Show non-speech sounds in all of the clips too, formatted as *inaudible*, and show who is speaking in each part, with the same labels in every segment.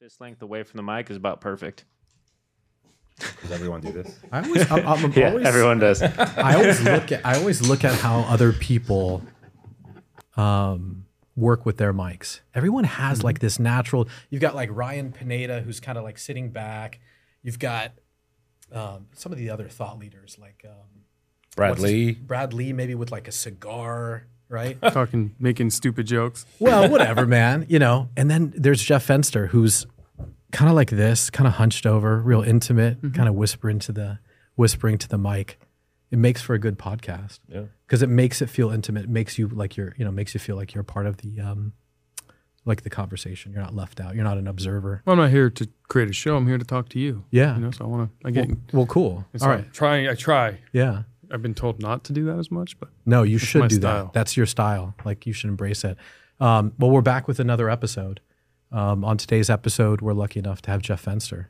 Speaker 1: Fist length away from the mic is about perfect.
Speaker 2: Does everyone do this?
Speaker 3: I always,
Speaker 1: *laughs*
Speaker 3: I'm, I'm
Speaker 1: Yeah,
Speaker 3: always
Speaker 1: everyone does.
Speaker 3: I always look at I always look at how other people um, work with their mics. Everyone has
Speaker 1: Mm-hmm.
Speaker 3: like this natural. You've got like Ryan Pineda who's kind of like sitting back. You've got um, some of the other thought leaders like um,
Speaker 2: *laughs* Brad
Speaker 3: what's his-
Speaker 2: Lee.
Speaker 3: Brad Lee maybe with like a cigar, right?
Speaker 4: Talking, making stupid jokes.
Speaker 3: well, whatever, man. You know. And then there's Jeff Fenster who's kind of like this, kind of hunched over, real intimate, kind of whispering to the whispering to the mic. It makes for a good podcast
Speaker 2: Yeah.
Speaker 3: because it makes it feel intimate. It makes you like you're, you know, makes you feel like you're part of the, um, like the conversation. You're not left out. You're not an observer.
Speaker 4: Well, I'm not here to create a show. I'm here to talk to you.
Speaker 3: Yeah.
Speaker 4: You know, so I want to. I
Speaker 3: Well,
Speaker 4: get.
Speaker 3: well, cool.
Speaker 4: it's
Speaker 3: All
Speaker 4: like
Speaker 3: right.
Speaker 4: Trying. I try.
Speaker 3: Yeah.
Speaker 4: I've been told not to do that as much, but
Speaker 3: No, you should
Speaker 4: my
Speaker 3: do
Speaker 4: style.
Speaker 3: that. That's your style. Like you should embrace it. Um, well, we're back with another episode. Um, on today's episode, we're lucky enough to have Jeff Fenster.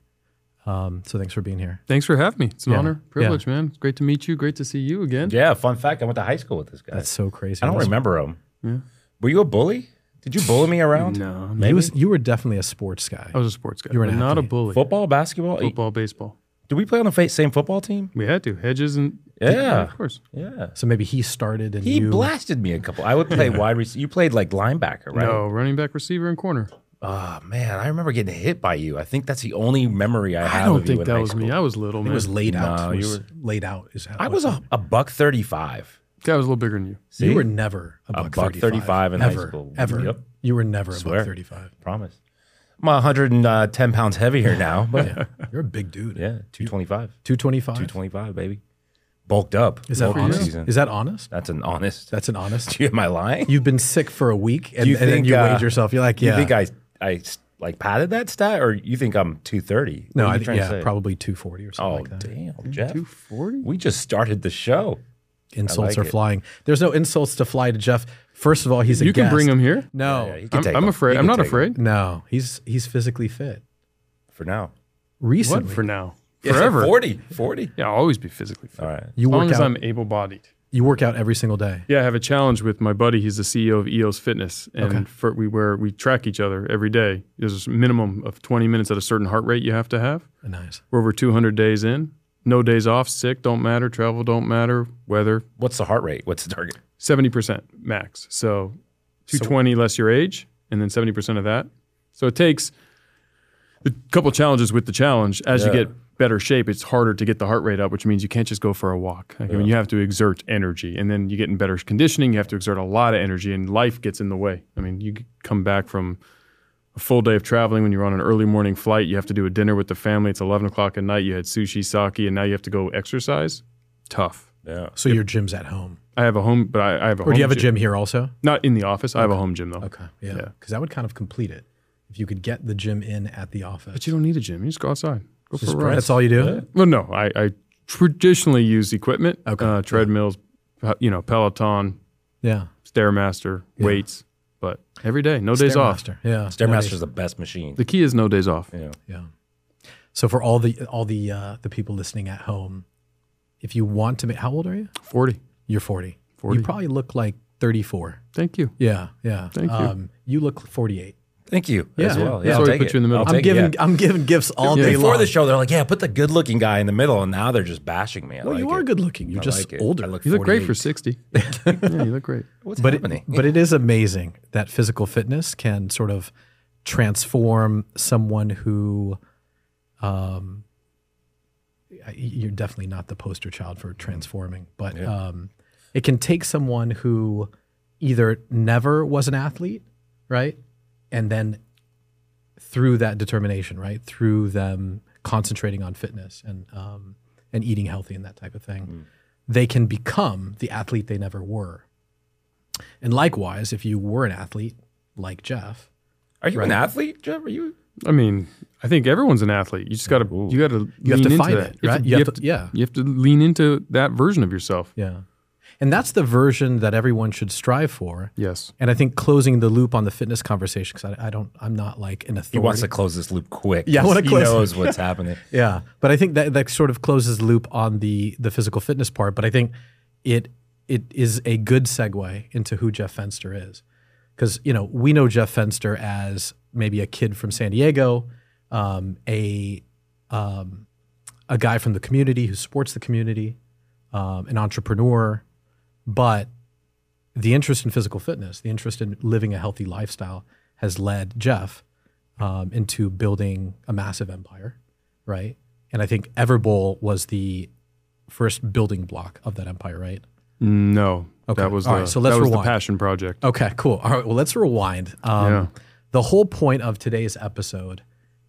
Speaker 3: Um, so thanks for being here.
Speaker 4: thanks for having me. It's an
Speaker 3: Yeah.
Speaker 4: honor, privilege, man. It's great to meet you. Great to see you again.
Speaker 2: Yeah. Fun fact: I went to high school with this guy.
Speaker 3: That's so crazy.
Speaker 2: I don't remember him. Were you a bully? Did you bully me around?
Speaker 4: No,
Speaker 3: You was you were definitely a sports guy.
Speaker 2: Oh.
Speaker 4: I was a sports guy.
Speaker 3: You were an
Speaker 4: but not a
Speaker 3: athlete.
Speaker 4: bully.
Speaker 2: Football, basketball. Eh,
Speaker 4: Football, baseball.
Speaker 2: Did we play on the fa- same football team?
Speaker 4: We had to hedges and
Speaker 2: Yeah.
Speaker 4: of course.
Speaker 2: Yeah.
Speaker 3: So maybe he started and
Speaker 2: He
Speaker 3: you.
Speaker 2: blasted me a couple. I would play wide receiver. You played like linebacker, right?
Speaker 4: No, running back, receiver, and corner.
Speaker 2: Oh man, I remember getting hit by you. I think that's the only memory I have.
Speaker 4: I don't
Speaker 2: of you
Speaker 4: think
Speaker 2: in
Speaker 4: that
Speaker 2: high
Speaker 4: was me.
Speaker 2: school.
Speaker 4: I was little, man.
Speaker 3: It was laid out.
Speaker 2: No,
Speaker 3: It
Speaker 2: you
Speaker 3: was laid out. Is how
Speaker 2: I was a, a buck thirty-five.
Speaker 4: Guy was a little bigger than you.
Speaker 2: See?
Speaker 3: You were never a buck,
Speaker 2: buck 35 in high
Speaker 3: ever,
Speaker 2: school.
Speaker 3: Ever.
Speaker 2: Yep.
Speaker 3: You were never a
Speaker 2: Swear.
Speaker 3: buck thirty-five.
Speaker 2: Promise. I'm 110 uh, pounds heavier now, but yeah,
Speaker 3: You're a big dude.
Speaker 2: 225,
Speaker 3: Two twenty-five.
Speaker 2: 225, baby. Bulked up.
Speaker 3: Is that
Speaker 2: Bulk
Speaker 3: honest?
Speaker 2: season.
Speaker 3: Is that honest?
Speaker 2: That's an honest. *laughs*
Speaker 3: That's an honest.
Speaker 2: Am I lying?
Speaker 3: You've been sick for a week, and,
Speaker 2: you
Speaker 3: and then
Speaker 2: think,
Speaker 3: you
Speaker 2: uh,
Speaker 3: weighed yourself. You're like,
Speaker 2: You
Speaker 3: yeah.
Speaker 2: think I I like padded that stat, or you think I'm 230?
Speaker 3: no,
Speaker 2: What are
Speaker 3: I
Speaker 2: you
Speaker 3: think
Speaker 2: trying to
Speaker 3: yeah,
Speaker 2: say?
Speaker 3: probably two forty or something
Speaker 2: Oh
Speaker 3: like that.
Speaker 2: damn, Jeff.
Speaker 4: 240?
Speaker 2: We just started the show.
Speaker 3: Insults
Speaker 2: like
Speaker 3: are
Speaker 2: it.
Speaker 3: flying. There's no insults to fly to Jeff. First of all, he's a
Speaker 4: You can
Speaker 3: guest.
Speaker 4: bring him here.
Speaker 3: No,
Speaker 2: Yeah, you can
Speaker 4: Oh, I'm,
Speaker 2: take
Speaker 4: I'm
Speaker 2: them.
Speaker 4: afraid.
Speaker 2: You
Speaker 4: I'm
Speaker 2: can
Speaker 4: not
Speaker 2: take them
Speaker 4: afraid.
Speaker 3: no, he's he's physically fit.
Speaker 2: for now.
Speaker 3: Recently,
Speaker 4: What for now?
Speaker 2: Yes, at
Speaker 4: Forever.
Speaker 2: 40, 40.
Speaker 4: Yeah, I'll always be physically fit.
Speaker 2: All right.
Speaker 3: you
Speaker 4: As long
Speaker 3: work
Speaker 4: as
Speaker 3: out.
Speaker 4: I'm able bodied.
Speaker 3: you work out every single day.
Speaker 4: Yeah, I have a challenge with my buddy. He's the CEO of EOS Fitness, and for, we where we track each other every day. There's a minimum of 20 minutes at a certain heart rate you have to have.
Speaker 3: Nice.
Speaker 4: We're over 200 days in. No days off. Sick don't matter. Travel don't matter. Weather
Speaker 2: What's the heart rate? What's the target?
Speaker 4: 70% max. So 220 less your age, and then 70% of that. So it takes a couple challenges with the challenge. As you
Speaker 2: Yeah.
Speaker 4: get better shape, it's harder to get the heart rate up, which means you can't just go for a walk. Like, I mean, you have to exert energy, and then you get in better conditioning. You have to exert a lot of energy, and life gets in the way. I mean, you come back from a full day of traveling when you're on an early morning flight. You have to do a dinner with the family. It's 11 o'clock at night. You had sushi, sake, and now you have to go exercise. Tough.
Speaker 2: Yeah.
Speaker 3: So your gym's at home,
Speaker 4: I have a home, but I, I have a
Speaker 3: or
Speaker 4: home
Speaker 3: do you have a gym here also?
Speaker 4: not in the office. I have a home gym though.
Speaker 3: Okay. Yeah. Because that would kind of complete it if you could get the gym in at the office.
Speaker 4: But you don't need a gym. You just go outside. Go
Speaker 3: Just
Speaker 4: for a
Speaker 3: pray-
Speaker 4: run.
Speaker 3: that's all you do.
Speaker 4: Well, no, I, I traditionally use equipment. Uh, treadmills, pe- you know, Peloton,
Speaker 3: Yeah.
Speaker 4: StairMaster, weights. But every day, no days off.
Speaker 3: Stairmaster. Yeah.
Speaker 2: Stairmaster's the best machine.
Speaker 4: The key is no days off.
Speaker 2: you know.
Speaker 3: Yeah. So for all the all the uh, the people listening at home, if you want to make, how old are you?
Speaker 4: Forty.
Speaker 3: You're 40.
Speaker 4: 40.
Speaker 3: You probably look like 34.
Speaker 4: Thank you.
Speaker 3: Yeah. Yeah. Um,
Speaker 4: Thank you.
Speaker 3: you look 48.
Speaker 2: Thank you
Speaker 3: Yeah.
Speaker 2: as well.
Speaker 4: That's
Speaker 2: I'll
Speaker 4: why we
Speaker 2: take
Speaker 4: put
Speaker 2: it.
Speaker 4: you in the middle.
Speaker 2: I'll
Speaker 3: I'm
Speaker 2: take it,
Speaker 3: giving
Speaker 2: yeah.
Speaker 3: I'm giving gifts all day
Speaker 2: Before
Speaker 3: long.
Speaker 2: the show, they're like, "Yeah, put the good-looking guy in the middle," and now they're just bashing me. I
Speaker 3: well,
Speaker 2: like
Speaker 3: you are
Speaker 2: it.
Speaker 3: good looking. You're
Speaker 2: I
Speaker 3: just
Speaker 2: like it.
Speaker 3: older.
Speaker 2: I look
Speaker 4: You look great
Speaker 2: 48.
Speaker 4: for sixty. yeah, you look great.
Speaker 2: What's
Speaker 3: but
Speaker 2: happening?
Speaker 3: It, but it is amazing that physical fitness can sort of transform someone who, um, I- you're definitely not the poster child for transforming, but um, it can take someone who either never was an athlete, right, and then through that determination, right, through them concentrating on fitness and um, and eating healthy and that type of thing, they can become the athlete they never were. And likewise, if you were an athlete like Jeff,
Speaker 2: are you an athlete, Jeff? Are you?
Speaker 4: I mean, I think everyone's an athlete. You just got to you got to
Speaker 3: You have to fight it, right?
Speaker 4: You, have to,
Speaker 3: yeah.
Speaker 4: You have to lean into that version of yourself.
Speaker 3: yeah. And that's the version that everyone should strive for.
Speaker 4: Yes.
Speaker 3: And I think closing the loop on the fitness conversation, because I, I don't, I'm not like an
Speaker 2: He
Speaker 3: authority.
Speaker 2: wants to close this loop quick.
Speaker 3: Yeah, I
Speaker 2: 'cause
Speaker 3: wanna
Speaker 2: he
Speaker 3: close-
Speaker 2: knows what's happening.
Speaker 3: Yeah, but I think that that sort of closes the loop on the the physical fitness part. But I think it it is a good segue into who Jeff Fenster is, because you know we know Jeff Fenster as maybe a kid from San Diego um, a um, a guy from the community who supports the community, um, an entrepreneur, but the interest in physical fitness, the interest in living a healthy lifestyle, has led Jeff um, into building a massive empire, right? And I think Everbowl was the first building block of that empire, right?
Speaker 4: No,
Speaker 3: Okay,
Speaker 4: that was the,
Speaker 3: all right, so let's
Speaker 4: that was the
Speaker 3: rewind.
Speaker 4: passion project.
Speaker 3: Okay, cool. All right, well, let's rewind. Um,
Speaker 4: Yeah.
Speaker 3: The whole point of today's episode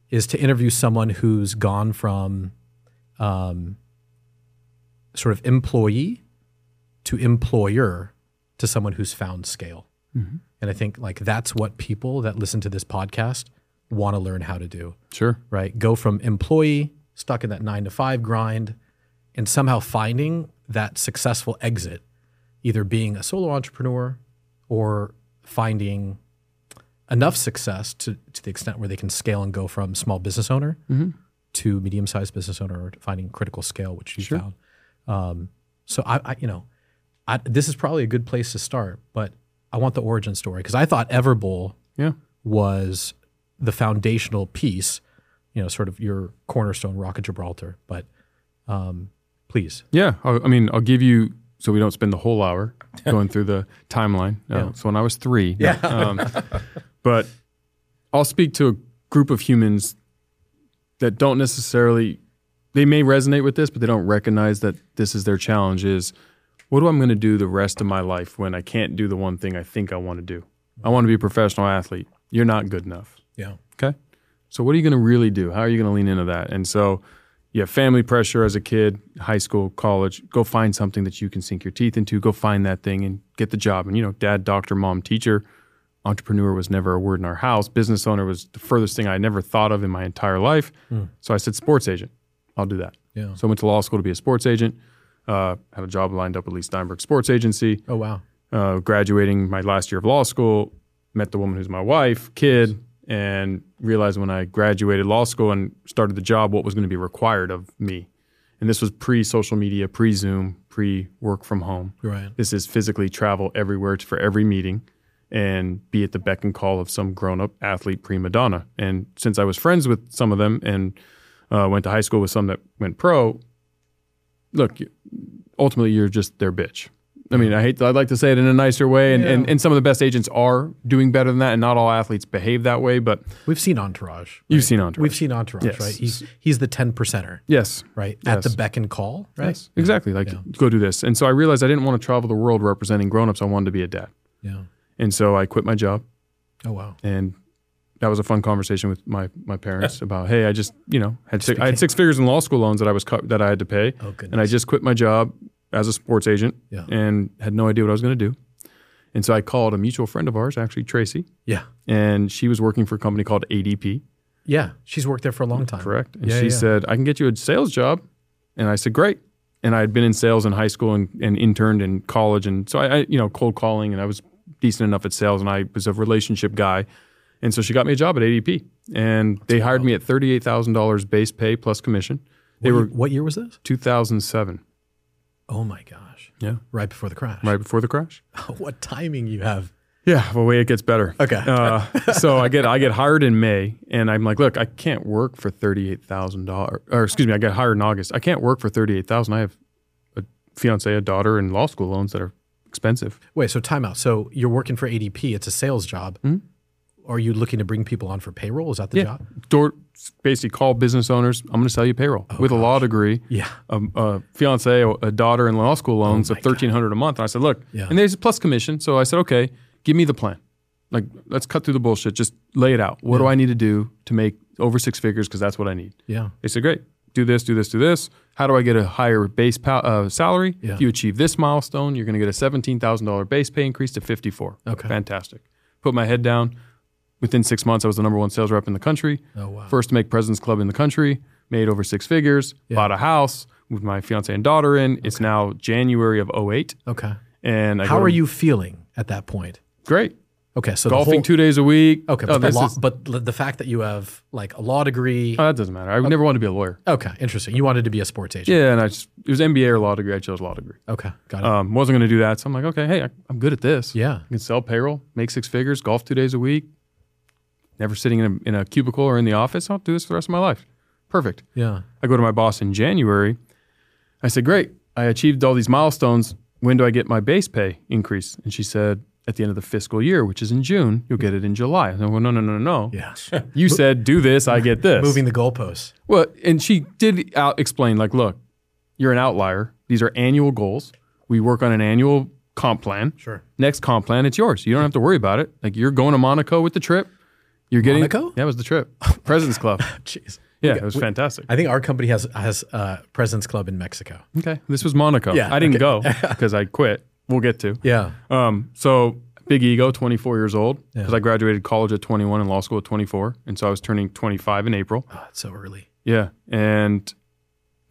Speaker 3: is to interview someone who's gone from um, sort of employee to employer to someone who's found scale. And I think like that's what people that listen to this podcast want to learn how to do
Speaker 4: Sure.
Speaker 3: right? Go from employee stuck in that nine to five grind and somehow finding that successful exit, either being a solo entrepreneur or finding enough success to, to the extent where they can scale and go from small business owner to medium sized business owner or finding critical scale, which you found. Um, so I, I, you know, I, this is probably a good place to start, but I want the origin story because I thought Everbowl
Speaker 4: Yeah.
Speaker 3: was the foundational piece, you know, sort of your cornerstone rock of Gibraltar. But um, please,
Speaker 4: Yeah, I, I mean, I'll give you so we don't spend the whole hour going through the timeline. Uh, So when I was three, yeah. *laughs* um, but I'll speak to a group of humans that don't necessarily they may resonate with this, but they don't recognize that this is their challenge. Is what do I'm going to do the rest of my life when I can't do the one thing I think I want to do? I want to be a professional athlete. You're not good enough.
Speaker 3: yeah,
Speaker 4: Okay. So what are you going to really do? How are you going to lean into that? And so you have family pressure as a kid, high school, college. Go find something that you can sink your teeth into. Go find that thing and get the job. And you know, dad, doctor, mom, teacher, entrepreneur was never a word in our house. Business owner was the furthest thing I never thought of in my entire life. So I said, sports agent. I'll do that.
Speaker 3: yeah.
Speaker 4: So I went to law school to be a sports agent. Uh, had a job lined up with Lee Steinberg Sports Agency
Speaker 3: Oh wow,
Speaker 4: uh, graduating my last year of law school, met the woman who's my wife, kid, and realized when I graduated law school and started the job what was going to be required of me. And this was pre social media, pre Zoom, pre work from home.
Speaker 3: you're right.
Speaker 4: This is physically travel everywhere to- for every meeting and be at the beck and call of some grown up athlete prima donna. And since I was friends with some of them and uh, went to high school with some that went pro, look, you- ultimately you're just their bitch. I mean, I hate. I'd like to say it in a nicer way, and, and, and some of the best agents are doing better than that, and not all athletes behave that way. But
Speaker 3: We've seen Entourage.
Speaker 4: you've seen Entourage.
Speaker 3: We've seen Entourage,
Speaker 4: Yes.
Speaker 3: right? He's he's the ten percenter,
Speaker 4: yes,
Speaker 3: right? At
Speaker 4: Yes.
Speaker 3: the beck and call, right?
Speaker 4: yes, exactly. Like go do this. And so I realized I didn't want to travel the world representing grown-ups. I wanted to be a dad,
Speaker 3: Yeah.
Speaker 4: and so I quit my job
Speaker 3: Oh wow.
Speaker 4: and that was a fun conversation with my my
Speaker 3: *laughs*
Speaker 4: parents about hey I just you know had six, I
Speaker 3: became-
Speaker 4: had six figures in law school loans that I was cut, that I had to pay
Speaker 3: Oh
Speaker 4: and I
Speaker 3: goodness.
Speaker 4: just quit my job as a sports agent
Speaker 3: Yeah.
Speaker 4: and had no idea what I was going to do and so I called a mutual friend of ours actually Tracy
Speaker 3: yeah.
Speaker 4: and she was working for a company called ADP
Speaker 3: Yeah. She's worked there for a long time.
Speaker 4: correct and
Speaker 3: Yeah,
Speaker 4: she
Speaker 3: yeah.
Speaker 4: said I can get you a sales job and I said great and I had been in sales in high school and, and interned in college and so I, I you know cold calling and I was decent enough at sales and I was a relationship guy and so she got me a job at ADP, and they hired me at thirty-eight thousand dollars base pay plus commission. They
Speaker 3: What,
Speaker 4: were
Speaker 3: ye- what year was this?
Speaker 4: two thousand seven,
Speaker 3: Oh my gosh.
Speaker 4: Yeah.
Speaker 3: Right before the crash.
Speaker 4: right before the crash.
Speaker 3: *laughs* what timing you have?
Speaker 4: Yeah, well, wait, it gets better.
Speaker 3: Okay.
Speaker 4: Uh, so I get I get hired in May, and I'm like, look, I can't work for thirty-eight thousand dollars. Or excuse me, I got hired in August. I can't work for thirty-eight thousand. I have a fiance, a daughter, and law school loans that are expensive.
Speaker 3: Wait, so timeout. So you're working for ADP. It's a sales job.
Speaker 4: Hmm?
Speaker 3: Are you looking to bring people on for payroll? Is that the job?
Speaker 4: Door, basically, call business owners. I'm going to sell you payroll with a law degree.
Speaker 3: Yeah.
Speaker 4: a, a fiance, a daughter in law school loans of thirteen hundred a month. And I said, look,
Speaker 3: Oh Yeah.
Speaker 4: and there's a plus commission. So I said, okay, give me the plan. Like, let's cut through the bullshit. Just lay it out. What do I need to do to make over six figures? Because that's what I need.
Speaker 3: Yeah.
Speaker 4: They said, great, do this, do this, do this. How do I get a higher base pa- uh, salary?
Speaker 3: Yeah.
Speaker 4: If you achieve this milestone, you're going to get a $17,000 base pay increase to 54.
Speaker 3: Okay.
Speaker 4: Fantastic. Put my head down. Within six months, I was the number one sales rep in the country.
Speaker 3: Oh, wow.
Speaker 4: First to make President's Club in the country, made over six figures, bought a house, moved my fiance and daughter in. It's now January of 08.
Speaker 3: Okay.
Speaker 4: And I
Speaker 3: How
Speaker 4: go
Speaker 3: are
Speaker 4: to-
Speaker 3: you feeling at that point?
Speaker 4: Great.
Speaker 3: Okay, so
Speaker 4: Golfing
Speaker 3: the whole,
Speaker 4: two days a week.
Speaker 3: Okay,
Speaker 4: Oh,
Speaker 3: but, the
Speaker 4: this
Speaker 3: law,
Speaker 4: is-
Speaker 3: but l- the fact that you have like a law degree.
Speaker 4: oh, that doesn't matter. I never wanted to be a lawyer.
Speaker 3: okay, interesting. You wanted to be a sports agent.
Speaker 4: Yeah, and I just, it was MBA or law degree. I chose law degree.
Speaker 3: Okay, got it.
Speaker 4: Um, wasn't going to do that. So I'm like, okay, hey, I, I'm good at this.
Speaker 3: yeah.
Speaker 4: I can sell payroll, make six figures, golf two days a week. Never sitting in a, in a cubicle or in the office. I'll do this for the rest of my life. Perfect.
Speaker 3: Yeah.
Speaker 4: I go to my boss in January. I said, Great, I achieved all these milestones. When do I get my base pay increase? And she said, At the end of the fiscal year, which is in June, you'll get it in July. And I went, No, no, no, no, no. *laughs*
Speaker 3: Yeah.
Speaker 4: You said, Do this, I get this.
Speaker 3: Moving the goalposts.
Speaker 4: Well, and she did out explain, like, look, you're an outlier. These are annual goals. We work on an annual comp plan.
Speaker 3: Sure.
Speaker 4: Next comp plan, it's yours. You don't have to worry about it. Like you're going to Monaco with the trip. You're getting
Speaker 3: Monaco?
Speaker 4: That was the trip.
Speaker 3: *laughs*
Speaker 4: President's Club.
Speaker 3: Jeez.
Speaker 4: Yeah, it was fantastic.
Speaker 3: I think our company has has a presence club in Mexico.
Speaker 4: Okay, this was Monaco.
Speaker 3: Yeah,
Speaker 4: I didn't go
Speaker 3: okay. *laughs*
Speaker 4: because I quit. We'll get to.
Speaker 3: Yeah.
Speaker 4: Um, so big ego, 24 years old, because
Speaker 3: Yeah.
Speaker 4: I graduated college at 21 and law school at 24, and so I was turning 25 in April.
Speaker 3: Oh, it's so early.
Speaker 4: Yeah. And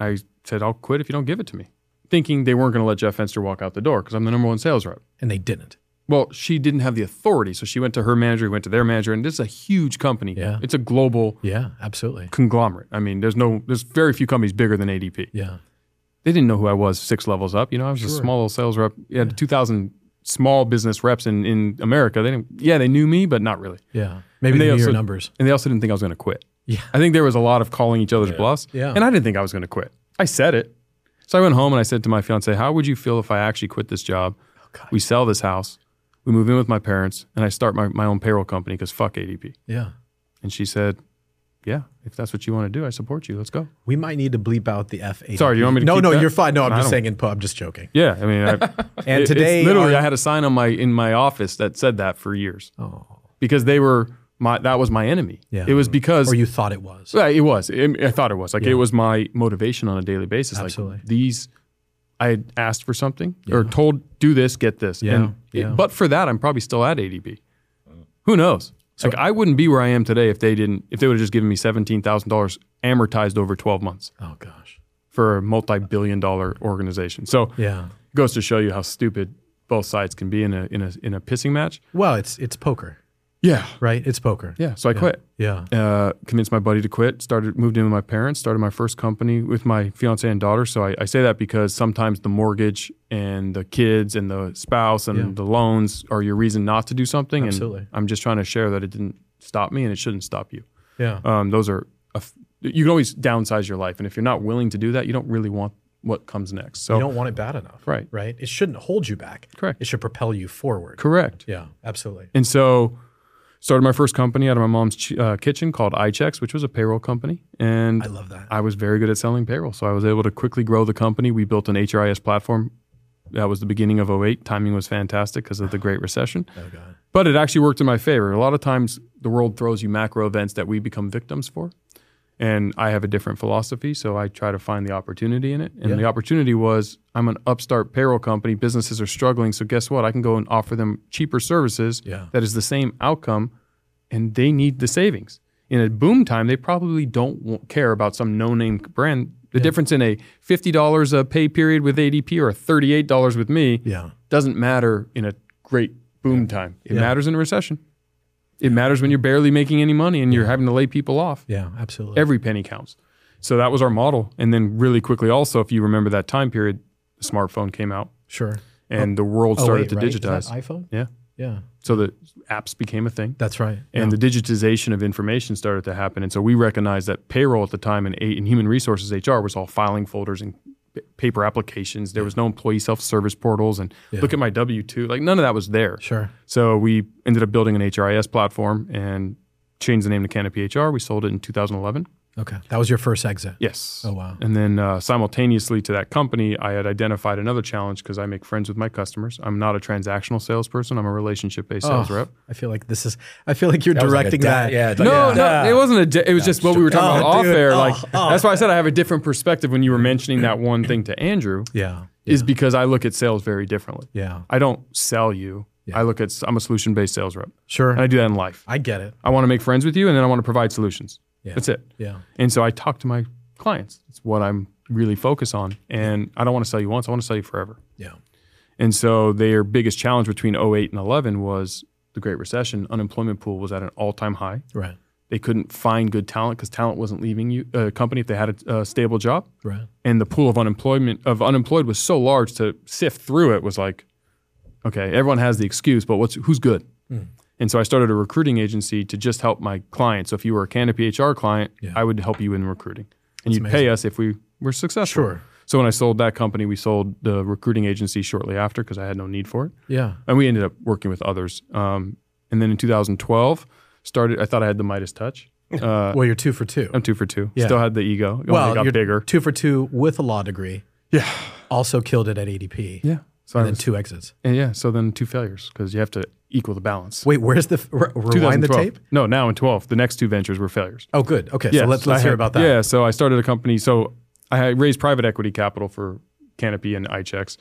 Speaker 4: I said, I'll quit if you don't give it to me, thinking they weren't going to let Jeff Fenster walk out the door because I'm the number one sales rep.
Speaker 3: And they didn't.
Speaker 4: Well, she didn't have the authority. So she went to her manager, went to their manager, and this is a huge company.
Speaker 3: Yeah.
Speaker 4: It's a global
Speaker 3: Yeah. Absolutely.
Speaker 4: conglomerate. I mean, there's no, there's very few companies bigger than ADP.
Speaker 3: Yeah.
Speaker 4: They didn't know who I was six levels up. You know, I was a small little sales rep. You had 2,000 small business reps in, in America. They didn't, yeah, they knew me, but not really.
Speaker 3: Yeah. Maybe
Speaker 4: And
Speaker 3: they
Speaker 4: they
Speaker 3: knew your
Speaker 4: also-
Speaker 3: numbers.
Speaker 4: And they also didn't think I was going to quit.
Speaker 3: Yeah.
Speaker 4: I think there was a lot of calling each other's bluffs.
Speaker 3: Yeah.
Speaker 4: And I didn't think I was going to quit. I said it. So I went home and I said to my fiance, How would you feel if I actually quit this job?
Speaker 3: Oh, God.
Speaker 4: we sell this house, we move in with my parents, and I start my, my own payroll company because fuck ADP.
Speaker 3: Yeah.
Speaker 4: And she said, Yeah, if that's what you want to do, I support you. Let's go.
Speaker 3: We might need to bleep out the F eight.
Speaker 4: Sorry, you want me to
Speaker 3: No,
Speaker 4: keep
Speaker 3: no,
Speaker 4: that?
Speaker 3: you're fine. No, I'm
Speaker 4: I
Speaker 3: just
Speaker 4: don't-
Speaker 3: saying in pub. I'm just
Speaker 4: *laughs*
Speaker 3: joking.
Speaker 4: Yeah. I mean, I,
Speaker 3: And
Speaker 4: it's
Speaker 3: today,
Speaker 4: literally,
Speaker 3: our-
Speaker 4: I had a sign on my in my office that said that for years
Speaker 3: oh,
Speaker 4: because they were my that was my enemy.
Speaker 3: Yeah.
Speaker 4: It was because
Speaker 3: or you thought it was.
Speaker 4: Yeah, it was. It, I thought it was. Like it was my motivation on a daily basis.
Speaker 3: Absolutely.
Speaker 4: Like these, I had asked for something or told, do this, get this.
Speaker 3: Yeah,
Speaker 4: And it-
Speaker 3: yeah.
Speaker 4: but for that, I'm probably still at ADP. Who knows? like I wouldn't be where I am today if they didn't. If they would have just given me seventeen thousand dollars amortized over twelve months
Speaker 3: Oh gosh.
Speaker 4: for a multi-billion-dollar organization. So
Speaker 3: Yeah.
Speaker 4: it goes to show you how stupid both sides can be in a in a in a pissing match.
Speaker 3: Well, it's it's poker,
Speaker 4: Yeah.
Speaker 3: right? It's poker.
Speaker 4: Yeah. So I quit
Speaker 3: Yeah.
Speaker 4: uh, convinced my buddy to quit. Started moved in with my parents. Started my first company with my fiance and daughter. So I, I say that because sometimes the mortgage and the kids and the spouse and the loans are your reason not to do something.
Speaker 3: Absolutely.
Speaker 4: And I'm just trying to share that it didn't stop me and it shouldn't stop you.
Speaker 3: Yeah.
Speaker 4: Um, those are a f- you can always downsize your life, and if you're not willing to do that, you don't really want what comes next. So
Speaker 3: you don't want it bad enough.
Speaker 4: Right.
Speaker 3: Right. It shouldn't hold you back.
Speaker 4: Correct.
Speaker 3: It should propel you forward.
Speaker 4: correct.
Speaker 3: Yeah. Absolutely.
Speaker 4: And so started my first company out of my mom's ch- uh, kitchen called iChecks, which was a payroll company. And
Speaker 3: I love that.
Speaker 4: I was very good at selling payroll. So I was able to quickly grow the company. We built an HRIS platform. That was the beginning of 08. Timing was fantastic because of the Great Recession.
Speaker 3: Oh god.
Speaker 4: But it actually worked in my favor. A lot of times the world throws you macro events that we become victims for. And I have a different philosophy. So I try to find the opportunity in it. And the opportunity was I'm an upstart payroll company. Businesses are struggling. So guess what? I can go and offer them cheaper services
Speaker 3: Yeah.
Speaker 4: that is the same outcome and they need the savings. In a boom time, they probably don't wa- care about some no name brand. The difference in a $50 a pay period with ADP or $38 with me
Speaker 3: Yeah.
Speaker 4: doesn't matter in a great boom time. It matters in a recession. It matters when you're barely making any money and you're having to lay people off.
Speaker 3: Yeah. Absolutely.
Speaker 4: Every penny counts. So that was our model. And then, really quickly, also, if you remember that time period, the smartphone came out
Speaker 3: sure.
Speaker 4: and the world started
Speaker 3: Oh. wait,
Speaker 4: to
Speaker 3: right? Is that
Speaker 4: digitize.
Speaker 3: iPhone.
Speaker 4: yeah.
Speaker 3: Yeah.
Speaker 4: So the apps became a thing
Speaker 3: That's right.
Speaker 4: and the digitization of information started to happen. And so we recognized that payroll at the time and, A- and human resources HR was all filing folders and p- paper applications. There was no employee self service portals and look at my W 2. Like none of that was there.
Speaker 3: Sure.
Speaker 4: So we ended up building an HRIS platform and changed the name to Canopy HR. We sold it in 2011.
Speaker 3: Okay. That was your first exit.
Speaker 4: Yes.
Speaker 3: Oh, wow.
Speaker 4: And then uh, simultaneously to that company, I had identified another challenge because I make friends with my customers. I'm not a transactional salesperson, I'm a relationship based sales
Speaker 3: Oh,
Speaker 4: rep.
Speaker 3: I feel like this is. I feel like you're
Speaker 2: was like a
Speaker 3: directing
Speaker 2: da-
Speaker 3: that.
Speaker 2: yeah, it's like
Speaker 4: No,
Speaker 2: a-
Speaker 4: no, it wasn't a. De- it was just what we were talking
Speaker 3: Oh,
Speaker 4: about
Speaker 3: dude.
Speaker 4: off air.
Speaker 3: Oh,
Speaker 4: Like
Speaker 3: oh.
Speaker 4: that's why I said I have a different perspective when you were mentioning that one thing to Andrew.
Speaker 3: Yeah.
Speaker 4: Is because I look at sales very differently.
Speaker 3: Yeah.
Speaker 4: I don't sell you. I look at. s- I'm a solution based sales rep,
Speaker 3: Sure.
Speaker 4: and I do that in life.
Speaker 3: I get it.
Speaker 4: I want to make friends with you, and then I want to provide solutions. That's it.
Speaker 3: Yeah.
Speaker 4: And so I talk to my clients. It's what I'm really focused on, and I don't want to sell you once. I want to sell you forever.
Speaker 3: Yeah.
Speaker 4: And so their biggest challenge between 08 and 11 was the Great Recession. Unemployment pool was at an all time high.
Speaker 3: Right.
Speaker 4: they couldn't find good talent because talent wasn't leaving you a company if they had a, a stable job
Speaker 3: Right.
Speaker 4: and the pool of unemployment of unemployed was so
Speaker 3: Hmm.
Speaker 4: large to sift through it was like okay everyone has the excuse but what's who's good And so I started a recruiting agency to just help my clients. So if you were a Canopy HR client,
Speaker 3: Yeah.
Speaker 4: I would help you in recruiting. And you'd pay us if we were successful.
Speaker 3: Sure.
Speaker 4: So when I sold that company, we sold the recruiting agency shortly after because I had no need for it
Speaker 3: Yeah.
Speaker 4: and we ended up working with others. Um, and then in 2012, started. I thought I had the Midas touch. Uh,
Speaker 3: Well, you're two for two.
Speaker 4: I'm two for two.
Speaker 3: Yeah.
Speaker 4: Still had the ego. It
Speaker 3: well,
Speaker 4: only
Speaker 3: you're
Speaker 4: got bigger.
Speaker 3: two for two with a law degree.
Speaker 4: Yeah.
Speaker 3: Also killed it at ADP.
Speaker 4: Yeah. So I
Speaker 3: And then
Speaker 4: was,
Speaker 3: two exits.
Speaker 4: and yeah. So then two failures because you have to equal the balance.
Speaker 3: Wait, where's the f- re- rewind the
Speaker 4: 2012.
Speaker 3: tape?
Speaker 4: No, now in 12, the next two ventures were failures.
Speaker 3: Oh, good. Okay, so
Speaker 4: Yes,
Speaker 3: let's let's
Speaker 4: I
Speaker 3: hear
Speaker 4: had-
Speaker 3: about that.
Speaker 4: Yeah, so I started a company. So I had raised private equity capital for Canopy and iChecks.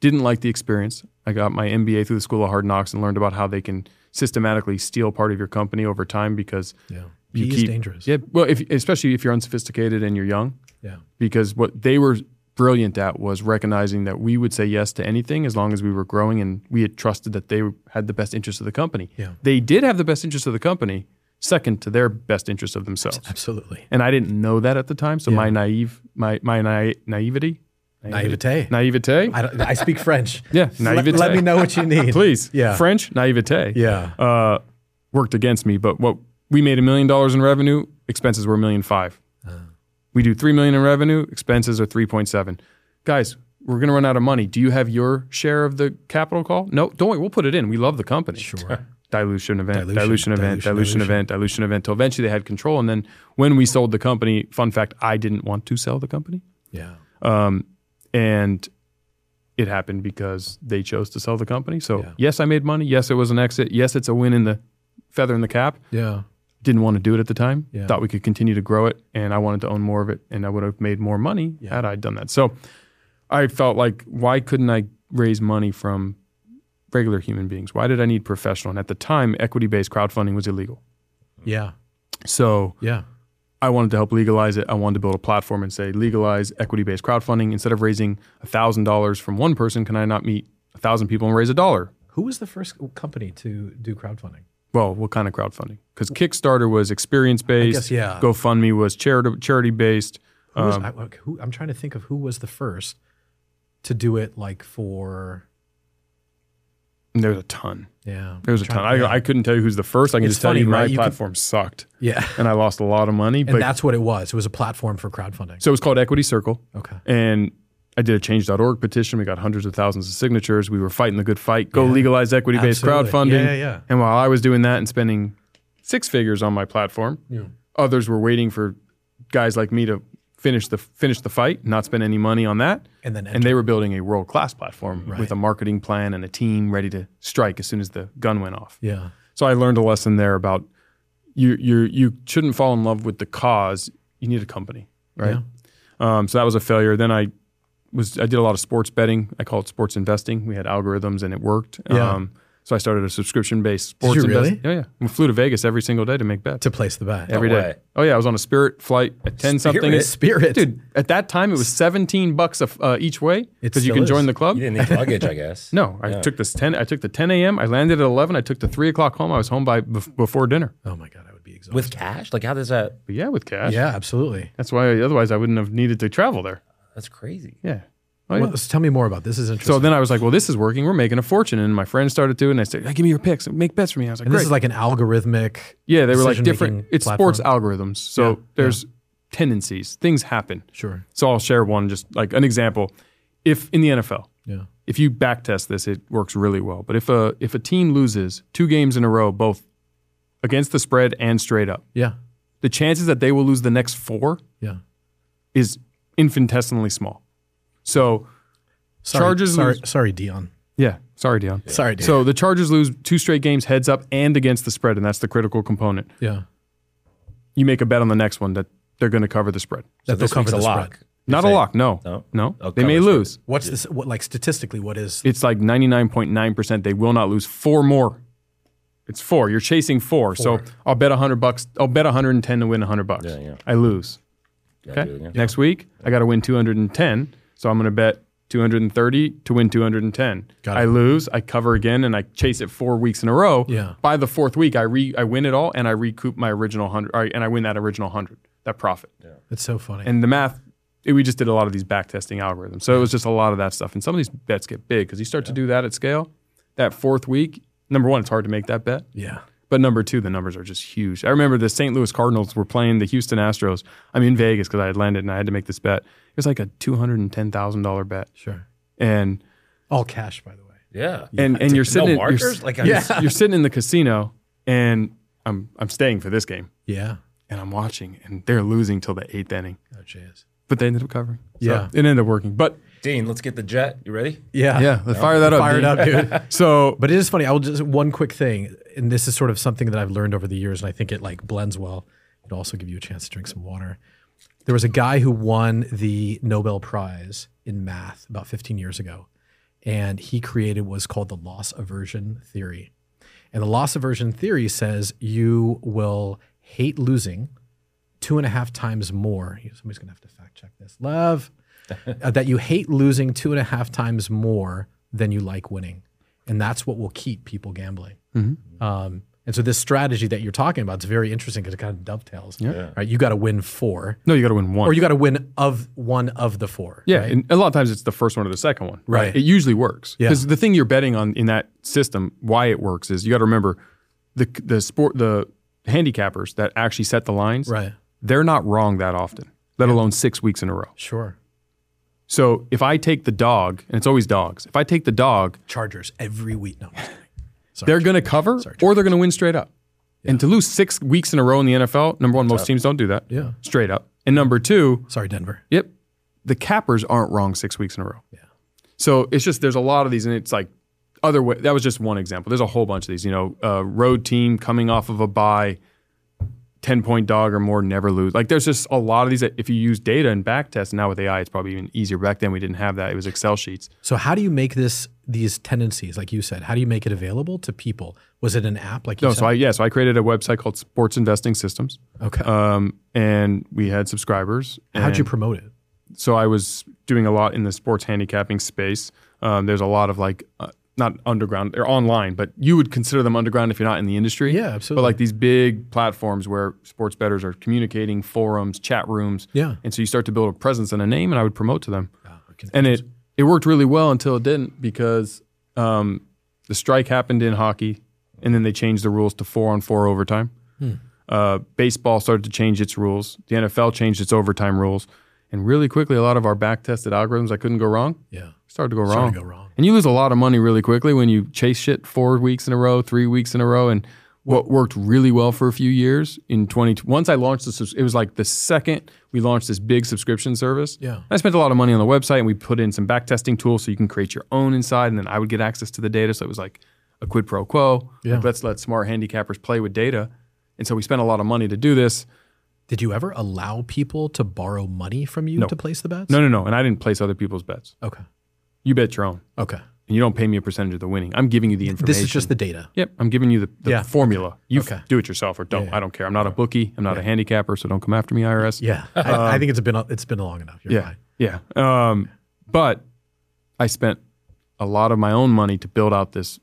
Speaker 4: Didn't like the experience. I got my MBA through the School of Hard Knocks and learned about how they can systematically steal part of your company over time because
Speaker 3: Yeah.
Speaker 4: you
Speaker 3: He is
Speaker 4: keep
Speaker 3: dangerous.
Speaker 4: Yeah, well, if, especially if you're unsophisticated and you're young,
Speaker 3: Yeah.
Speaker 4: because what they were brilliant at was recognizing that we would say yes to anything as long as we were growing and we had trusted that they had the best interest of the company.
Speaker 3: Yeah.
Speaker 4: They did have the best interest of the company, second to their best interest of themselves.
Speaker 3: Absolutely.
Speaker 4: And I didn't know that at the time. So my naive, my my na- naivety,
Speaker 3: Naivete.
Speaker 4: naivete,
Speaker 3: I, don't, I speak French.
Speaker 4: *laughs* yeah,
Speaker 3: Let-
Speaker 4: naivete.
Speaker 3: Let, me know what you need.
Speaker 4: please.
Speaker 3: Yeah.
Speaker 4: French naivete.
Speaker 3: Yeah.
Speaker 4: uh, worked against me. But what we made a million dollars in revenue, expenses were a million five.
Speaker 3: Uh.
Speaker 4: We do three million in revenue, expenses are three point seven. Guys, we're gonna run out of money. Do you have your share of the capital call? No, don't worry, we'll put it in. We love the company.
Speaker 3: Sure.
Speaker 4: *laughs* Dilution event,
Speaker 3: Dilution,
Speaker 4: dilution,
Speaker 3: dilution,
Speaker 4: event, dilution,
Speaker 3: dilution.
Speaker 4: event, dilution event. Till eventually they had control. And then when we sold the company, fun fact, I didn't want to sell the company.
Speaker 3: Yeah.
Speaker 4: Um, and it happened because they chose to sell the company. So
Speaker 3: Yeah.
Speaker 4: yes, I made money. Yes, it was an exit. Yes, it's a win in the feather in the cap.
Speaker 3: Yeah.
Speaker 4: Didn't want to do it at the time.
Speaker 3: Yeah.
Speaker 4: Thought we could continue to grow it, and I wanted to own more of it, and I would have made more money had I done that. So I felt like why couldn't I raise money from regular human beings? Why did I need professional? And at the time, equity-based crowdfunding was illegal.
Speaker 3: Yeah.
Speaker 4: So
Speaker 3: Yeah.
Speaker 4: I wanted to help legalize it. I wanted to build a platform and say legalize equity-based crowdfunding. Instead of raising thousand dollars from one person, can I not meet thousand people and raise a dollar?
Speaker 3: Who was the first company to do crowdfunding?
Speaker 4: Well, what kind of crowdfunding? Because Kickstarter was experience-based.
Speaker 3: I guess, yeah.
Speaker 4: GoFundMe was charity charity-based.
Speaker 3: Who
Speaker 4: Um,
Speaker 3: was, I, like, who, I'm trying to think of who was the first to do it like for,
Speaker 4: And there's a ton.
Speaker 3: yeah.
Speaker 4: There's a
Speaker 3: Trying-
Speaker 4: ton. I,
Speaker 3: yeah.
Speaker 4: I couldn't tell you who's the first. I can
Speaker 3: It's
Speaker 4: just tell
Speaker 3: funny,
Speaker 4: you my
Speaker 3: right? You could-
Speaker 4: platform sucked,
Speaker 3: yeah.
Speaker 4: and I lost a lot of money.
Speaker 3: And
Speaker 4: But
Speaker 3: that's what it was. It was a platform for crowdfunding.
Speaker 4: so it was called Equity Circle.
Speaker 3: Okay.
Speaker 4: and I did a change.org petition. We got hundreds of thousands of signatures. We were fighting the good fight. Go legalize equity based
Speaker 3: Absolutely.
Speaker 4: crowdfunding.
Speaker 3: Yeah, yeah, yeah.
Speaker 4: And while I was doing that and spending six figures on my platform, others were waiting for guys like me to finish the finish the fight, not spend any money on that.
Speaker 3: And then enter.
Speaker 4: and they were building a world class platform with a marketing plan and a team ready to strike as soon as the gun went off.
Speaker 3: yeah.
Speaker 4: So I learned a lesson there about you you you shouldn't fall in love with the cause. You need a company, right? Um, so that was a failure. Then I was I did a lot of sports betting. I call it sports investing. We had algorithms and it worked.
Speaker 3: Yeah.
Speaker 4: Um, so I started a subscription based sports
Speaker 3: you really?
Speaker 4: invest- Yeah, yeah. We flew to Vegas every single day to make bets.
Speaker 3: To place the bet.
Speaker 4: every day.
Speaker 2: way.
Speaker 4: Oh yeah, I was on a Spirit flight at ten something.
Speaker 3: Spirit? Spirit.
Speaker 4: dude. At that time, it was seventeen bucks a f- uh, each way
Speaker 3: It
Speaker 4: because
Speaker 3: still
Speaker 4: you can
Speaker 3: is.
Speaker 4: join the club.
Speaker 2: You didn't need luggage, I guess.
Speaker 4: *laughs* No, I took this ten. I took the ten a.m. I landed at eleven. I took the three o'clock home. I was home by bef- before dinner.
Speaker 3: Oh my God, I would be exhausted.
Speaker 2: With cash? Like, how does that?
Speaker 4: But yeah, with cash.
Speaker 3: yeah, absolutely.
Speaker 4: That's why. Otherwise, I wouldn't have needed to travel there.
Speaker 2: That's crazy.
Speaker 4: Yeah. Oh, yeah.
Speaker 3: Well, so tell me more about this. This is interesting.
Speaker 4: so then I was like, well, this is working. We're making a fortune. And my friend started doing. And I said, hey, give me your picks. Make bets for me. I was like,
Speaker 3: and
Speaker 4: great.
Speaker 3: this is like an algorithmic.
Speaker 4: yeah, they were like different.
Speaker 3: decision-making
Speaker 4: It's sports algorithms. So
Speaker 3: Yeah,
Speaker 4: there's tendencies. Things happen.
Speaker 3: Sure.
Speaker 4: So I'll share one, just like an example. If in the NFL,
Speaker 3: Yeah.
Speaker 4: if you back test this, it works really well. But if a if a team loses two games in a row, both against the spread and straight up,
Speaker 3: Yeah.
Speaker 4: the chances that they will lose the next four
Speaker 3: Yeah.
Speaker 4: is infinitesimally small. So
Speaker 3: Sorry,
Speaker 4: Chargers
Speaker 3: Sorry,
Speaker 4: lose-
Speaker 3: sorry Dion.
Speaker 4: yeah, sorry, Dion.
Speaker 3: Sorry, Dion.
Speaker 4: So the Chargers lose two straight games heads up and against the spread, and that's the critical component.
Speaker 3: yeah.
Speaker 4: You make a bet on the next one that they're going to cover the spread.
Speaker 3: That
Speaker 2: this week's a
Speaker 3: spread.
Speaker 2: lock.
Speaker 4: Not a
Speaker 2: say-
Speaker 4: lock, no.
Speaker 2: No? Oh,
Speaker 4: They may
Speaker 2: cover the
Speaker 4: lose.
Speaker 3: What's this? What like statistically? What is?
Speaker 4: It's like 99.9% they will not lose four more. It's four. You're chasing four. So I'll bet 100 bucks. I'll bet 110 to win 100 bucks.
Speaker 2: Yeah, yeah.
Speaker 4: I lose.
Speaker 2: Gotta
Speaker 4: Okay.
Speaker 2: do it again.
Speaker 4: Next week, I got to win 210. So I'm going to bet 230 to win 210.
Speaker 3: Got it.
Speaker 4: I lose. I cover again and I chase it four weeks in a row.
Speaker 3: Yeah.
Speaker 4: By the fourth week, I re I win it all and I recoup my original 100 all right, and I win that original 100, that profit.
Speaker 3: It's so funny.
Speaker 4: And the math, it- we just did a lot of these back testing algorithms. So it was just a lot of that stuff. And some of these bets get big because you start to do that at scale. That fourth week, Number one, it's hard to make that bet.
Speaker 3: Yeah.
Speaker 4: But number two, the numbers are just huge. I remember the St. Louis Cardinals were playing the Houston Astros. I'm in Vegas because I had landed and I had to make this bet. It was like a two hundred and ten thousand dollar bet,
Speaker 3: Sure.
Speaker 4: and
Speaker 3: All cash, by the way.
Speaker 2: Yeah.
Speaker 4: and and you're sitting
Speaker 2: no
Speaker 4: in, you're,
Speaker 2: markers?
Speaker 4: s-
Speaker 2: Like, I-
Speaker 4: you're, s- you're sitting in the casino, and I'm I'm staying for this game,
Speaker 3: Yeah.
Speaker 4: and I'm watching, and they're losing till the eighth inning,
Speaker 3: Oh, jeez.
Speaker 4: but they ended up covering. So
Speaker 3: Yeah.
Speaker 4: it ended up working. But
Speaker 2: Dean, let's get the jet. You ready?
Speaker 3: Yeah.
Speaker 4: yeah, let's fire that up.
Speaker 3: Fired
Speaker 4: dude.
Speaker 3: up, dude. *laughs*
Speaker 4: So
Speaker 3: But it is funny. I'll just one quick thing, and this is sort of something that I've learned over the years, and I think it like blends well. It'll also give you a chance to drink some water. There was a guy who won the Nobel Prize in math about 15 years ago, and he created what's called the loss aversion theory. And the loss aversion theory says you will hate losing two and a half times more. Somebody's gonna have to fact check this. Love uh, that you hate losing two and a half times more than you like winning, and that's what will keep people gambling.
Speaker 4: Mm-hmm.
Speaker 3: Um, and so this strategy that you're talking about is very interesting because it kind of dovetails. Right, you got to win four,
Speaker 4: no, you got to win one.
Speaker 3: or you got to win of one of the four.
Speaker 4: Yeah,
Speaker 3: right?
Speaker 4: and a lot of times it's the first one or the second one.
Speaker 3: Right.
Speaker 4: It usually works
Speaker 3: Yeah.
Speaker 4: because the thing you're betting on in that system, why it works is you got to remember the the sport the handicappers that actually set the lines.
Speaker 3: right.
Speaker 4: They're not wrong that often, let alone six weeks in a row.
Speaker 3: Sure.
Speaker 4: So if I take the dog, and it's always dogs. If I take the dog,
Speaker 3: Chargers every week. No, I'm just kidding.
Speaker 4: they're going to cover or they're going to win straight up. And to lose six weeks in a row in the NFL, number one, most teams don't do that.
Speaker 3: Yeah.
Speaker 4: Straight up. And number two,
Speaker 3: sorry, Denver.
Speaker 4: Yep. The cappers aren't wrong six weeks in a row. Yeah. So it's just there's a lot of these, and it's like other way. That was just one example. There's a whole bunch of these. You know, uh, road team coming off of a bye, ten point dog or more never lose. Like there's just a lot of these that if you use data and back test now with AI, it's probably even easier. Back then we didn't have that. It was Excel sheets.
Speaker 3: So how do you make this these tendencies, like you said? How do you make it available to people? Was it an app, like you
Speaker 4: No,
Speaker 3: said?
Speaker 4: so I yeah, so I created a website called Sports Investing Systems,
Speaker 3: okay.
Speaker 4: um, and we had subscribers.
Speaker 3: How'd you
Speaker 4: and-
Speaker 3: promote it?
Speaker 4: so I was doing a lot in the sports handicapping space. Um, there's a lot of like, uh, not underground, they're online, but you would consider them underground if you're not in the industry.
Speaker 3: Yeah, absolutely.
Speaker 4: But like these big platforms where sports bettors are communicating, forums, chat rooms.
Speaker 3: Yeah. Ah,
Speaker 4: And so you start to build a presence and a name, and I would promote to them.
Speaker 3: okay.
Speaker 4: And it, it worked really well until it didn't because um, the strike happened in hockey, and then they changed the rules to four on four overtime
Speaker 3: Hmm.
Speaker 4: uh, baseball started to change its rules. The NFL changed its overtime rules, and really quickly, a lot of our back tested algorithms that couldn't go wrong
Speaker 3: Yeah.
Speaker 4: started to go
Speaker 3: Started
Speaker 4: wrong.
Speaker 3: to go wrong.
Speaker 4: And you lose a lot of money really quickly when you chase shit four weeks in a row, three weeks in a row, and what worked really well for a few years in 20 once I launched the subs- it was like the second we launched this big subscription service.
Speaker 3: Yeah.
Speaker 4: I spent a lot of money on the website and we put in some back testing tools so you can create your own inside and then I would get access to the data so it was like a quid pro quo.
Speaker 3: Yeah.
Speaker 4: Like, let's let smart handicappers play with data. And so we spent a lot of money to do this.
Speaker 3: Did you ever allow people to borrow money from you to place the bets?
Speaker 4: No, no, no. And I didn't place other people's bets.
Speaker 3: Okay.
Speaker 4: You bet your own.
Speaker 3: Okay.
Speaker 4: And you don't pay me a percentage of the winning. I'm giving you the information.
Speaker 3: This is just the data.
Speaker 4: Yep, I'm giving you the, the
Speaker 3: Yeah.
Speaker 4: formula. You f-
Speaker 3: Okay.
Speaker 4: do it yourself or don't. I don't care. I'm not a bookie. I'm not a handicapper, so don't come after me, IRS.
Speaker 3: Yeah. I, I think it's been it's been long enough. You're
Speaker 4: Um, yeah,
Speaker 3: fine.
Speaker 4: yeah. Um, but I spent a lot of my own money to build out this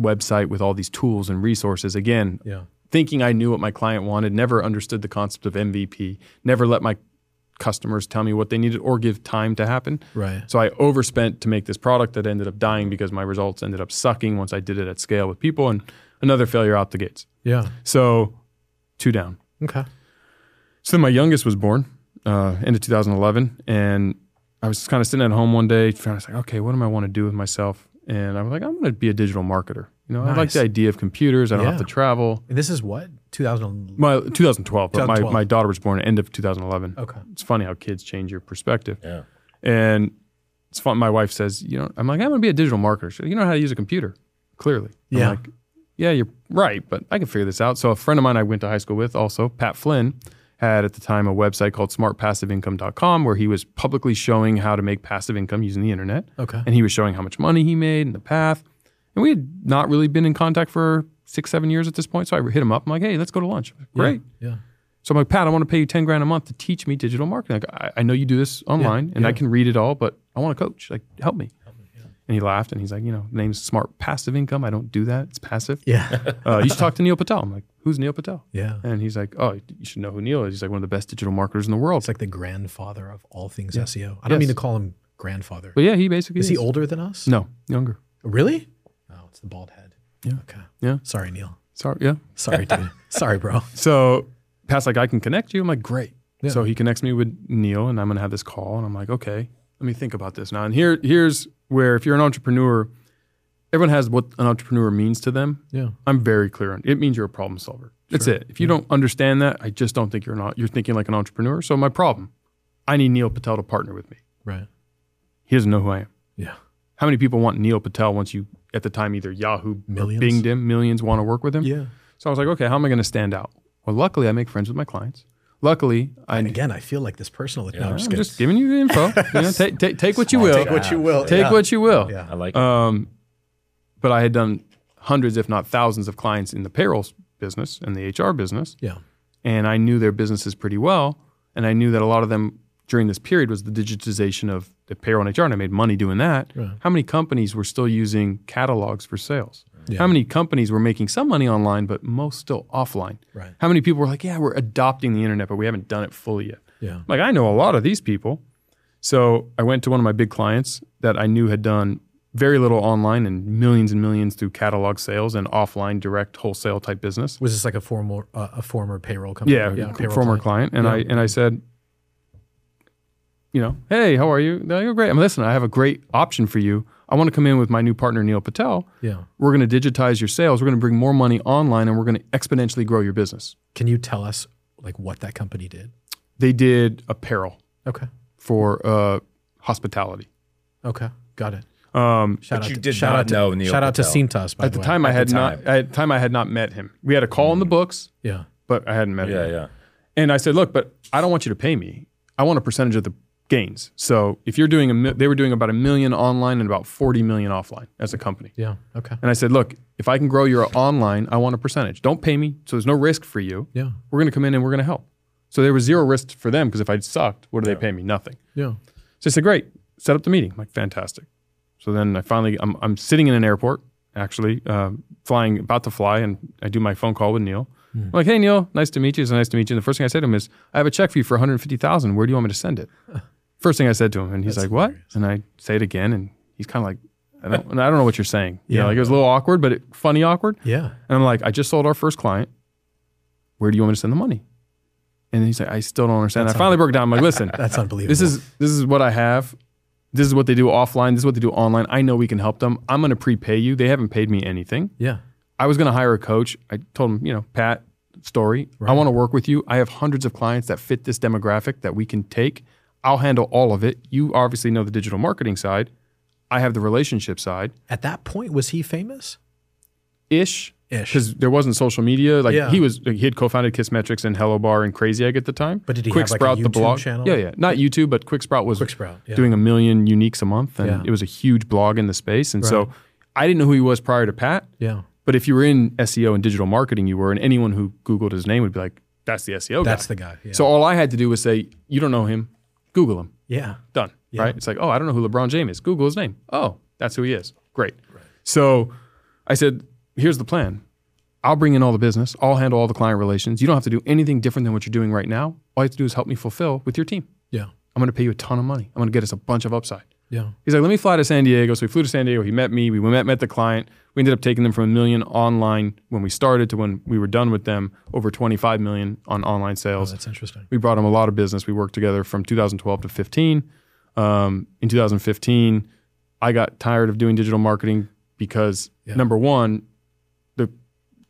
Speaker 4: website with all these tools and resources. Again,
Speaker 3: Yeah.
Speaker 4: thinking I knew what my client wanted, never understood the concept of MVP, never let my customers tell me what they needed or give time to happen.
Speaker 3: Right.
Speaker 4: So I overspent to make this product that ended up dying because my results ended up sucking once I did it at scale with people and another failure out the gates.
Speaker 3: Yeah.
Speaker 4: So two down.
Speaker 3: Okay.
Speaker 4: So then my youngest was born, uh, end of 2011, and I was kind of sitting at home one day, trying to say, okay, what am I want to do with myself? And I was like, I'm going to be a digital marketer. You know, I like
Speaker 3: Nice.
Speaker 4: the idea of computers. I don't have
Speaker 3: Yeah.
Speaker 4: to travel.
Speaker 3: And this is what 2000.
Speaker 4: My 2012, but my,
Speaker 3: 2012.
Speaker 4: my daughter was born at end of 2011.
Speaker 3: Okay.
Speaker 4: It's funny how kids change your perspective.
Speaker 2: Yeah.
Speaker 4: And it's fun. My wife says, you know, I'm like, I'm going to be a digital marketer. She's like, you know how to use a computer, clearly. I'm
Speaker 3: Yeah.
Speaker 4: like, yeah, you're right, but I can figure this out. So a friend of mine I went to high school with also, Pat Flynn, had at the time a website called smartpassiveincome.com where he was publicly showing how to make passive income using the internet.
Speaker 3: Okay.
Speaker 4: And he was showing how much money he made and the path. And we had not really been in contact for six, seven years at this point. So I hit him up. I'm like, hey, let's go to lunch. Great.
Speaker 3: Yeah.
Speaker 4: So I'm like, Pat, I want to pay you 10 grand a month to teach me digital marketing. Like, I, I know you do this online and I can read it all, but I want to coach. Like, help me. And he laughed and he's like, you know, the name's Smart Passive Income. I don't do that. It's passive. *laughs*
Speaker 3: Yeah.
Speaker 4: Uh, you should talk to Neil Patel. I'm like, who's Neil Patel?
Speaker 3: Yeah.
Speaker 4: And he's like, oh, you should know who Neil is. He's like one of the best digital marketers in the world.
Speaker 3: It's like the grandfather of all things SEO. I don't
Speaker 4: Yes.
Speaker 3: mean to call him grandfather.
Speaker 4: but yeah, he basically
Speaker 3: is he older than us?
Speaker 4: No, younger.
Speaker 3: Really? Oh, it's the bald head. Okay.
Speaker 4: Yeah.
Speaker 3: Sorry, Neil.
Speaker 4: Sorry, yeah.
Speaker 3: Sorry, *laughs* dude. Sorry, bro.
Speaker 4: So Pat's like, I can connect you. I'm like, great.
Speaker 3: Yeah.
Speaker 4: So he connects me with Neil, and I'm gonna have this call, and I'm like, okay, let me think about this now. And here, here's where if you're an entrepreneur, everyone has what an entrepreneur means to them.
Speaker 3: Yeah.
Speaker 4: I'm very clear on it. means you're a problem solver. That's it. If you don't understand that, I just don't think you're not. You're thinking like an entrepreneur. So my problem, I need Neil Patel to partner with me.
Speaker 3: Right.
Speaker 4: He doesn't know who I am.
Speaker 3: Yeah.
Speaker 4: How many people want Neil Patel once you at the time either Yahoo or
Speaker 3: Millions.
Speaker 4: binged him, millions want to work with him.
Speaker 3: Yeah.
Speaker 4: So I was like, okay, how am I going to stand out? Well, luckily I make friends with my clients. Luckily, I
Speaker 3: And again, I feel like this personal. No, I'm
Speaker 4: I'm
Speaker 3: just
Speaker 4: just,
Speaker 3: kidding.
Speaker 4: giving you the info.
Speaker 3: *laughs*
Speaker 4: You know, take, take, take what you will.
Speaker 2: Take what you will.
Speaker 4: Take what you will.
Speaker 3: Yeah.
Speaker 2: I like it.
Speaker 4: Um, but I had done hundreds, if not thousands, of clients in the payroll s- business and the HR business,
Speaker 3: Yeah.
Speaker 4: and I knew their businesses pretty well. And I knew that a lot of them during this period was the digitization of the payroll and HR, and I made money doing that.
Speaker 3: Right.
Speaker 4: How many companies were still using catalogs for sales?
Speaker 3: Yeah.
Speaker 4: How many companies were making some money online, but most still offline?
Speaker 3: Right.
Speaker 4: How many people were like, "Yeah, we're adopting the internet, but we haven't done it fully yet."
Speaker 3: Yeah.
Speaker 4: Like I know a lot of these people. So I went to one of my big clients that I knew had done very little online and millions and millions through catalog sales and offline direct wholesale type business.
Speaker 3: Was this like a former uh, a former payroll company?
Speaker 4: Yeah,
Speaker 3: payroll
Speaker 4: former
Speaker 3: client.
Speaker 4: client. And I and I said, you know, hey, how are you? They're like, oh, great. I'm listening. I have a great option for you. I want to come in with my new partner Neil Patel.
Speaker 3: Yeah.
Speaker 4: We're going to digitize your sales. We're going to bring more money online, and we're going to exponentially grow your business.
Speaker 3: Can you tell us like what that company did?
Speaker 4: They did apparel
Speaker 3: Okay.
Speaker 4: for uh, hospitality.
Speaker 3: Okay. Got it.
Speaker 4: Um,
Speaker 3: Shout
Speaker 2: But
Speaker 3: out
Speaker 2: you
Speaker 3: to,
Speaker 2: did
Speaker 3: shout
Speaker 2: not
Speaker 3: out to,
Speaker 2: know Neil
Speaker 3: Shout out to
Speaker 2: Patel.
Speaker 3: Cintas, by
Speaker 4: at the
Speaker 3: way.
Speaker 4: time Mm. I had
Speaker 2: the
Speaker 4: not at the time I had not met him. We had a call in the books,
Speaker 3: Yeah.
Speaker 4: but I hadn't met
Speaker 2: yeah,
Speaker 4: him.
Speaker 2: yeah.
Speaker 4: And I said, "Look, but I don't want you to pay me. I want a percentage of the gains. So if you're doing a mi- they were doing about a million online and about 40 million offline as a company.
Speaker 3: Yeah. Okay.
Speaker 4: And I said, "Look, if I can grow your online, I want a percentage. Don't pay me, so there's no risk for you.
Speaker 3: Yeah.
Speaker 4: We're going to come in and we're going to help." So there was zero risk for them because if I sucked, what do they pay me? Nothing.
Speaker 3: Yeah.
Speaker 4: So I said, great, set up the meeting. I'm like, fantastic. So then I finally, I'm, I'm sitting in an airport, actually, um, flying, about to fly, and I do my phone call with Neil.
Speaker 3: Hmm.
Speaker 4: I'm like, hey, Neil, nice to meet you. It's nice to meet you. And the first thing I said to him is, I have a check for you for 150000 Where do you want me to send
Speaker 3: *laughs*
Speaker 4: it? First thing I said to him, and he's like, what? And I say it again, and he's kind of like, I don't, and I don't know what you're saying. You know,
Speaker 3: Yeah.
Speaker 4: like it was a little awkward, but it, funny awkward.
Speaker 3: Yeah.
Speaker 4: And I'm like, I just sold our first client. Where do you want me to send the money? And he's like, I still don't understand. And I finally broke down. I'm like, listen,
Speaker 3: That's unbelievable.
Speaker 4: Uh, this is this is what I have. This is what they do offline. This is what they do online. I know we can help them. I'm going to prepay you. They haven't paid me anything.
Speaker 3: yeah.
Speaker 4: I was going to hire a coach. I told him, you know, Pat, story. I want to work with you. I have hundreds of clients that fit this demographic that we can take. I'll handle all of it. You obviously know the digital marketing side. I have the relationship side.
Speaker 3: At that point, was he famous?
Speaker 4: Ish.
Speaker 3: Ish.
Speaker 4: Because there wasn't social media. Like
Speaker 3: Yeah.
Speaker 4: he was, like, he had co-founded Kissmetrics and Hello Bar and Crazy Egg at the time.
Speaker 3: But did he have, like, a YouTube channel?
Speaker 4: Yeah, yeah. Not YouTube, but Quick Sprout was
Speaker 3: Quick Sprout, yeah.
Speaker 4: doing a million uniques a month, and
Speaker 3: Yeah.
Speaker 4: it was a huge blog in the space. And so I didn't know who he was prior to Pat.
Speaker 3: Yeah.
Speaker 4: But if you were in SEO and digital marketing, you were, and anyone who Googled his name would be like, "That's the SEO
Speaker 3: That's
Speaker 4: guy."
Speaker 3: the guy. Yeah.
Speaker 4: So all I had to do was say, "You don't know him, Google him."
Speaker 3: yeah.
Speaker 4: Done. Right? It's like, oh, I don't know who LeBron James is. Google his name. Oh, that's who he is. Great. So I said, here's the plan. I'll bring in all the business. I'll handle all the client relations. You don't have to do anything different than what you're doing right now. All you have to do is help me fulfill with your team.
Speaker 3: Yeah.
Speaker 4: I'm going to pay you a ton of money. I'm going to get us a bunch of upside.
Speaker 3: Yeah.
Speaker 4: He's like, let me fly to San Diego. So we flew to San Diego. He met me. We met, met the client. We ended up taking them from a million online when we started to when we were done with them over 25 million on online sales.
Speaker 3: That's interesting.
Speaker 4: We brought him a lot of business. We worked together from 2012 to 15. Um, in 2015, I got tired of doing digital marketing because number one, the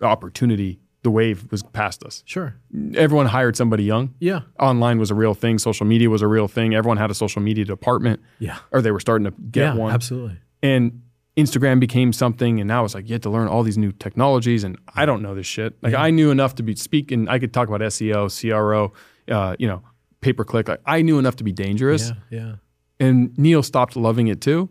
Speaker 4: opportunity, the wave was past us.
Speaker 3: Sure.
Speaker 4: Everyone hired somebody young.
Speaker 3: Yeah.
Speaker 4: Online was a real thing. Social media was a real thing. Everyone had a social media department,
Speaker 3: Yeah.
Speaker 4: or they were starting to get
Speaker 3: yeah.
Speaker 4: one
Speaker 3: Absolutely.
Speaker 4: and Instagram became something, and now it's like you have to learn all these new technologies, and I don't know this shit. Like I knew enough to be speaking. I could talk about E SEO, CRO, uh, you know, pay per click. Like, I knew enough to be dangerous,
Speaker 3: Yeah. Yeah.
Speaker 4: and Neil stopped loving it too,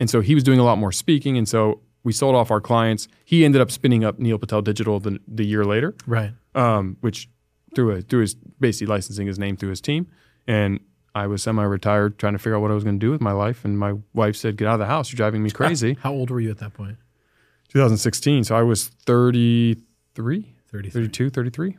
Speaker 4: and so he was doing a lot more speaking, and so we sold off our clients. He ended up spinning up Neil Patel Digital the, the year later,
Speaker 3: Right.
Speaker 4: um, which through a, through his basically licensing his name through his team, and I was semi-retired, trying to figure out what I was going to do with my life, and my wife said, "Get out of the house! You're driving me crazy."
Speaker 3: How old were you at that point?
Speaker 4: 2016. So I was 33,
Speaker 3: 33.
Speaker 4: 32, 33.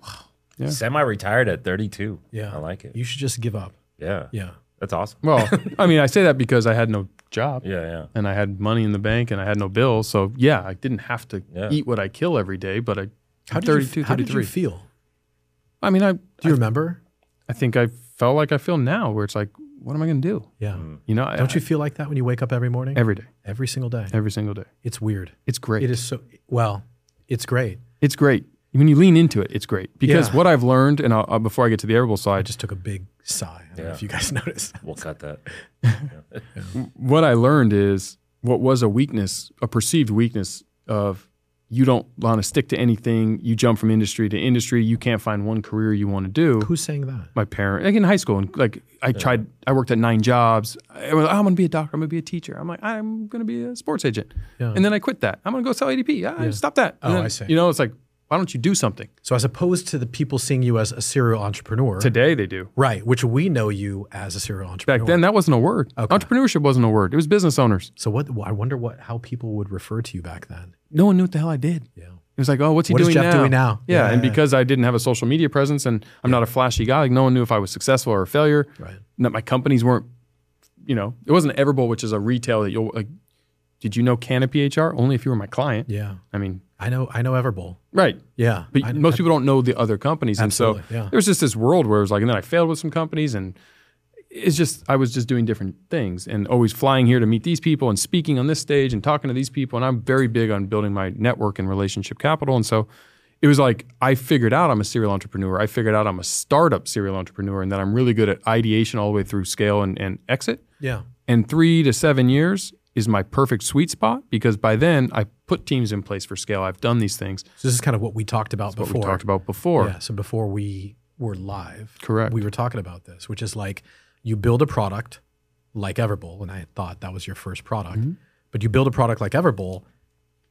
Speaker 4: Yeah.
Speaker 2: Semi-retired at 32.
Speaker 3: Yeah.
Speaker 2: I like it.
Speaker 3: You should just give up.
Speaker 2: Yeah,
Speaker 3: Yeah.
Speaker 2: that's awesome.
Speaker 3: *laughs*
Speaker 4: Well, I mean, I say that because I had no job
Speaker 2: Yeah, yeah.
Speaker 4: and I had money in the bank and I had no bills. So yeah, I didn't have to
Speaker 2: Yeah.
Speaker 4: eat what I kill every day, but I
Speaker 3: How did,
Speaker 4: 32,
Speaker 3: you, how did you
Speaker 4: 33.
Speaker 3: feel?
Speaker 4: I mean, I,
Speaker 3: Do you remember?
Speaker 4: I think I felt like I feel now where it's like, what am I going to do?
Speaker 3: Yeah.
Speaker 4: You know, I-
Speaker 3: Don't you feel like that when you wake up every morning?
Speaker 4: every day,
Speaker 3: Every single day.
Speaker 4: every single day.
Speaker 3: It's weird.
Speaker 4: It's great.
Speaker 3: It is so well. It's great.
Speaker 4: It's great. When you lean into it, it's great because
Speaker 3: Yeah.
Speaker 4: what I've learned, and I'll, I'll- before I get to the arable
Speaker 3: I
Speaker 4: side,
Speaker 3: just took a big sigh. I don't know
Speaker 2: Yeah.
Speaker 3: if you guys *laughs* noticed.
Speaker 2: We'll cut that.
Speaker 4: what I learned is what was a weakness, a perceived weakness of you don't want to stick to anything. You jump from industry to industry. You can't find one career you want to do.
Speaker 3: Who's saying that?
Speaker 4: my parent like in high school and like I tried I worked at nine jobs. I was, I'm gonna be a doctor, I'm gonna be a teacher. I'm like, I'm gonna be a sports agent.
Speaker 3: Yeah.
Speaker 4: And then I quit that. I'm gonna go sell ADP. I stop that. And
Speaker 3: Oh,
Speaker 4: then,
Speaker 3: I see.
Speaker 4: You know, it's like, why don't you do something?
Speaker 3: So as opposed to the people seeing you as a serial entrepreneur,
Speaker 4: Today they do.
Speaker 3: right? Which we know you as a serial entrepreneur.
Speaker 4: Back then that wasn't a word. Entrepreneurship wasn't a word. It was business owners.
Speaker 3: So what? I wonder what how people would refer to you back then.
Speaker 4: No one knew what the hell I did.
Speaker 3: Yeah.
Speaker 4: It was like, oh, what's he
Speaker 3: What is
Speaker 4: doing,
Speaker 3: Jeff
Speaker 4: now?
Speaker 3: doing now?
Speaker 4: Yeah. And
Speaker 3: Yeah.
Speaker 4: because I didn't have a social media presence and I'm not a flashy guy, like no one knew if I was successful or a failure.
Speaker 3: Right.
Speaker 4: Not my companies weren't, you know, it wasn't Everbull, which is a retail that you'll like. Did you know Canopy HR? Only if you were my client.
Speaker 3: Yeah.
Speaker 4: I mean,
Speaker 3: I know. I know Everbowl.
Speaker 4: right.
Speaker 3: Yeah.
Speaker 4: But
Speaker 3: I,
Speaker 4: most people don't know the other companies. And so
Speaker 3: Absolutely, yeah.
Speaker 4: there was just this world where it was like, and then I failed with some companies and it's just, I was just doing different things and always flying here to meet these people and speaking on this stage and talking to these people. And I'm very big on building my network and relationship capital. And so it was like, I figured out I'm a serial entrepreneur. I figured out I'm a startup serial entrepreneur and that I'm really good at ideation all the way through scale and, and exit
Speaker 3: yeah.
Speaker 4: and three to seven years is my perfect sweet spot because by then I put teams in place for scale. I've done these things
Speaker 3: So this is kind of what we talked about
Speaker 4: what
Speaker 3: before.
Speaker 4: we talked about before.
Speaker 3: Yeah. So before we were live,
Speaker 4: Correct.
Speaker 3: we were talking about this, which is like you build a product like Everbowl, and I had thought that was your first product,
Speaker 4: Mm-hmm.
Speaker 3: but you build a product like Everbowl,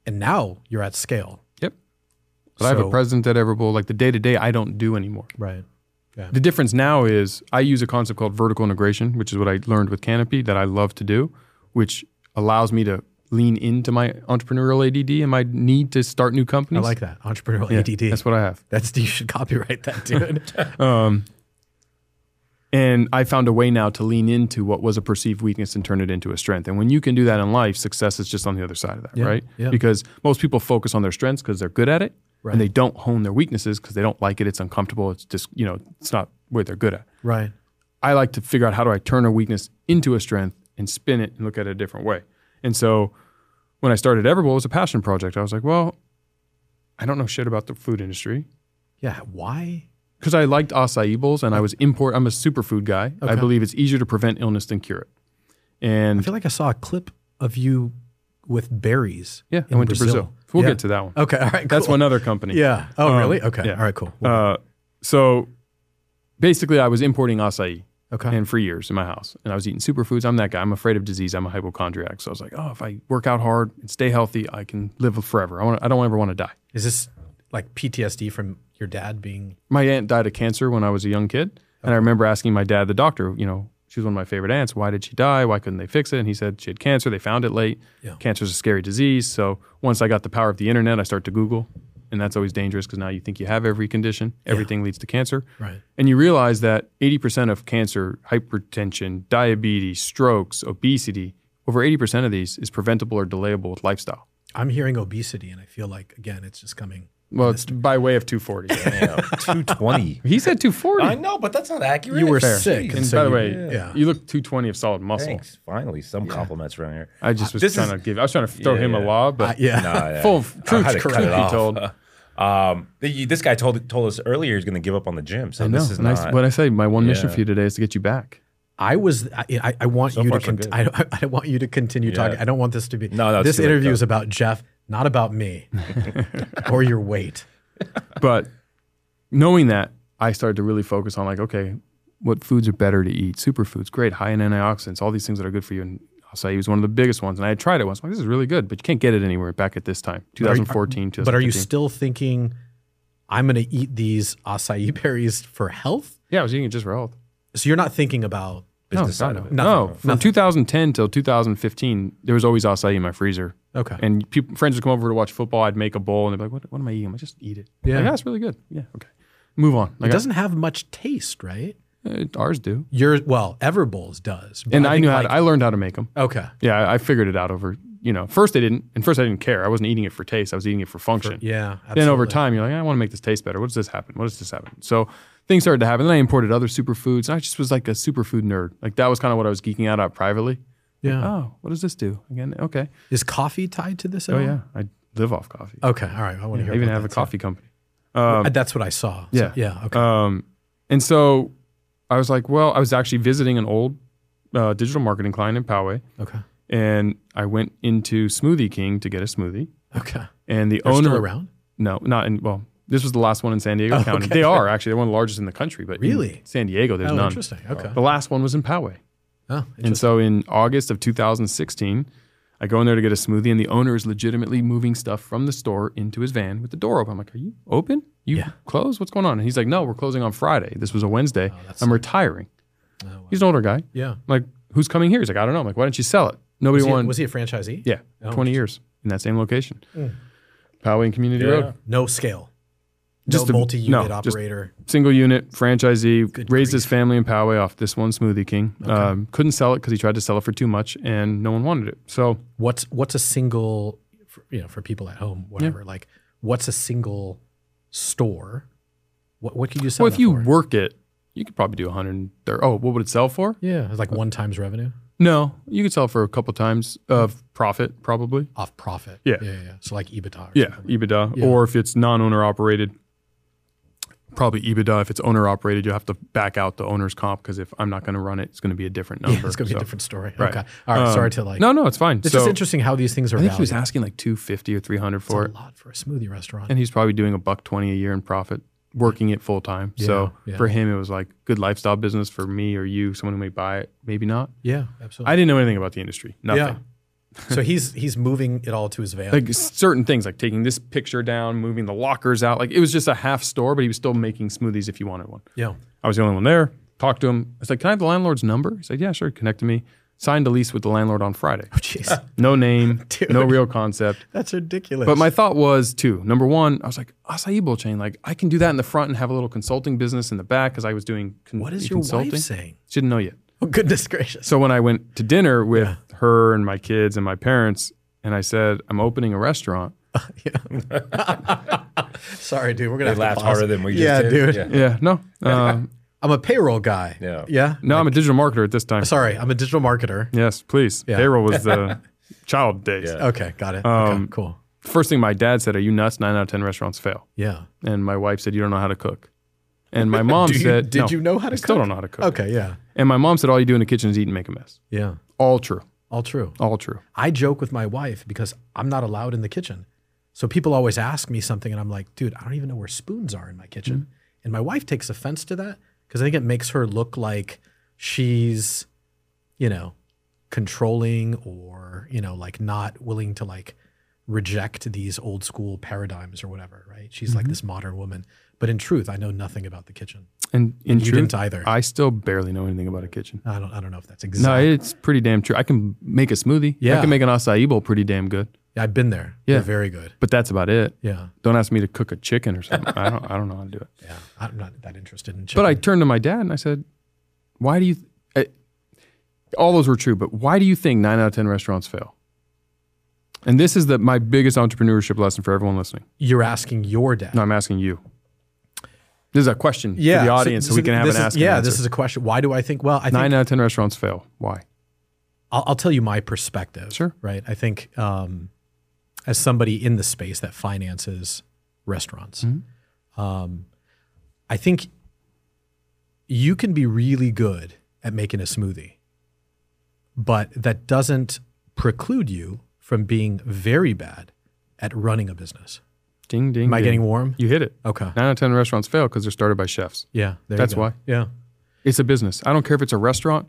Speaker 3: and now you're at scale.
Speaker 4: Yep. But I have a
Speaker 3: So-
Speaker 4: president at Everbull. Like the day to day, I don't do anymore.
Speaker 3: Right.
Speaker 4: The difference now is I use a concept called vertical integration, which is what I learned with Canopy that I love to do, which allows me to lean into my entrepreneurial ADD and my need to start new
Speaker 3: I
Speaker 4: companies.
Speaker 3: like that entrepreneurial
Speaker 4: Yeah,
Speaker 3: ADD.
Speaker 4: That's what I have.
Speaker 3: *laughs* That's you should copyright that, dude.
Speaker 4: *laughs* And I found a way now to lean into what was a perceived weakness and turn it into a strength. And when you can do that in life, success is just on the other side of that, right?
Speaker 3: yeah.
Speaker 4: Because most people focus on their strengths because they're good at it,
Speaker 3: Right.
Speaker 4: and they don't hone their weaknesses because they don't like it. It's uncomfortable. It's just you know, it's not where they're good at.
Speaker 3: right.
Speaker 4: I like to figure out how do I turn a weakness into a strength and spin it and look at it a different way. And so when I started Everbowl, it was a passion project. I was like, well, I don't know shit about the food industry
Speaker 3: Yeah. Why?
Speaker 4: because I liked acai bowls and I was import. I'm a superfood guy. I
Speaker 3: Okay.
Speaker 4: believe it's easier to prevent illness than cure it.
Speaker 3: I
Speaker 4: And
Speaker 3: feel like I saw a clip of you with berries.
Speaker 4: yeah, I
Speaker 3: in
Speaker 4: went to Brazil. We'll
Speaker 3: Yeah.
Speaker 4: get to that one.
Speaker 3: Okay. All right.
Speaker 4: That's
Speaker 3: cool.
Speaker 4: one other company.
Speaker 3: Yeah. Oh,
Speaker 4: Um,
Speaker 3: really? Okay.
Speaker 4: yeah.
Speaker 3: All right. Cool.
Speaker 4: Uh, so basically, I was importing acai
Speaker 3: okay.
Speaker 4: and for years in my house, and I was eating superfoods. I'm that guy. I'm afraid of disease. I'm a hypochondriac. So I was like, oh, if I work out hard and stay healthy, I can live forever. I want. I don't ever want to die.
Speaker 3: Is this like PTSD from your dad being?
Speaker 4: my aunt died of cancer when I was a young kid. And I remember asking my dad, the doctor, you know, she was one of my favorite aunts, why did she die? Why couldn't they fix it? And he said she had cancer. They found it late.
Speaker 3: Yeah.
Speaker 4: Cancer's a scary disease. So once I got the power of the internet, I start to Google. And that's always dangerous because now you think you have every condition. Everything leads to cancer.
Speaker 3: Right.
Speaker 4: And you realize that 80% of cancer, hypertension, diabetes, strokes, obesity, over 80% of these is preventable or delayable with lifestyle.
Speaker 3: I'm hearing obesity, and I feel like again, it's just coming.
Speaker 4: Well, it's by way of
Speaker 3: *laughs*
Speaker 4: 240.
Speaker 2: Two twenty.
Speaker 4: he said 240.
Speaker 2: I know, but that's not accurate.
Speaker 3: You were sick,
Speaker 4: And
Speaker 3: so
Speaker 4: by the
Speaker 3: you-
Speaker 4: way,
Speaker 3: yeah.
Speaker 4: you look 220 of solid muscle.
Speaker 2: Thanks. Finally, some compliments around here.
Speaker 4: I just was
Speaker 2: This
Speaker 4: trying
Speaker 2: is-
Speaker 4: to give. I was trying to throw
Speaker 2: Yeah,
Speaker 4: him a
Speaker 2: yeah.
Speaker 4: law, but
Speaker 3: Uh, yeah.
Speaker 2: Nah, yeah.
Speaker 4: full of
Speaker 2: I had
Speaker 4: truth.
Speaker 2: to cut
Speaker 4: Truth
Speaker 2: it
Speaker 4: be
Speaker 2: off. *laughs*
Speaker 4: told.
Speaker 2: Um, the, this guy told told us earlier he's going to give up on the gym. So this is
Speaker 4: and I-
Speaker 2: not.
Speaker 4: what I say. My one mission
Speaker 2: Yeah.
Speaker 4: for you today is to get you back.
Speaker 3: *laughs* I was. I, I, I want
Speaker 2: So
Speaker 3: you to.
Speaker 2: far, so
Speaker 3: Con-
Speaker 2: good.
Speaker 3: I, *laughs* I- I want you to continue talking. I don't want this to be.
Speaker 2: No, no, it's
Speaker 3: This
Speaker 2: too late,
Speaker 3: interview
Speaker 2: though.
Speaker 3: is about Jeff, not about me, or your weight.
Speaker 4: But knowing that, I started to really focus on like, okay, what foods are better to eat? Superfoods, great, high in antioxidants, all these things that are good for you. And acai was one of the biggest ones. And I had tried it once. I'm like, this is really good, but you can't get it anywhere back at this time, 2014,
Speaker 3: But are you
Speaker 4: 2015.
Speaker 3: still thinking? I'm going to eat these acai *laughs* berries for health.
Speaker 4: Yeah, I was eating it just for health.
Speaker 3: So you're not thinking about.
Speaker 4: No,
Speaker 2: Business
Speaker 4: God,
Speaker 2: side
Speaker 4: no,
Speaker 2: of it.
Speaker 4: no.
Speaker 3: Nothing.
Speaker 4: From 2010 till 2015, there was always acai in my freezer.
Speaker 3: Okay.
Speaker 4: And people, friends would come over to watch football. I'd make a bowl, and they'd be like, "What, what am I eating? I just eat it."
Speaker 3: Yeah.
Speaker 4: like, that's really good. Yeah, okay. Move on. Like,
Speaker 3: it doesn't have much taste, right?
Speaker 4: I, Uh, ours do.
Speaker 3: Your well, Everbowls does. but
Speaker 4: And I,
Speaker 3: think,
Speaker 4: knew how to,
Speaker 3: like-
Speaker 4: I learned how to make them.
Speaker 3: Okay.
Speaker 4: Yeah, I, I figured it out over, you know, first I didn't, and first I didn't care. I wasn't eating it for taste. I was eating it for function.
Speaker 3: Yeah.
Speaker 4: Then over
Speaker 3: absolutely.
Speaker 4: time, you're like, I want to make this taste better. What does this happen? What does this happen? So things started to happen. Then I imported other superfoods. And I just was like a superfood nerd. Like that was kind of what I was geeking out at privately.
Speaker 3: Yeah.
Speaker 4: Oh, what does this do? Again, okay.
Speaker 3: Is coffee tied to this at
Speaker 4: Oh,
Speaker 3: all?
Speaker 4: yeah. I live off coffee.
Speaker 3: Okay. All right. I want to hear
Speaker 4: I even
Speaker 3: about
Speaker 4: have a
Speaker 3: that.
Speaker 4: coffee company.
Speaker 3: Uh, That's what I saw. So-
Speaker 4: Yeah.
Speaker 3: yeah. Okay.
Speaker 4: Um, and so I was like, well, I was actually visiting an old uh, digital marketing client in Poway,
Speaker 3: okay.
Speaker 4: and I went into Smoothie King to get a smoothie.
Speaker 3: Okay.
Speaker 4: And the
Speaker 3: They're
Speaker 4: owner,
Speaker 3: still around?
Speaker 4: no, not in well, this was the last one in San Diego
Speaker 3: Oh,
Speaker 4: County.
Speaker 3: okay.
Speaker 4: They are actually they're one of the largest in the country, but in
Speaker 3: Really?
Speaker 4: San Diego, there's
Speaker 3: Oh,
Speaker 4: none.
Speaker 3: interesting. Okay.
Speaker 4: The last one was in Poway,
Speaker 3: Oh,
Speaker 4: and
Speaker 3: interesting.
Speaker 4: so in August of 2016. I go in there to get a smoothie, and the owner is legitimately moving stuff from the store into his van with the door open. I'm like, "Are you open? You
Speaker 3: Yeah.
Speaker 4: closed? What's going on?" And he's like, "No, we're closing on Friday. This was a Wednesday.
Speaker 3: that's
Speaker 4: I'm retiring."
Speaker 3: Oh, wow.
Speaker 4: He's an older guy. I'm
Speaker 3: yeah.
Speaker 4: like, "Who's coming here?" He's like, "I don't know." I'm like, "Why didn't you sell it? Nobody
Speaker 3: Was he,
Speaker 4: wanted."
Speaker 3: was he a franchisee?
Speaker 4: Yeah,
Speaker 3: Oh, Hmm.
Speaker 4: 20 years in that same location. Poway and Community Road.
Speaker 3: No scale.
Speaker 4: Just a-
Speaker 3: no multi-unit
Speaker 4: no, just-
Speaker 3: operator.
Speaker 4: Single unit, franchisee,
Speaker 3: Good
Speaker 4: raised his family in Poway off this one Smoothie King. Um, couldn't sell it because he tried to sell it for too much and no one wanted it. So
Speaker 3: what's what's a single, for, you know, for people at home, whatever. Like, what's a single store? What what could you sell?
Speaker 4: well, if
Speaker 3: that
Speaker 4: you
Speaker 3: for?
Speaker 4: work it, you could probably do 130. Oh, what would it sell for?
Speaker 3: yeah, it's like one times revenue
Speaker 4: No, you could sell for a couple times of profit, probably.
Speaker 3: off profit.
Speaker 4: Yeah.
Speaker 3: yeah, yeah. yeah. So like EBITDA. Or
Speaker 4: Yeah, EBITDA. Or if it's non owner operated, probably EBITDA. If it's owner operated, you have to back out the owner's comp because if I'm not going to run it, it's going to be a different number.
Speaker 3: something. *laughs* it's gonna be
Speaker 4: So-
Speaker 3: a different story.
Speaker 4: right.
Speaker 3: Okay, all right.
Speaker 4: Um,
Speaker 3: sorry to like.
Speaker 4: No, no, it's fine.
Speaker 3: it's
Speaker 4: so,
Speaker 3: just interesting how these things are.
Speaker 4: I think he was
Speaker 3: valued.
Speaker 4: asking like two fifty or three hundred for
Speaker 3: It's
Speaker 4: it,
Speaker 3: a lot for a smoothie restaurant.
Speaker 4: and he's probably doing a buck twenty a year in profit, working it full time. so
Speaker 3: yeah.
Speaker 4: for him, it was like good lifestyle business. For me or you, someone who may buy it, maybe not.
Speaker 3: yeah, absolutely.
Speaker 4: I didn't know anything about the industry. Nothing.
Speaker 3: Yeah. so he's he's moving it all to his van.
Speaker 4: Like certain things, like taking this picture down, moving the lockers out. Like it was just a half store, but he was still making smoothies if you wanted one.
Speaker 3: yeah.
Speaker 4: I was the only one there. Talked to him. I was like, "Can I have the landlord's number?" He said, "Yeah, sure." Connect to me. Signed a lease with the landlord on Friday. *laughs*
Speaker 3: Jeez, *laughs*
Speaker 4: No name, no real concept.
Speaker 3: that's ridiculous.
Speaker 4: But my thought was two. Number one, I was like, acai bowl chain. Like, I can do that in the front and have a little consulting business in the back because I was doing con-
Speaker 3: what is your
Speaker 4: consulting.
Speaker 3: wife saying?
Speaker 4: She didn't know yet.
Speaker 3: Oh, goodness gracious.
Speaker 4: So when I went to dinner with her and my kids and my parents, and I said, I'm opening a restaurant.
Speaker 3: Sorry, dude. We're gonna
Speaker 2: They
Speaker 3: have to
Speaker 2: laughed
Speaker 3: pause.
Speaker 2: harder than we just
Speaker 3: Yeah,
Speaker 2: did.
Speaker 3: dude.
Speaker 2: Yeah.
Speaker 4: Yeah, no. Uh,
Speaker 3: *laughs* I'm a payroll guy.
Speaker 2: Yeah.
Speaker 3: Yeah.
Speaker 4: no, I'm a digital marketer at this time.
Speaker 3: Sorry, I'm a digital marketer.
Speaker 4: *laughs* Yes, please.
Speaker 3: Yeah.
Speaker 4: Payroll was
Speaker 3: *laughs*
Speaker 4: the child days.
Speaker 2: Yeah.
Speaker 3: Okay, got it.
Speaker 4: Um,
Speaker 3: okay, cool.
Speaker 4: First thing my dad said, Are you nuts? Nine out of 10 restaurants fail.
Speaker 3: Yeah.
Speaker 4: And my wife said, You don't know how to cook.
Speaker 3: *laughs*
Speaker 4: And my mom
Speaker 3: Do you-
Speaker 4: said,
Speaker 3: did
Speaker 4: "No,
Speaker 3: you know how to
Speaker 4: I still
Speaker 3: cook?"
Speaker 4: don't know how to cook.
Speaker 3: Okay. Yeah.
Speaker 4: And my mom said, All you do in the kitchen is eat and make a mess.
Speaker 3: Yeah.
Speaker 4: All true.
Speaker 3: All true.
Speaker 4: All true.
Speaker 3: I joke with my wife because I'm not allowed in the kitchen. So people always ask me something, and I'm like, dude, I don't even know where spoons are in my kitchen.
Speaker 4: Mm-hmm.
Speaker 3: And my wife takes offense to that because I think it makes her look like she's, you know, controlling or, you know, like not willing to like reject these old school paradigms or whatever, right? She's
Speaker 4: Mm-hmm.
Speaker 3: like this modern woman. But in truth, I know nothing about the kitchen.
Speaker 4: And in
Speaker 3: you
Speaker 4: truth,
Speaker 3: didn't either.
Speaker 4: I still barely know anything about a kitchen.
Speaker 3: I don't I don't know if that's
Speaker 4: No,
Speaker 3: exactly.
Speaker 4: it's pretty damn true. I can make a smoothie. I
Speaker 3: Yeah.
Speaker 4: can make an acai bowl pretty damn good.
Speaker 3: I've been there.
Speaker 4: Yeah.
Speaker 3: They're very good.
Speaker 4: But that's about it.
Speaker 3: Yeah.
Speaker 4: Don't ask me to cook a chicken or something. I don't. I don't know how
Speaker 3: *laughs*
Speaker 4: to do it.
Speaker 3: Yeah. I'm not that interested in chicken.
Speaker 4: But I turned to my dad and I said, "Why do you?" I, all those were true, but why do you think nine out of ten restaurants fail? And this is the my biggest entrepreneurship lesson for everyone listening.
Speaker 3: you're asking your dad.
Speaker 4: No, I'm asking you. This is a question to the audience, so, we can have
Speaker 3: this
Speaker 4: an
Speaker 3: is-
Speaker 4: ask. and
Speaker 3: Yeah,
Speaker 4: answer.
Speaker 3: this is a question. Why do I think? Well, I
Speaker 4: nine
Speaker 3: think
Speaker 4: out of ten restaurants fail. Why?
Speaker 3: I'll, I'll tell you my perspective.
Speaker 4: Sure.
Speaker 3: Right. I think um, as somebody in the space that finances restaurants, um,
Speaker 4: Mm-hmm.
Speaker 3: I think you can be really good at making a smoothie, but that doesn't preclude you from being very bad at running a business.
Speaker 4: Ding ding.
Speaker 3: Am I
Speaker 4: ding.
Speaker 3: getting warm? *laughs*
Speaker 4: You hit it.
Speaker 3: Okay.
Speaker 4: Nine out of ten restaurants fail because they're started by chefs.
Speaker 3: Yeah. there you
Speaker 4: That's
Speaker 3: go.
Speaker 4: why.
Speaker 3: Yeah.
Speaker 4: It's a business. I don't care if it's a restaurant,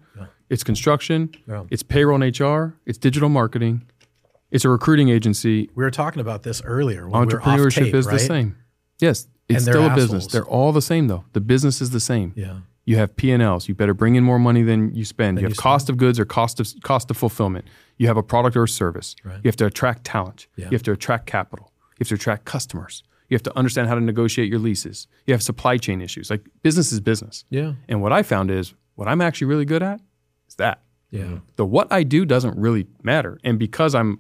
Speaker 4: it's construction,
Speaker 3: Yeah.
Speaker 4: it's payroll and HR, it's digital marketing, it's a recruiting agency.
Speaker 3: We were talking about this earlier. When we were off
Speaker 4: Entrepreneurship
Speaker 3: tape,
Speaker 4: is the
Speaker 3: right?
Speaker 4: same. Yes, it's
Speaker 3: And they're
Speaker 4: still a business.
Speaker 3: assholes.
Speaker 4: They're all the same though. The business is the same.
Speaker 3: Yeah.
Speaker 4: You have P and Ls. You better bring in more money than you spend. you have
Speaker 3: you
Speaker 4: cost of goods or cost of cost of fulfillment. You have a product or a service. You have to attract talent. You have to attract capital. You have to attract customers. You have to understand how to negotiate your leases. You have supply chain issues. Like business is business.
Speaker 3: Yeah.
Speaker 4: And what I found is what I'm actually really good at is that.
Speaker 3: Yeah.
Speaker 4: The what I do doesn't really matter. And because I'm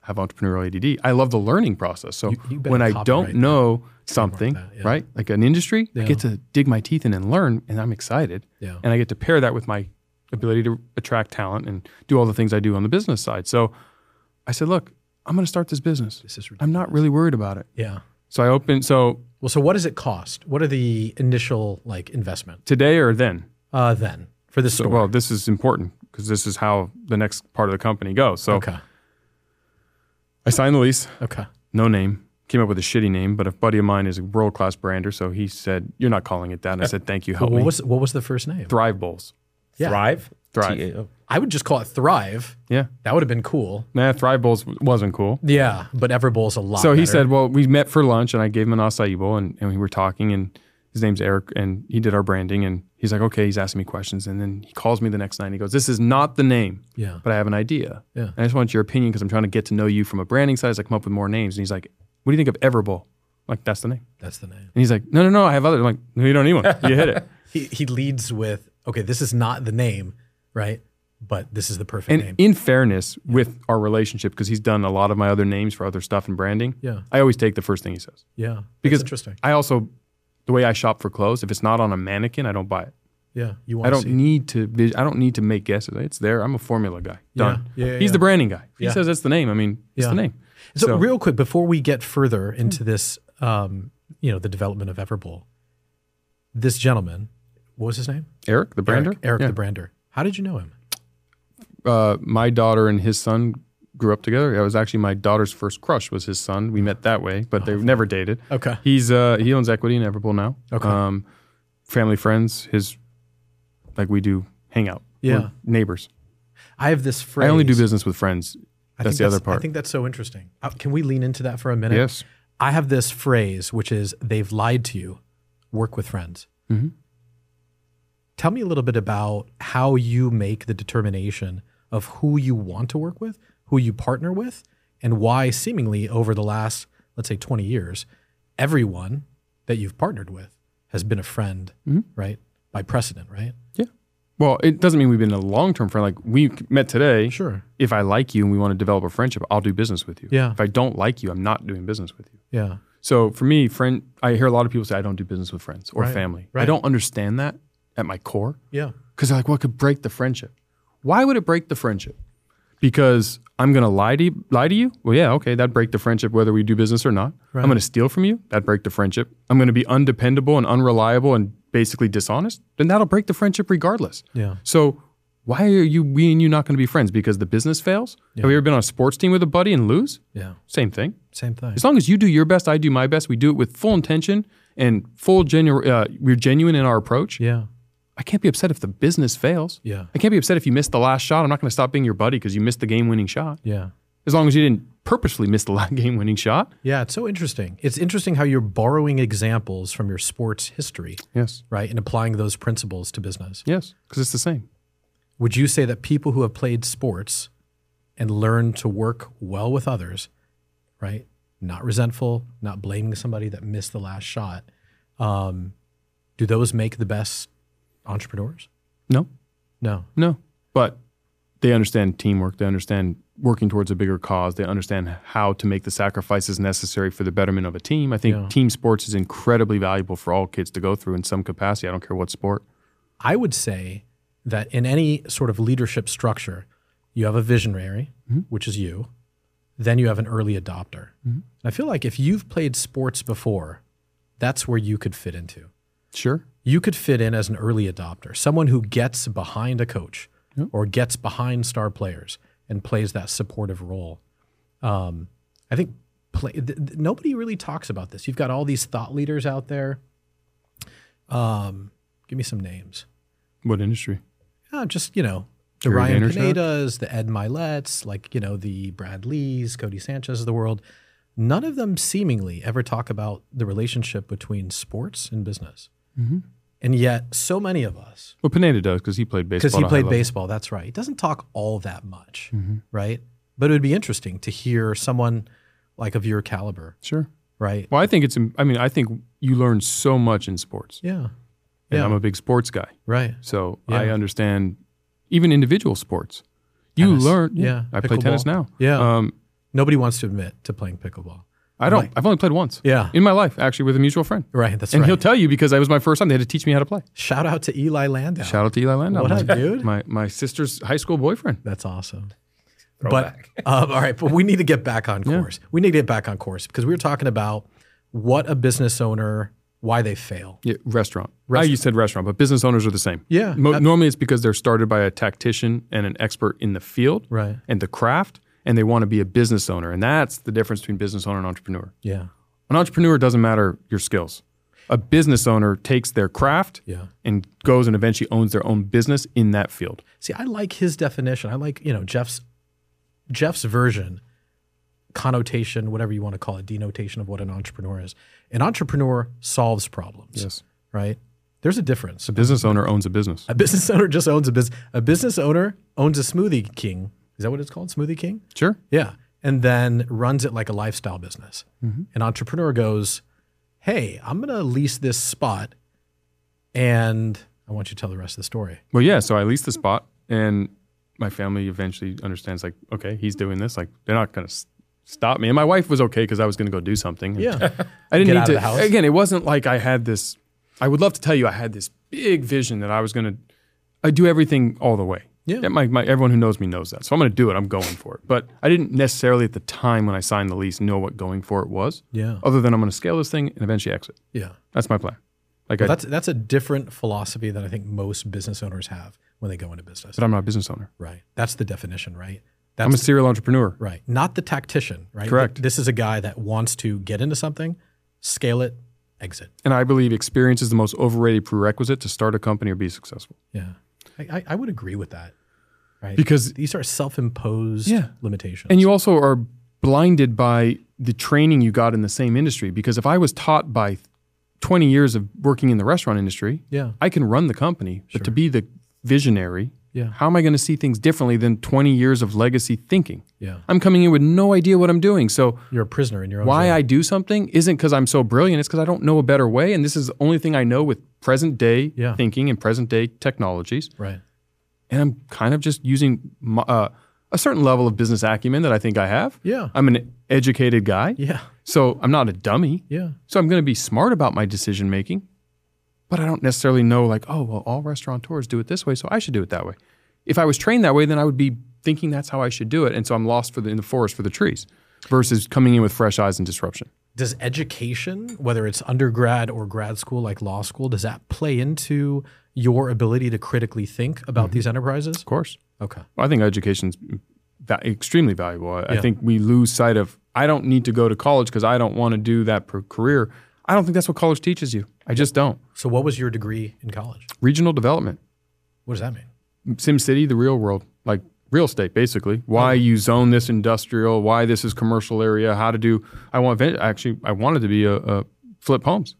Speaker 4: have entrepreneurial ADD, I love the learning process. So
Speaker 3: You- you better
Speaker 4: when I
Speaker 3: copyright
Speaker 4: don't
Speaker 3: that.
Speaker 4: know something,
Speaker 3: that, yeah.
Speaker 4: right? Like an industry, I
Speaker 3: Yeah.
Speaker 4: get to dig my teeth in and learn and I'm excited.
Speaker 3: Yeah.
Speaker 4: And I get to pair that with my ability to attract talent and do all the things I do on the business side. So I said, look, I'm going to start this business.
Speaker 3: This is
Speaker 4: I'm not really worried about it.
Speaker 3: Yeah.
Speaker 4: So I opened. So
Speaker 3: Well, so what does it cost? What are the initial like investment
Speaker 4: today or then?
Speaker 3: uh, then for this
Speaker 4: So,
Speaker 3: store?
Speaker 4: well, this is important because this is how the next part of the company goes. So
Speaker 3: okay.
Speaker 4: I signed the lease,
Speaker 3: Okay.
Speaker 4: no name, came up with a shitty name, but a buddy of mine is a world class brander. So he said, You're not calling it that. And I said, Thank you. Help
Speaker 3: What,
Speaker 4: me.
Speaker 3: was what was the first name?
Speaker 4: Thrive Bowls.
Speaker 3: Yeah.
Speaker 2: Thrive?
Speaker 4: Thrive.
Speaker 2: T-A-O.
Speaker 3: I would just call it Thrive.
Speaker 4: Yeah.
Speaker 3: That would have been cool.
Speaker 4: Nah, Thrive Bowls w- wasn't cool.
Speaker 3: Yeah, but Everbowl's a lot.
Speaker 4: So he
Speaker 3: better.
Speaker 4: said, Well, we met for lunch and I gave him an acai bowl and, and we were talking and his name's Eric and he did our branding and he's like, Okay, he's asking me questions. And then he calls me the next night and he goes, This is not the name.
Speaker 3: Yeah.
Speaker 4: But I have an idea.
Speaker 3: Yeah.
Speaker 4: And I just want your opinion because I'm trying to get to know you from a branding side as I come up with more names. And he's like, What do you think of Everbowl? I'm Like, that's the name.
Speaker 3: That's the name.
Speaker 4: And he's like, No, no, no, I have other. I'm like, No, you don't need one. You hit it.
Speaker 3: He, he leads with, okay, this is not the name, right? But this is the perfect
Speaker 4: And
Speaker 3: name.
Speaker 4: in fairness with our relationship, because he's done a lot of my other names for other stuff and branding,
Speaker 3: Yeah.
Speaker 4: I always take the first thing he says.
Speaker 3: yeah. That's
Speaker 4: because-
Speaker 3: interesting.
Speaker 4: I also, the way I shop for clothes, if it's not on a mannequin, I don't buy it.
Speaker 3: Yeah. You want
Speaker 4: I
Speaker 3: to
Speaker 4: don't
Speaker 3: Oh, see.
Speaker 4: need to. vis- I don't need to make guesses. It's there. I'm a formula guy. Done.
Speaker 3: Yeah, yeah,
Speaker 4: he's
Speaker 3: yeah.
Speaker 4: the branding guy. He
Speaker 3: Yeah.
Speaker 4: says that's the name. I mean, it's
Speaker 3: Yeah.
Speaker 4: the name.
Speaker 3: So,
Speaker 4: So- Hmm.
Speaker 3: real quick, before we get further into this, um, you know, the development of Everbowl, this gentleman, what was his name?
Speaker 4: Eric, the brander.
Speaker 3: Eric, Eric
Speaker 4: Yeah.
Speaker 3: the brander. How did you know him?
Speaker 4: uh, my daughter and his son grew up together. That was actually my daughter's first crush was his son. We met that way, but they never dated.
Speaker 3: Oh. Okay.
Speaker 4: He's uh, he owns equity in Everbull now.
Speaker 3: Okay.
Speaker 4: Um, family friends. His like we do hang out.
Speaker 3: Yeah.
Speaker 4: We're neighbors.
Speaker 3: I have this phrase.
Speaker 4: I only do business with friends.
Speaker 3: I
Speaker 4: That's
Speaker 3: think
Speaker 4: the other part.
Speaker 3: I think that's so interesting. Uh, can we lean into that for a minute?
Speaker 4: yes.
Speaker 3: I have this phrase, which is they've lied to you, work with friends.
Speaker 4: Mhm.
Speaker 3: Tell me a little bit about how you make the determination of who you want to work with, who you partner with, and why, seemingly, over the last, let's say, 20 years, everyone that you've partnered with has been a friend, right? By precedent, right?
Speaker 4: Well, it doesn't mean we've been a long term friend. Like we met today.
Speaker 3: Sure.
Speaker 4: If I like you and we want to develop a friendship, I'll do business with you.
Speaker 3: Yeah.
Speaker 4: If I don't like you, I'm not doing business with you.
Speaker 3: Yeah.
Speaker 4: So for me, friend, I hear a lot of people say I don't do business with friends or
Speaker 3: Right,
Speaker 4: family. I
Speaker 3: right.
Speaker 4: don't understand that at my core
Speaker 3: Yeah.
Speaker 4: because they're like, what could break the friendship? Why would it break the friendship? Because I'm gonna lie to you, lie to you. Well, yeah, okay, that would break the friendship whether we do business or not. I'm gonna steal from you. That would break the friendship. I'm gonna be undependable and unreliable and basically dishonest. Then that'll break the friendship regardless.
Speaker 3: Yeah.
Speaker 4: So why are you we and you not gonna be friends? Because the business fails. Have you ever been on a sports team with a buddy and lose?
Speaker 3: Yeah.
Speaker 4: Same thing.
Speaker 3: Same thing.
Speaker 4: As long as you do your best, I do my best. We do it with full intention and full genu- uh, We're genuine in our approach.
Speaker 3: Yeah.
Speaker 4: I can't be upset if the business fails.
Speaker 3: Yeah.
Speaker 4: I can't be upset if you missed the last shot. I'm not going to stop being your buddy because you missed the game-winning shot.
Speaker 3: Yeah.
Speaker 4: As long as you didn't purposely miss the la- *laughs* game-winning shot.
Speaker 3: Yeah, it's so interesting. It's interesting how you're borrowing examples from your sports history,
Speaker 4: Yes.
Speaker 3: right, and applying those principles to business.
Speaker 4: Yes, because it's the same.
Speaker 3: Would you say that people who have played sports and learned to work well with others, right, not resentful, not blaming somebody that missed the last shot, um, do those make the best entrepreneurs?
Speaker 4: No,
Speaker 3: No.
Speaker 4: no. But they understand teamwork. They understand working towards a bigger cause. They understand how to make the sacrifices necessary for the betterment of a team. I think
Speaker 3: Yeah.
Speaker 4: team sports is incredibly valuable for all kids to go through in some capacity. I don't care what sport.
Speaker 3: I would say that in any sort of leadership structure, you have a visionary, which is you, then you have an early adopter. And I feel like if you've played sports before, that's where you could fit into.
Speaker 4: Sure.
Speaker 3: You could fit in as an early adopter, someone who gets behind a coach or gets behind star players and plays that supportive role. Um, I think play, th- th- nobody really talks about this. You've got all these thought leaders out there. Um, give me some names.
Speaker 4: What industry?
Speaker 3: Uh, just you know, the
Speaker 4: Gary
Speaker 3: Ryan
Speaker 4: Vaynerchuk?
Speaker 3: Pinedas, the Ed Milets, like you know, the Brad Lees, Cody Sanchez of the world. None of them seemingly ever talk about the relationship between sports and business,
Speaker 4: Mm-hmm.
Speaker 3: and yet so many of us,
Speaker 4: Well, Pineda does because he played baseball.
Speaker 3: because he
Speaker 4: at a high
Speaker 3: played
Speaker 4: level. Mm-hmm.
Speaker 3: baseball, that's right. He doesn't talk all that much, right? But it would be interesting to hear someone like of your caliber
Speaker 4: Sure.
Speaker 3: right?
Speaker 4: Well, I think it's. I mean, I think you learn so much in sports,
Speaker 3: Yeah,
Speaker 4: and
Speaker 3: Yeah.
Speaker 4: I'm a big sports guy,
Speaker 3: right.
Speaker 4: so
Speaker 3: Yeah.
Speaker 4: I understand even individual sports. You
Speaker 3: Tennis.
Speaker 4: learn.
Speaker 3: Yeah.
Speaker 4: I play tennis
Speaker 3: Pickleball.
Speaker 4: now.
Speaker 3: Yeah.
Speaker 4: um,
Speaker 3: Nobody wants to admit to playing pickleball.
Speaker 4: I don't. I've only played once.
Speaker 3: Yeah.
Speaker 4: in my life, actually, with a mutual friend.
Speaker 3: Right, that's
Speaker 4: And
Speaker 3: right.
Speaker 4: he'll tell you because I was my first time. They had to teach me how to play.
Speaker 3: Shout out to Eli Landau.
Speaker 4: Shout out to Eli Landau.
Speaker 3: What
Speaker 4: my,
Speaker 3: up, dude?
Speaker 4: My my sister's high school boyfriend.
Speaker 3: That's awesome. But *laughs* um, all right, but we need to get back on course. We need to get back on course because we were talking about what a business owner why they fail.
Speaker 4: Yeah, restaurant. I you said restaurant, but business owners are the same.
Speaker 3: Yeah,
Speaker 4: Mo-
Speaker 3: ab-
Speaker 4: normally, it's because they're started by a tactician and an expert in the field,
Speaker 3: Right.
Speaker 4: and the craft, and they want to be a business owner, and that's the difference between business owner and entrepreneur.
Speaker 3: Yeah.
Speaker 4: An entrepreneur doesn't matter your skills. A business owner takes their craft
Speaker 3: Yeah.
Speaker 4: and goes and eventually owns their own business in that field.
Speaker 3: See, I like his definition. I like, you know, Jeff's Jeff's version, connotation, whatever you want to call it, denotation of what an entrepreneur is. An entrepreneur solves problems.
Speaker 4: Yes.
Speaker 3: Right? There's a difference.
Speaker 4: A business owner owns a business.
Speaker 3: A business *laughs* owner just owns a business. A business owner owns a smoothie king. Is that what it's called? Smoothie King?
Speaker 4: Sure.
Speaker 3: Yeah. And then runs it like a lifestyle business.
Speaker 4: Mm-hmm.
Speaker 3: An entrepreneur goes, Hey, I'm going to lease this spot. And I want you to tell the rest of the story.
Speaker 4: Well, yeah. So I leased the spot, and my family eventually understands. Like, okay, he's doing this. Like, they're not gonna s- stop me. And my wife was okay because I was gonna go do something. And
Speaker 3: Yeah.
Speaker 4: *laughs* I didn't
Speaker 3: Get out
Speaker 4: need
Speaker 3: of
Speaker 4: to.
Speaker 3: the house.
Speaker 4: Again, it wasn't like I had this. I would love to tell you I had this big vision that I was gonna. I do everything all the way.
Speaker 3: Yeah.
Speaker 4: my, my, everyone who knows me knows that. So I'm gonna do it. I'm going for it. But I didn't necessarily at the time when I signed the lease know what going for it was.
Speaker 3: Yeah.
Speaker 4: Other than I'm gonna scale this thing and eventually exit.
Speaker 3: Yeah.
Speaker 4: That's my plan. Like
Speaker 3: But
Speaker 4: I,
Speaker 3: that's that's a different philosophy that I think most business owners have when they go into business.
Speaker 4: but I'm not a business owner.
Speaker 3: Right. That's the definition, right? That's
Speaker 4: I'm a serial entrepreneur.
Speaker 3: right. Not the tactician, right?
Speaker 4: Correct.
Speaker 3: This is a guy that wants to get into something, scale it, exit.
Speaker 4: And I believe experience is the most overrated prerequisite to start a company or be successful.
Speaker 3: Yeah. I, I, I would agree with that. Right.
Speaker 4: Because
Speaker 3: these are self-imposed
Speaker 4: Yeah.
Speaker 3: limitations.
Speaker 4: and you also are blinded by the training you got in the same industry. Because if I was taught by 20 years of working in the restaurant industry,
Speaker 3: Yeah.
Speaker 4: I can run the company. But to be the visionary,
Speaker 3: Yeah.
Speaker 4: how am I going to see things differently than 20 years of legacy thinking?
Speaker 3: Yeah.
Speaker 4: I'm coming in with no idea what I'm doing. So
Speaker 3: You're a prisoner in your own
Speaker 4: why
Speaker 3: zone.
Speaker 4: I do something isn't because I'm so brilliant. It's because I don't know a better way. And this is the only thing I know with present day
Speaker 3: Yeah.
Speaker 4: thinking and present day technologies.
Speaker 3: right.
Speaker 4: and I'm kind of just using my, uh, a certain level of business acumen that I think I have.
Speaker 3: Yeah.
Speaker 4: I'm an educated guy,
Speaker 3: Yeah.
Speaker 4: so I'm not a dummy.
Speaker 3: Yeah.
Speaker 4: So I'm going to be smart about my decision making, but I don't necessarily know like, oh, well, all restaurateurs do it this way, so I should do it that way. If I was trained that way, then I would be thinking that's how I should do it, and so I'm lost for the, in the forest for the trees, versus coming in with fresh eyes and disruption.
Speaker 3: Does education, whether it's undergrad or grad school like law school, does that play into your ability to critically think about these enterprises?
Speaker 4: Of course.
Speaker 3: Mm-hmm. Okay.
Speaker 4: I think education's va- extremely valuable. I, I
Speaker 3: Yeah.
Speaker 4: think we lose sight of I don't need to go to college because I don't want to do that per career. I don't think that's what college teaches you. I just don't.
Speaker 3: So what was your degree in college?
Speaker 4: Regional development,
Speaker 3: What does that mean?
Speaker 4: Sim City, the real world, like real estate, basically. Why you zone this industrial? Why this is commercial area? How to do? I want event- actually. I wanted to be a, a flip homes.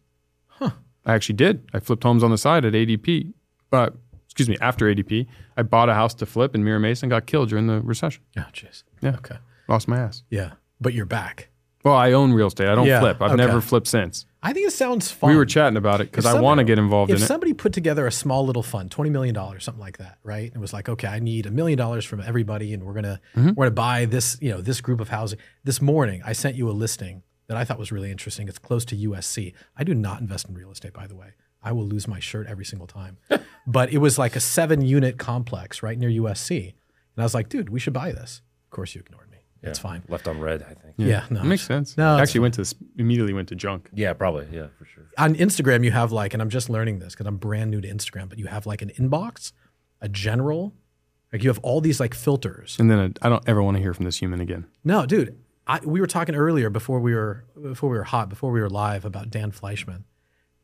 Speaker 4: I actually did. I flipped homes on the side at ADP. Uh, excuse me. After ADP, I bought a house to flip in Mira Mason. Got killed during the recession.
Speaker 3: Oh, jeez.
Speaker 4: Yeah.
Speaker 3: Okay.
Speaker 4: Lost my ass.
Speaker 3: Yeah. But you're back.
Speaker 4: Well, I own real estate. I don't
Speaker 3: Yeah,
Speaker 4: flip. I've
Speaker 3: okay.
Speaker 4: never flipped since.
Speaker 3: I think it sounds fun.
Speaker 4: We were chatting about it because
Speaker 3: If
Speaker 4: I
Speaker 3: somebody-
Speaker 4: want to get involved in
Speaker 3: If
Speaker 4: it.
Speaker 3: somebody put together a small little fund, twenty million dollars, something like that, right? And was like, okay, I need a million dollars from everybody, and we're gonna
Speaker 4: Mm-hmm.
Speaker 3: we're gonna buy this, you know, this group of housing. This morning, I sent you a listing that I thought was really interesting. It's close to USC. I do not invest in real estate, by the way. I will lose my shirt every single
Speaker 4: *laughs*
Speaker 3: time. but it was like a seven unit complex right near USC, and I was like, dude, we should buy this. Of course, you ignored me. That's fine.
Speaker 2: Left on red, I think.
Speaker 3: Yeah, no,
Speaker 4: It makes sense.
Speaker 3: No,
Speaker 4: I
Speaker 3: it's
Speaker 4: actually went to immediately went to junk.
Speaker 2: Yeah, probably. Yeah, for sure.
Speaker 3: on Instagram, you have like, and I'm just learning this because I'm brand new to Instagram, but you have like an inbox, a general, like you have all these like filters.
Speaker 4: And then I, I don't ever want to hear from this human again.
Speaker 3: No, dude, I, we were talking earlier before we were before we were hot, before we were live about Dan Fleischman.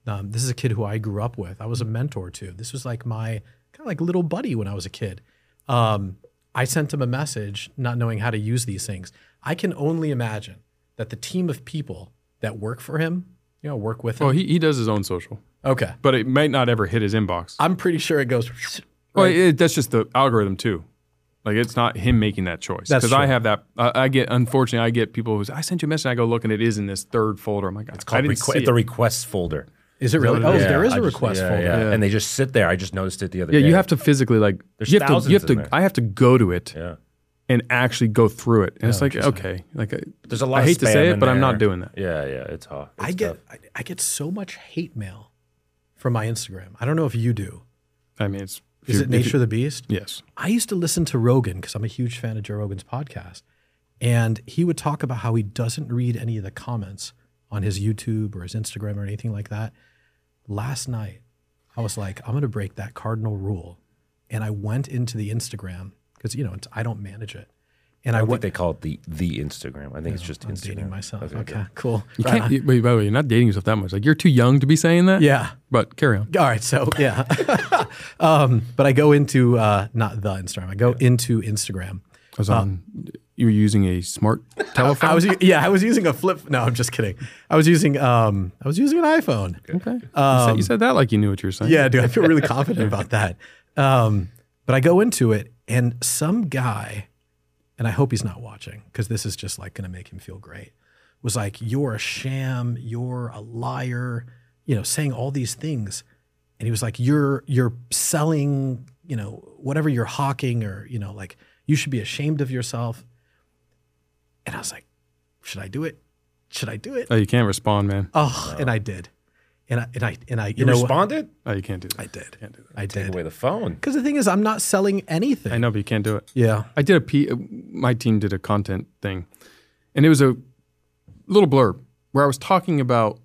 Speaker 3: Um, this is a kid who I grew up with. I was a mentor to. This was like my kind of like little buddy when I was a kid. Um, I sent him a message not knowing how to use these things. I can only imagine that the team of people that work for him, you know, work with him.
Speaker 4: Well, Oh, he, he does his own social,
Speaker 3: okay.
Speaker 4: but it might not ever hit his inbox.
Speaker 3: I'm pretty sure it goes.
Speaker 4: Well, it, that's just the algorithm too. Like it's not him making that choice.
Speaker 3: That's
Speaker 4: Because I
Speaker 3: true.
Speaker 4: have that. I, I get unfortunately, I get people who say, I sent you a message. I go look and it is in this third folder. I'm like, it's I
Speaker 2: called
Speaker 4: didn't
Speaker 2: requ-
Speaker 4: see
Speaker 2: it's the
Speaker 4: it.
Speaker 2: requests folder.
Speaker 3: Is it really? Oh,
Speaker 2: Yeah,
Speaker 3: there is
Speaker 2: I
Speaker 3: a
Speaker 2: just-
Speaker 3: request
Speaker 2: yeah,
Speaker 3: folder.
Speaker 2: yeah. and they just sit there. I just noticed it the other
Speaker 4: yeah,
Speaker 2: day.
Speaker 4: you have to physically like.
Speaker 2: There's
Speaker 4: you have to. You
Speaker 2: thousands
Speaker 4: have
Speaker 2: in
Speaker 4: to.
Speaker 2: there.
Speaker 4: I have to go to it
Speaker 2: Yeah.
Speaker 4: and actually go through it. And it's like okay, like uh, I-
Speaker 2: There's a lot.
Speaker 4: I
Speaker 2: of
Speaker 4: hate to
Speaker 2: spam
Speaker 4: say it,
Speaker 2: in
Speaker 4: but I'm
Speaker 2: there.
Speaker 4: not doing that.
Speaker 2: Yeah, yeah, it's hot.
Speaker 3: I get I, I get so much hate mail from my Instagram. I don't know if you do.
Speaker 4: I mean, it's
Speaker 3: Is
Speaker 4: if
Speaker 3: it
Speaker 4: you- if
Speaker 3: Nature of the Beast?
Speaker 4: you- Yes.
Speaker 3: I used to listen to Rogan because I'm a huge fan of Joe Rogan's podcast, and he would talk about how he doesn't read any of the comments on his YouTube or his Instagram or anything like that. Last night, I was like, I'm going to break that cardinal rule, and I went into the Instagram because you know it's, I don't manage it, and I,
Speaker 2: I
Speaker 3: went.
Speaker 2: think they call it the the Instagram. I think it's just
Speaker 3: I'm
Speaker 2: Instagram.
Speaker 3: dating myself. Okay, cool.
Speaker 4: You
Speaker 3: Right
Speaker 4: can't. You, wait, by the way, you're not dating yourself that much. Like you're too young to be saying that.
Speaker 3: on. Yeah.
Speaker 4: But carry on.
Speaker 3: All right, so yeah, *laughs* um, but I go into uh, not the Instagram. I go into Instagram.
Speaker 4: I was on. You were using a smart telephone.
Speaker 3: I was u- yeah, I was using a flip. No, I'm just kidding. I was using um, I was using an iPhone.
Speaker 4: okay. you, said, you said that like you knew what you were saying.
Speaker 3: Um, Yeah, dude, I feel
Speaker 4: *laughs*
Speaker 3: really confident about that. Um, but I go into it, and some guy, and I hope he's not watching because this is just like going to make him feel great, was like, You're a sham, you're a liar, you know, saying all these things. And he was like, You're you're selling, you know, whatever you're hawking, or, you know, like you should be ashamed of yourself. And I was like, Should I do it? Should I do it?
Speaker 4: Oh, you can't respond, man.
Speaker 3: Oh, and I did. And I and I and I you,
Speaker 2: You
Speaker 3: know what?
Speaker 2: responded?
Speaker 4: Oh, you can't do that.
Speaker 3: I did.
Speaker 4: Can't do that.
Speaker 3: I did.
Speaker 2: Take away the phone.
Speaker 3: Because the thing is, I'm not selling anything.
Speaker 4: I know, but you can't do it.
Speaker 3: Yeah.
Speaker 4: I did a P, my team did a content thing, and it was a little blurb where I was talking about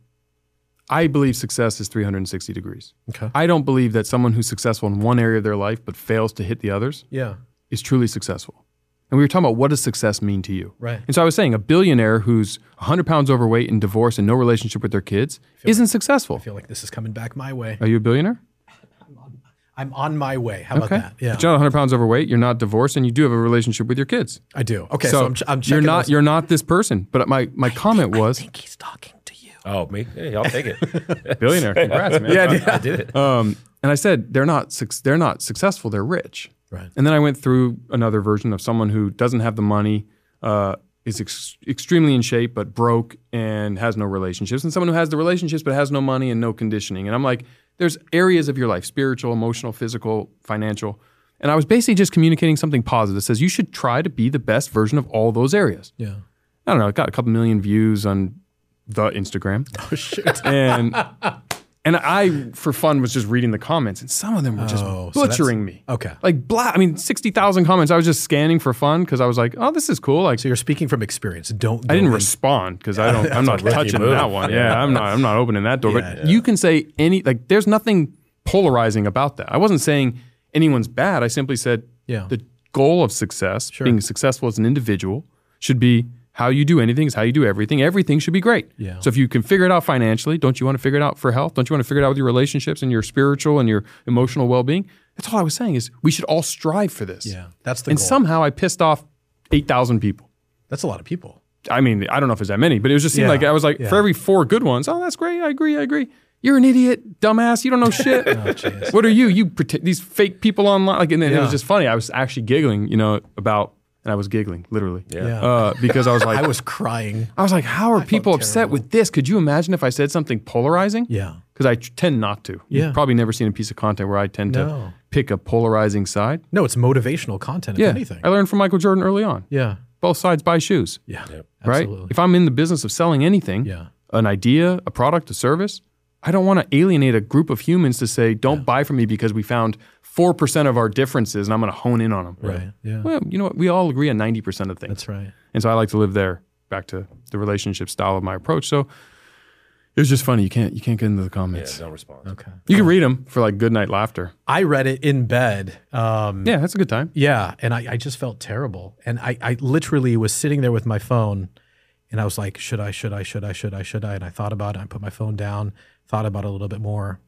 Speaker 4: I believe success is 360 degrees.
Speaker 3: Okay.
Speaker 4: I don't believe that someone who's successful in one area of their life but fails to hit the others
Speaker 3: Yeah.
Speaker 4: is truly successful. And we were talking about what does success mean to you?
Speaker 3: Right.
Speaker 4: And so I was saying a billionaire who's 100 pounds overweight and divorced and no relationship with their kids isn't successful.
Speaker 3: I feel like this is coming back my way.
Speaker 4: Are you a billionaire?
Speaker 3: I'm on my way. How about that? Yeah.
Speaker 4: But you're not 100 pounds overweight. You're not divorced, and you do have a relationship with your kids.
Speaker 3: I do. Okay. So, I'm, ch- I'm checking.
Speaker 4: you're not
Speaker 3: those-
Speaker 4: you're not this person. But my my comment
Speaker 3: I
Speaker 4: was
Speaker 3: think he's talking to you.
Speaker 2: Oh, me? Hey, I'll
Speaker 4: *laughs*
Speaker 2: take it.
Speaker 4: billionaire. Congrats, man.
Speaker 2: yeah, I, did- I did it.
Speaker 4: Um, and I said they're not suc- they're not successful. They're rich.
Speaker 3: Right.
Speaker 4: And then I went through another version of someone who doesn't have the money, uh, is ex- extremely in shape but broke and has no relationships, and someone who has the relationships but has no money and no conditioning. And I'm like, there's areas of your life spiritual, emotional, physical, financial. And I was basically just communicating something positive that says you should try to be the best version of all those areas.
Speaker 3: Yeah.
Speaker 4: I don't know, it got a couple million views on the Instagram.
Speaker 3: *laughs* Oh shit.
Speaker 4: And and I for fun was just reading the comments and some of them were just
Speaker 3: Oh, so that's-
Speaker 4: butchering me.
Speaker 3: Okay.
Speaker 4: Like blah, I mean 60,000 comments. I was just scanning for fun cuz I was like, "Oh, this is cool." Like
Speaker 3: So you're speaking from experience. Don't.
Speaker 4: I didn't respond
Speaker 3: *laughs*
Speaker 4: because I don't. I'm not touching
Speaker 2: move.
Speaker 4: that one. Yeah, I'm not. I'm not opening that door.
Speaker 3: Yeah,
Speaker 4: but you can say any. Like, there's nothing polarizing about that. I wasn't saying anyone's bad. I simply said
Speaker 3: Yeah.
Speaker 4: the goal of success, being successful as an individual, should be how you do anything is how you do everything. Everything should be great.
Speaker 3: Yeah.
Speaker 4: So if you can figure it out financially, don't you want to figure it out for health? Don't you want to figure it out with your relationships and your spiritual and your emotional well-being? That's all I was saying is we should all strive for this.
Speaker 3: Yeah. That's the
Speaker 4: And
Speaker 3: goal.
Speaker 4: somehow I pissed off eight thousand people.
Speaker 3: That's a lot of people.
Speaker 4: I mean, I don't know if it's that many, but it was just seemed
Speaker 3: Yeah.
Speaker 4: like I was like, for every four good ones, oh, that's great. I agree. I agree. You're an idiot, dumbass. You don't know
Speaker 3: *laughs*
Speaker 4: shit.
Speaker 3: Oh, jeez.
Speaker 4: what are you? You pretend these fake people online. Like, and then it
Speaker 3: Yeah.
Speaker 4: was just funny. I was actually giggling, you know, about, and I was giggling literally.
Speaker 3: Yeah.
Speaker 4: Uh, because I
Speaker 3: *laughs*
Speaker 4: was like,
Speaker 3: I was crying.
Speaker 4: I was like, how are people upset with this? Could you imagine if I said something polarizing?
Speaker 3: Yeah.
Speaker 4: Because I t- tend not to.
Speaker 3: Yeah.
Speaker 4: You've probably never seen a piece of content where I tend
Speaker 3: No.
Speaker 4: to pick a polarizing side.
Speaker 3: No, it's motivational content. If
Speaker 4: Yeah.
Speaker 3: anything.
Speaker 4: I learned from Michael Jordan early on.
Speaker 3: yeah.
Speaker 4: Both sides buy shoes
Speaker 3: Yeah.
Speaker 4: right?
Speaker 3: Absolutely.
Speaker 4: If I'm in the business of selling anything,
Speaker 3: Yeah.
Speaker 4: an idea, a product, a service, I don't want to alienate a group of humans to say, don't buy from me because we found 4% of our differences and I'm going to hone in on them.
Speaker 3: Right. Yeah.
Speaker 4: Well, you know what? We all agree on 90% of things.
Speaker 3: That's right.
Speaker 4: And so I like to live there back to the relationship style of my approach. So it was just funny. You can't, you can't get into the
Speaker 2: Yeah,
Speaker 4: comments.
Speaker 2: no response.
Speaker 3: Okay.
Speaker 4: You can read them for like good night laughter.
Speaker 3: I read it in bed. Um,
Speaker 4: Yeah, that's a good time.
Speaker 3: Yeah, and I, I just felt terrible. And I, I literally was sitting there with my phone and I was like, should I, should I, should I, should I, should I? And I thought about it. I put my phone down, thought about it a little bit more.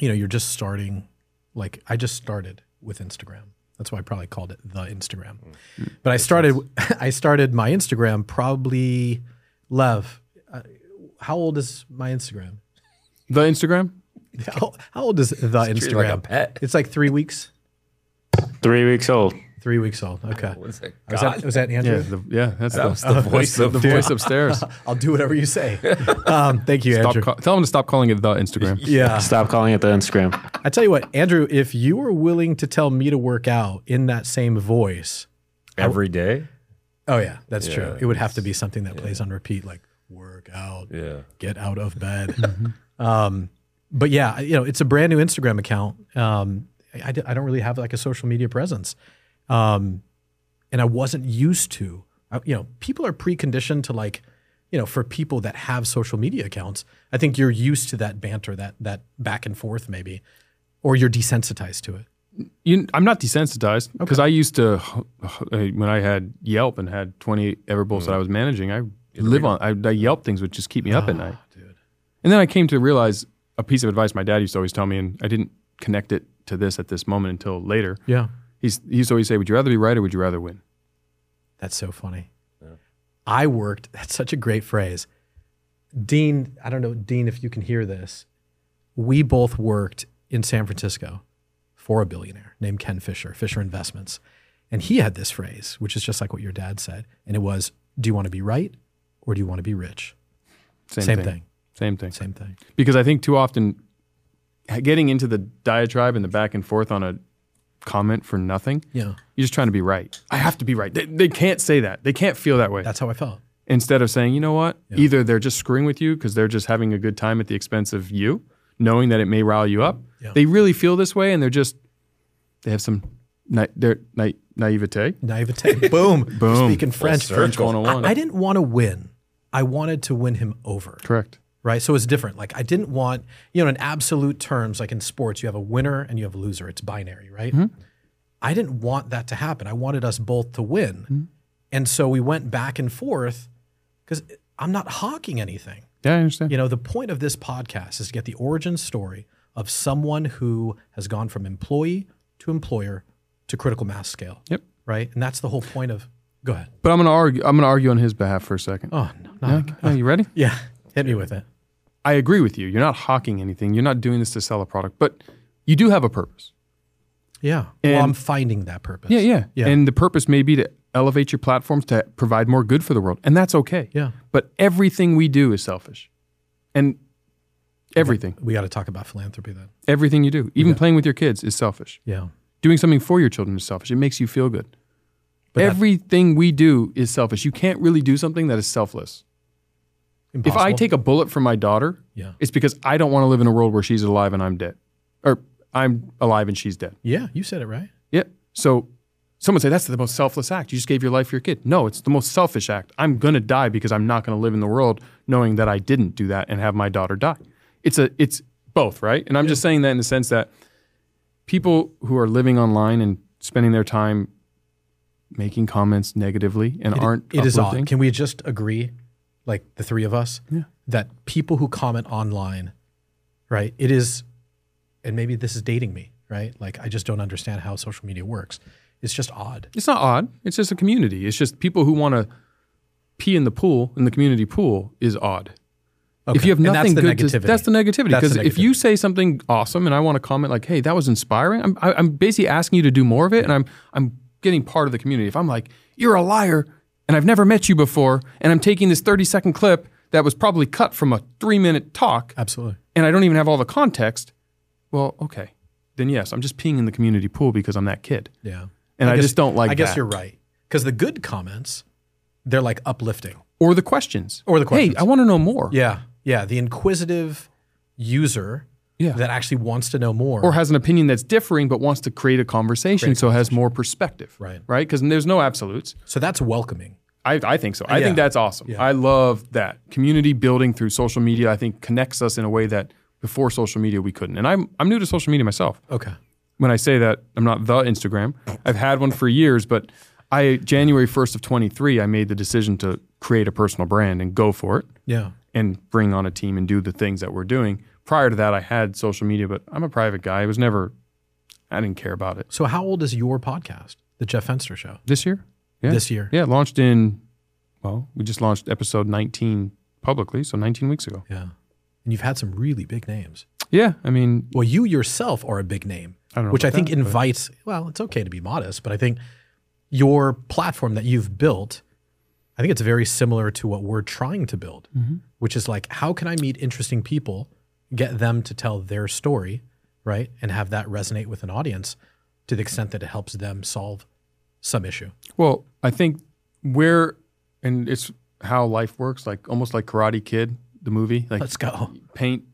Speaker 3: You know, you're just starting. Like, I just started with Instagram. That's why I probably called it the Instagram.
Speaker 2: Mm.
Speaker 3: But I started, *laughs* I started my Instagram probably, Lev, uh, how old is my
Speaker 2: *laughs*
Speaker 3: Instagram?
Speaker 4: The Instagram?
Speaker 3: How, how old is the
Speaker 2: Treat it like a
Speaker 3: Instagram?
Speaker 2: pet.
Speaker 3: It's like three weeks.
Speaker 1: Three weeks old.
Speaker 3: Three weeks old. Okay.
Speaker 2: What is that?
Speaker 3: Was that, was that Andrew?
Speaker 4: Yeah, the, yeah, that's the, *laughs*
Speaker 2: was the voice
Speaker 4: the,
Speaker 2: of
Speaker 4: the
Speaker 2: God.
Speaker 4: voice upstairs.
Speaker 3: I'll do whatever you say.
Speaker 4: *laughs*
Speaker 3: Um, thank you,
Speaker 4: Stop
Speaker 3: Andrew.
Speaker 4: ca- tell him to stop calling it the Instagram.
Speaker 3: yeah.
Speaker 1: Stop calling it the Instagram.
Speaker 3: I tell you what, Andrew, if you were willing to tell me to work out in that same voice,
Speaker 2: Every day?
Speaker 3: oh yeah, that's true. It would have to be something that plays on repeat, like work out,
Speaker 2: Yeah.
Speaker 3: get out of bed. um, but yeah, you know, it's a brand new Instagram account. Um, I, I d- I don't really have like a social media presence. Um, and I wasn't used to, I, you know, people are preconditioned to like, you know, for people that have social media accounts, I think you're used to that banter, that that back and forth maybe, or you're desensitized to it.
Speaker 4: You, I'm not desensitized because I used to uh, when I had Yelp and had 20 Everbowls
Speaker 3: Mm.
Speaker 4: that I was managing. I live on I, the Yelp things would just keep me up at night.
Speaker 3: Ah, dude.
Speaker 4: And then I came to realize a piece of advice my dad used to always tell me, and I didn't connect it to this at this moment until later.
Speaker 3: Yeah.
Speaker 4: He's, he used to always say, "Would you rather be right or would you rather win?"
Speaker 3: That's so funny. I worked, that's such a great phrase. Dean, I don't know, Dean, if you can hear this. We both worked in San Francisco for a billionaire named Ken Fisher, Fisher Investments. And he had this phrase, which is just like what your dad said. And it was, do you want to be right or do you want to be rich? Same thing.
Speaker 4: Same thing.
Speaker 3: Same thing.
Speaker 4: because I think too often getting into the diatribe and the back and forth on a comment for nothing,
Speaker 3: Yeah.
Speaker 4: you're just trying to be right. I have to be right. They, they can't say that. They can't feel that way.
Speaker 3: That's how I felt.
Speaker 4: Instead of saying, you know what, either they're just screwing with you because they're just having a good time at the expense of you, knowing that it may rile you up.
Speaker 3: Yeah.
Speaker 4: They really feel this way, and they're just they have some na- their na- naivete.
Speaker 3: Naivete. Boom.
Speaker 4: Boom.
Speaker 3: Speaking French.
Speaker 4: French 101.
Speaker 3: I didn't want to win. I wanted to win him over.
Speaker 4: Correct.
Speaker 3: right? So it's different. Like I didn't want, you know, in absolute terms, like in sports, you have a winner and you have a loser. It's binary, right? I didn't want that to happen. I wanted us both to win. And so we went back and forth because I'm not hawking anything.
Speaker 4: Yeah, I understand.
Speaker 3: You know, the point of this podcast is to get the origin story of someone who has gone from employee to employer to critical mass scale.
Speaker 4: Yep.
Speaker 3: Right. And that's the whole point of go ahead.
Speaker 4: But I'm gonna argue. I'm gonna argue on his behalf for a second.
Speaker 3: Oh no, not
Speaker 4: Yeah? Yeah, you ready?
Speaker 3: yeah. Hit me with it.
Speaker 4: I agree with you. You're not hawking anything. You're not doing this to sell a product, but you do have a purpose.
Speaker 3: Yeah. well,
Speaker 4: And-
Speaker 3: I'm finding that purpose.
Speaker 4: Yeah, yeah.
Speaker 3: Yeah.
Speaker 4: And the purpose may be to elevate your platforms to provide more good for the world. And that's okay.
Speaker 3: Yeah.
Speaker 4: But everything we do is selfish. And everything,
Speaker 3: We got to talk about philanthropy then.
Speaker 4: everything you do, even playing with your kids is selfish.
Speaker 3: Yeah.
Speaker 4: Doing something for your children is selfish. It makes you feel good.
Speaker 3: But that-
Speaker 4: everything we do is selfish. You can't really do something that is selfless.
Speaker 3: Impossible.
Speaker 4: If I take a bullet for my daughter,
Speaker 3: Yeah.
Speaker 4: it's because I don't want to live in a world where she's alive and I'm dead. Or I'm alive and she's dead.
Speaker 3: Yeah, you said it right.
Speaker 4: Yeah. So someone say that's the most selfless act. You just gave your life for your kid. No, it's the most selfish act. I'm gonna die because I'm not gonna live in the world knowing that I didn't do that and have my daughter die. It's a it's both, right? And I'm just saying that in the sense that people who are living online and spending their time making comments negatively and aren't
Speaker 3: It is
Speaker 4: uplifting-
Speaker 3: odd. Can we just agree, like the three of us, that people who comment online, right? It is, and maybe this is dating me, right? Like I just don't understand how social media works. It's just odd.
Speaker 4: It's not odd. It's just a community. It's just people who want to pee in the pool in the community pool is odd. If
Speaker 3: Okay.
Speaker 4: you have
Speaker 3: And that's
Speaker 4: nothing
Speaker 3: the
Speaker 4: good, to,
Speaker 3: negativity.
Speaker 4: that's the negativity.
Speaker 3: That's
Speaker 4: Because
Speaker 3: the
Speaker 4: if you say something awesome and I want to comment like, "Hey, that was inspiring," I'm I, I'm basically asking you to do more of it, and I'm I'm getting part of the community. If I'm like, "You're a liar," and I've never met you before, and I'm taking this 30 second clip that was probably cut from a three minute talk,
Speaker 3: Absolutely.
Speaker 4: and I don't even have all the context, well, okay, then yes, I'm just peeing in the community pool because I'm that kid,
Speaker 3: Yeah.
Speaker 4: and I,
Speaker 3: guess-
Speaker 4: just don't like.
Speaker 3: I guess
Speaker 4: that.
Speaker 3: you're right. Because the good comments, they're like uplifting.
Speaker 4: or the questions
Speaker 3: Or the questions.
Speaker 4: Hey, I want to know more.
Speaker 3: Yeah. Yeah. The inquisitive user
Speaker 4: Yeah.
Speaker 3: that actually wants to know more.
Speaker 4: Or has an opinion that's differing, but wants to create a conversation, so has more perspective.
Speaker 3: Right.
Speaker 4: Right. Because there's no absolutes.
Speaker 3: so that's welcoming.
Speaker 4: I, I think so. I
Speaker 3: Yeah.
Speaker 4: think that's awesome. I love that community building through social media. I think connects us in a way that before social media we couldn't. And I'm I'm new to social media myself.
Speaker 3: Okay.
Speaker 4: When I say that, I'm not the Instagram. I've had one for years, but I January 1st of 23, I made the decision to create a personal brand and go for it.
Speaker 3: Yeah.
Speaker 4: and bring on a team and do the things that we're doing. Prior to that, I had social media, but I'm a private guy. I was never, I didn't care about it.
Speaker 3: So how old is your podcast, The Jeff Fenster Show?
Speaker 4: This year? Yeah.
Speaker 3: This year.
Speaker 4: Yeah. Launched in, well, we just launched episode 19 publicly, so 19 weeks ago.
Speaker 3: Yeah. And you've had some really big names.
Speaker 4: Yeah. I mean,
Speaker 3: Well, you yourself are a big name,
Speaker 4: I don't know
Speaker 3: which I
Speaker 4: about
Speaker 3: think
Speaker 4: that,
Speaker 3: invites, well, it's okay to be modest, but I think your platform that you've built, I think it's very similar to what we're trying to build,
Speaker 4: Mm-hmm.
Speaker 3: which is like, how can I meet interesting people, get them to tell their story, right? And have that resonate with an audience to the extent that it helps them solve some issue.
Speaker 4: Well, I think where, and it's how life works, like almost like Karate Kid, the movie. Like
Speaker 3: Let's go.
Speaker 4: paint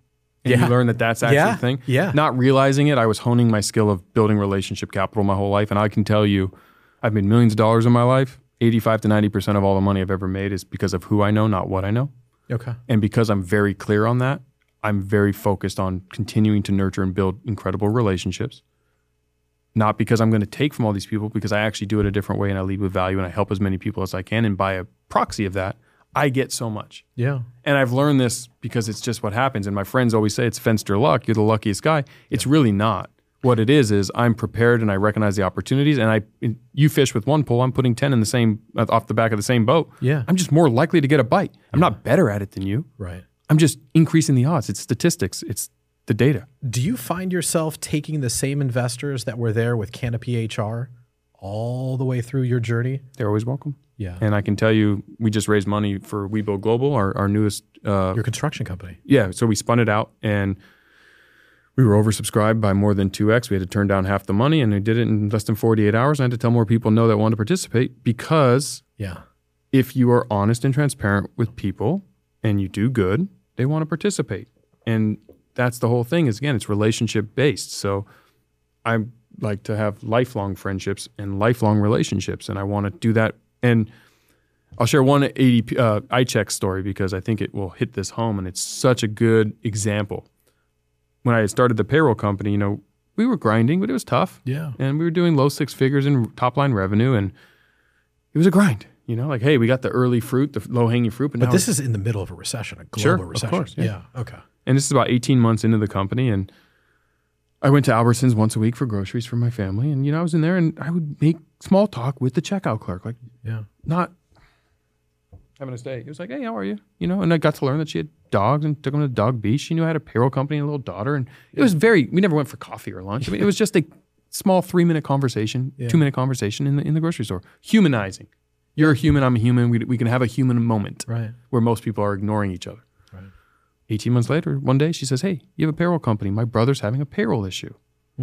Speaker 4: and
Speaker 3: Yeah.
Speaker 4: you learn that that's actually
Speaker 3: Yeah.
Speaker 4: a thing.
Speaker 3: Yeah.
Speaker 4: Not realizing it, I was honing my skill of building relationship capital my whole life. And I can tell you, I've made millions of dollars in my life. 85 to 90% of all the money I've ever made is because of who I know, not what I know.
Speaker 3: Okay.
Speaker 4: And because I'm very clear on that, I'm very focused on continuing to nurture and build incredible relationships. Not because I'm going to take from all these people, because I actually do it a different way and I lead with value and I help as many people as I can. And by a proxy of that, I get so much.
Speaker 3: Yeah.
Speaker 4: And I've learned this because it's just what happens. And my friends always say it's fenced your luck. You're the luckiest guy. It's really not. What it is is I'm prepared and I recognize the opportunities. And I, and you fish with one pole. I'm putting ten in the same uh, off the back of the same boat.
Speaker 3: Yeah.
Speaker 4: I'm just more likely to get a bite. I'm not better at it than you.
Speaker 3: Right.
Speaker 4: I'm just increasing the odds. It's statistics. It's the data.
Speaker 3: Do you find yourself taking the same investors that were there with Canopy HR all the way through your journey?
Speaker 4: They're always welcome.
Speaker 3: Yeah.
Speaker 4: And I can tell you, we just raised money for We Build Global, our, our newest uh,
Speaker 3: Your construction company.
Speaker 4: yeah, so we spun it out and we were oversubscribed by more than 2x. We had to turn down half the money and we did it in less than 48 hours. And I had to tell more people no that wanted to participate because
Speaker 3: Yeah.
Speaker 4: if you are honest and transparent with people and you do good, they want to participate. And that's the whole thing is again, it's relationship based. So I like to have lifelong friendships and lifelong relationships and I want to do that and I'll share one ADP uh, iCheck story because I think it will hit this home and it's such a good example. When I had started the payroll company, you know, we were grinding, but it was tough
Speaker 3: Yeah.
Speaker 4: and we were doing low six figures in top line revenue, and it was a grind. You know, like hey, we got the early fruit, the low hanging fruit, but,
Speaker 3: But
Speaker 4: now
Speaker 3: this is in the middle of a recession, a global
Speaker 4: Sure, of
Speaker 3: recession.
Speaker 4: course, yeah.
Speaker 3: Okay.
Speaker 4: and this is about 18 months into the company and i went to albertsons once a week for groceries for my family and you know i was in there and i would make small talk with the checkout clerk like
Speaker 3: Yeah.
Speaker 4: not having a stay it was like hey how are you you know and i got to learn that she had dogs and took them to dog beach she knew i had a payroll company and a little daughter and it was very we never went for coffee or lunch i mean it was just a small three minute conversation two minute conversation in the, in the grocery store humanizing you're a human i'm a human we, we can have a human moment
Speaker 3: Right.
Speaker 4: where most people are ignoring each other. 18 months later, one day she says, Hey, you have a payroll company. My brother's having a payroll issue.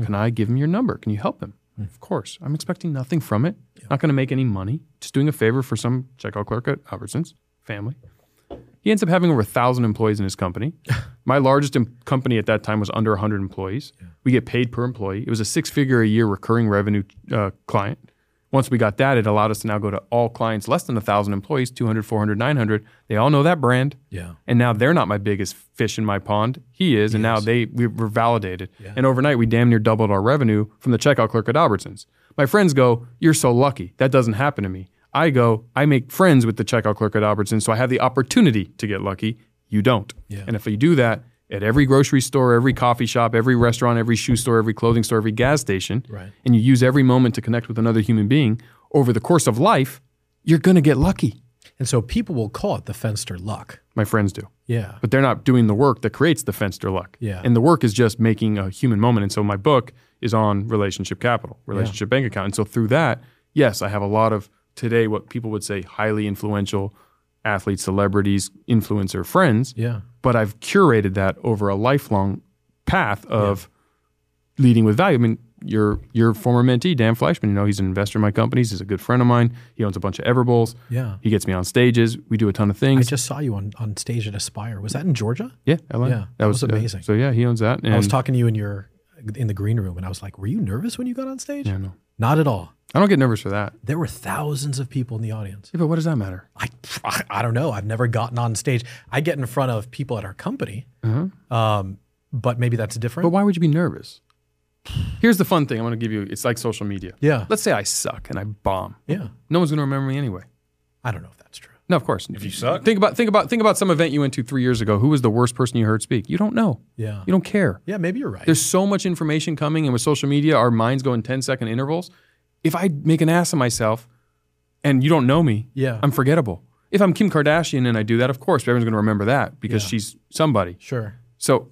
Speaker 4: Can I give him your number? Can you help him? Of course. I'm expecting nothing from it. Not going to make any money. Just doing a favor for some checkout clerk at Albertsons family. He ends up having over a thousand employees in his company. My largest em- company at that time was under 100 employees. We get paid per employee. It was a six figure a year recurring revenue uh, client. Once we got that, it allowed us to now go to all clients less than 1,000 employees 200, 400, 900. They all know that brand.
Speaker 3: Yeah.
Speaker 4: And now they're not my biggest fish in my pond. He is, and now they we were validated. And overnight, we damn near doubled our revenue from the checkout clerk at Albertsons. My friends go, "You're so lucky. That doesn't happen to me." I go, "I make friends with the checkout clerk at Albertsons, so I have the opportunity to get lucky. You don't.
Speaker 3: Yeah.
Speaker 4: And if you do that at every grocery store, every coffee shop, every restaurant, every shoe store, every clothing store, every gas station,
Speaker 3: Right.
Speaker 4: and you use every moment to connect with another human being over the course of life, you're gonna get lucky."
Speaker 3: And so people will call it the fenster luck.
Speaker 4: My friends do
Speaker 3: Yeah.
Speaker 4: but they're not doing the work that creates the fenster luck.
Speaker 3: Yeah.
Speaker 4: And the work is just making a human moment. And so my book is on relationship capital, relationship bank account. And so through that, yes, I have a lot of today what people would say highly influential athletes, celebrities, influencer friends,
Speaker 3: Yeah.
Speaker 4: but I've curated that over a lifelong path of leading with value. I mean, your your former mentee, Dan Fleischman, you know, he's an investor in my companies, he's a good friend of mine. He owns a bunch of Everbowls.
Speaker 3: Yeah.
Speaker 4: He gets me on stages. We do a ton of
Speaker 3: I
Speaker 4: things.
Speaker 3: just saw you on, on stage at Aspire. Was that in Georgia?
Speaker 4: Yeah, LA.
Speaker 3: Yeah, that was
Speaker 4: uh,
Speaker 3: amazing.
Speaker 4: so yeah, he owns that. And
Speaker 3: I was talking to you in your in the green room and I was like, were you nervous when you got on stage?
Speaker 4: Yeah, no.
Speaker 3: Not at all.
Speaker 4: I don't get nervous for that.
Speaker 3: There were thousands of people in the audience.
Speaker 4: Yeah, but what does that matter?
Speaker 3: I, I don't know. I've never gotten on stage. I get in front of people at our company, um, but maybe that's different.
Speaker 4: Uh-huh. But why would you be nervous? Here's the fun thing. I'm going to give you. It's like social media.
Speaker 3: yeah,
Speaker 4: Let's say I suck and I bomb.
Speaker 3: yeah.
Speaker 4: No one's going to remember me anyway.
Speaker 3: I don't know if that's true.
Speaker 4: No, of course. If
Speaker 2: you suck.
Speaker 4: think about think about think about some event you went to three years ago. Who was the worst person you heard speak? You don't know.
Speaker 3: Yeah,
Speaker 4: You don't care.
Speaker 3: yeah. Maybe you're right.
Speaker 4: There's so much information coming, and with social media, our minds go in 10 second intervals. If I make an ass of myself, and you don't know me,
Speaker 3: Yeah.
Speaker 4: I'm forgettable. If I'm Kim Kardashian and I do that, of course, everyone's going to remember that because she's somebody.
Speaker 3: sure.
Speaker 4: So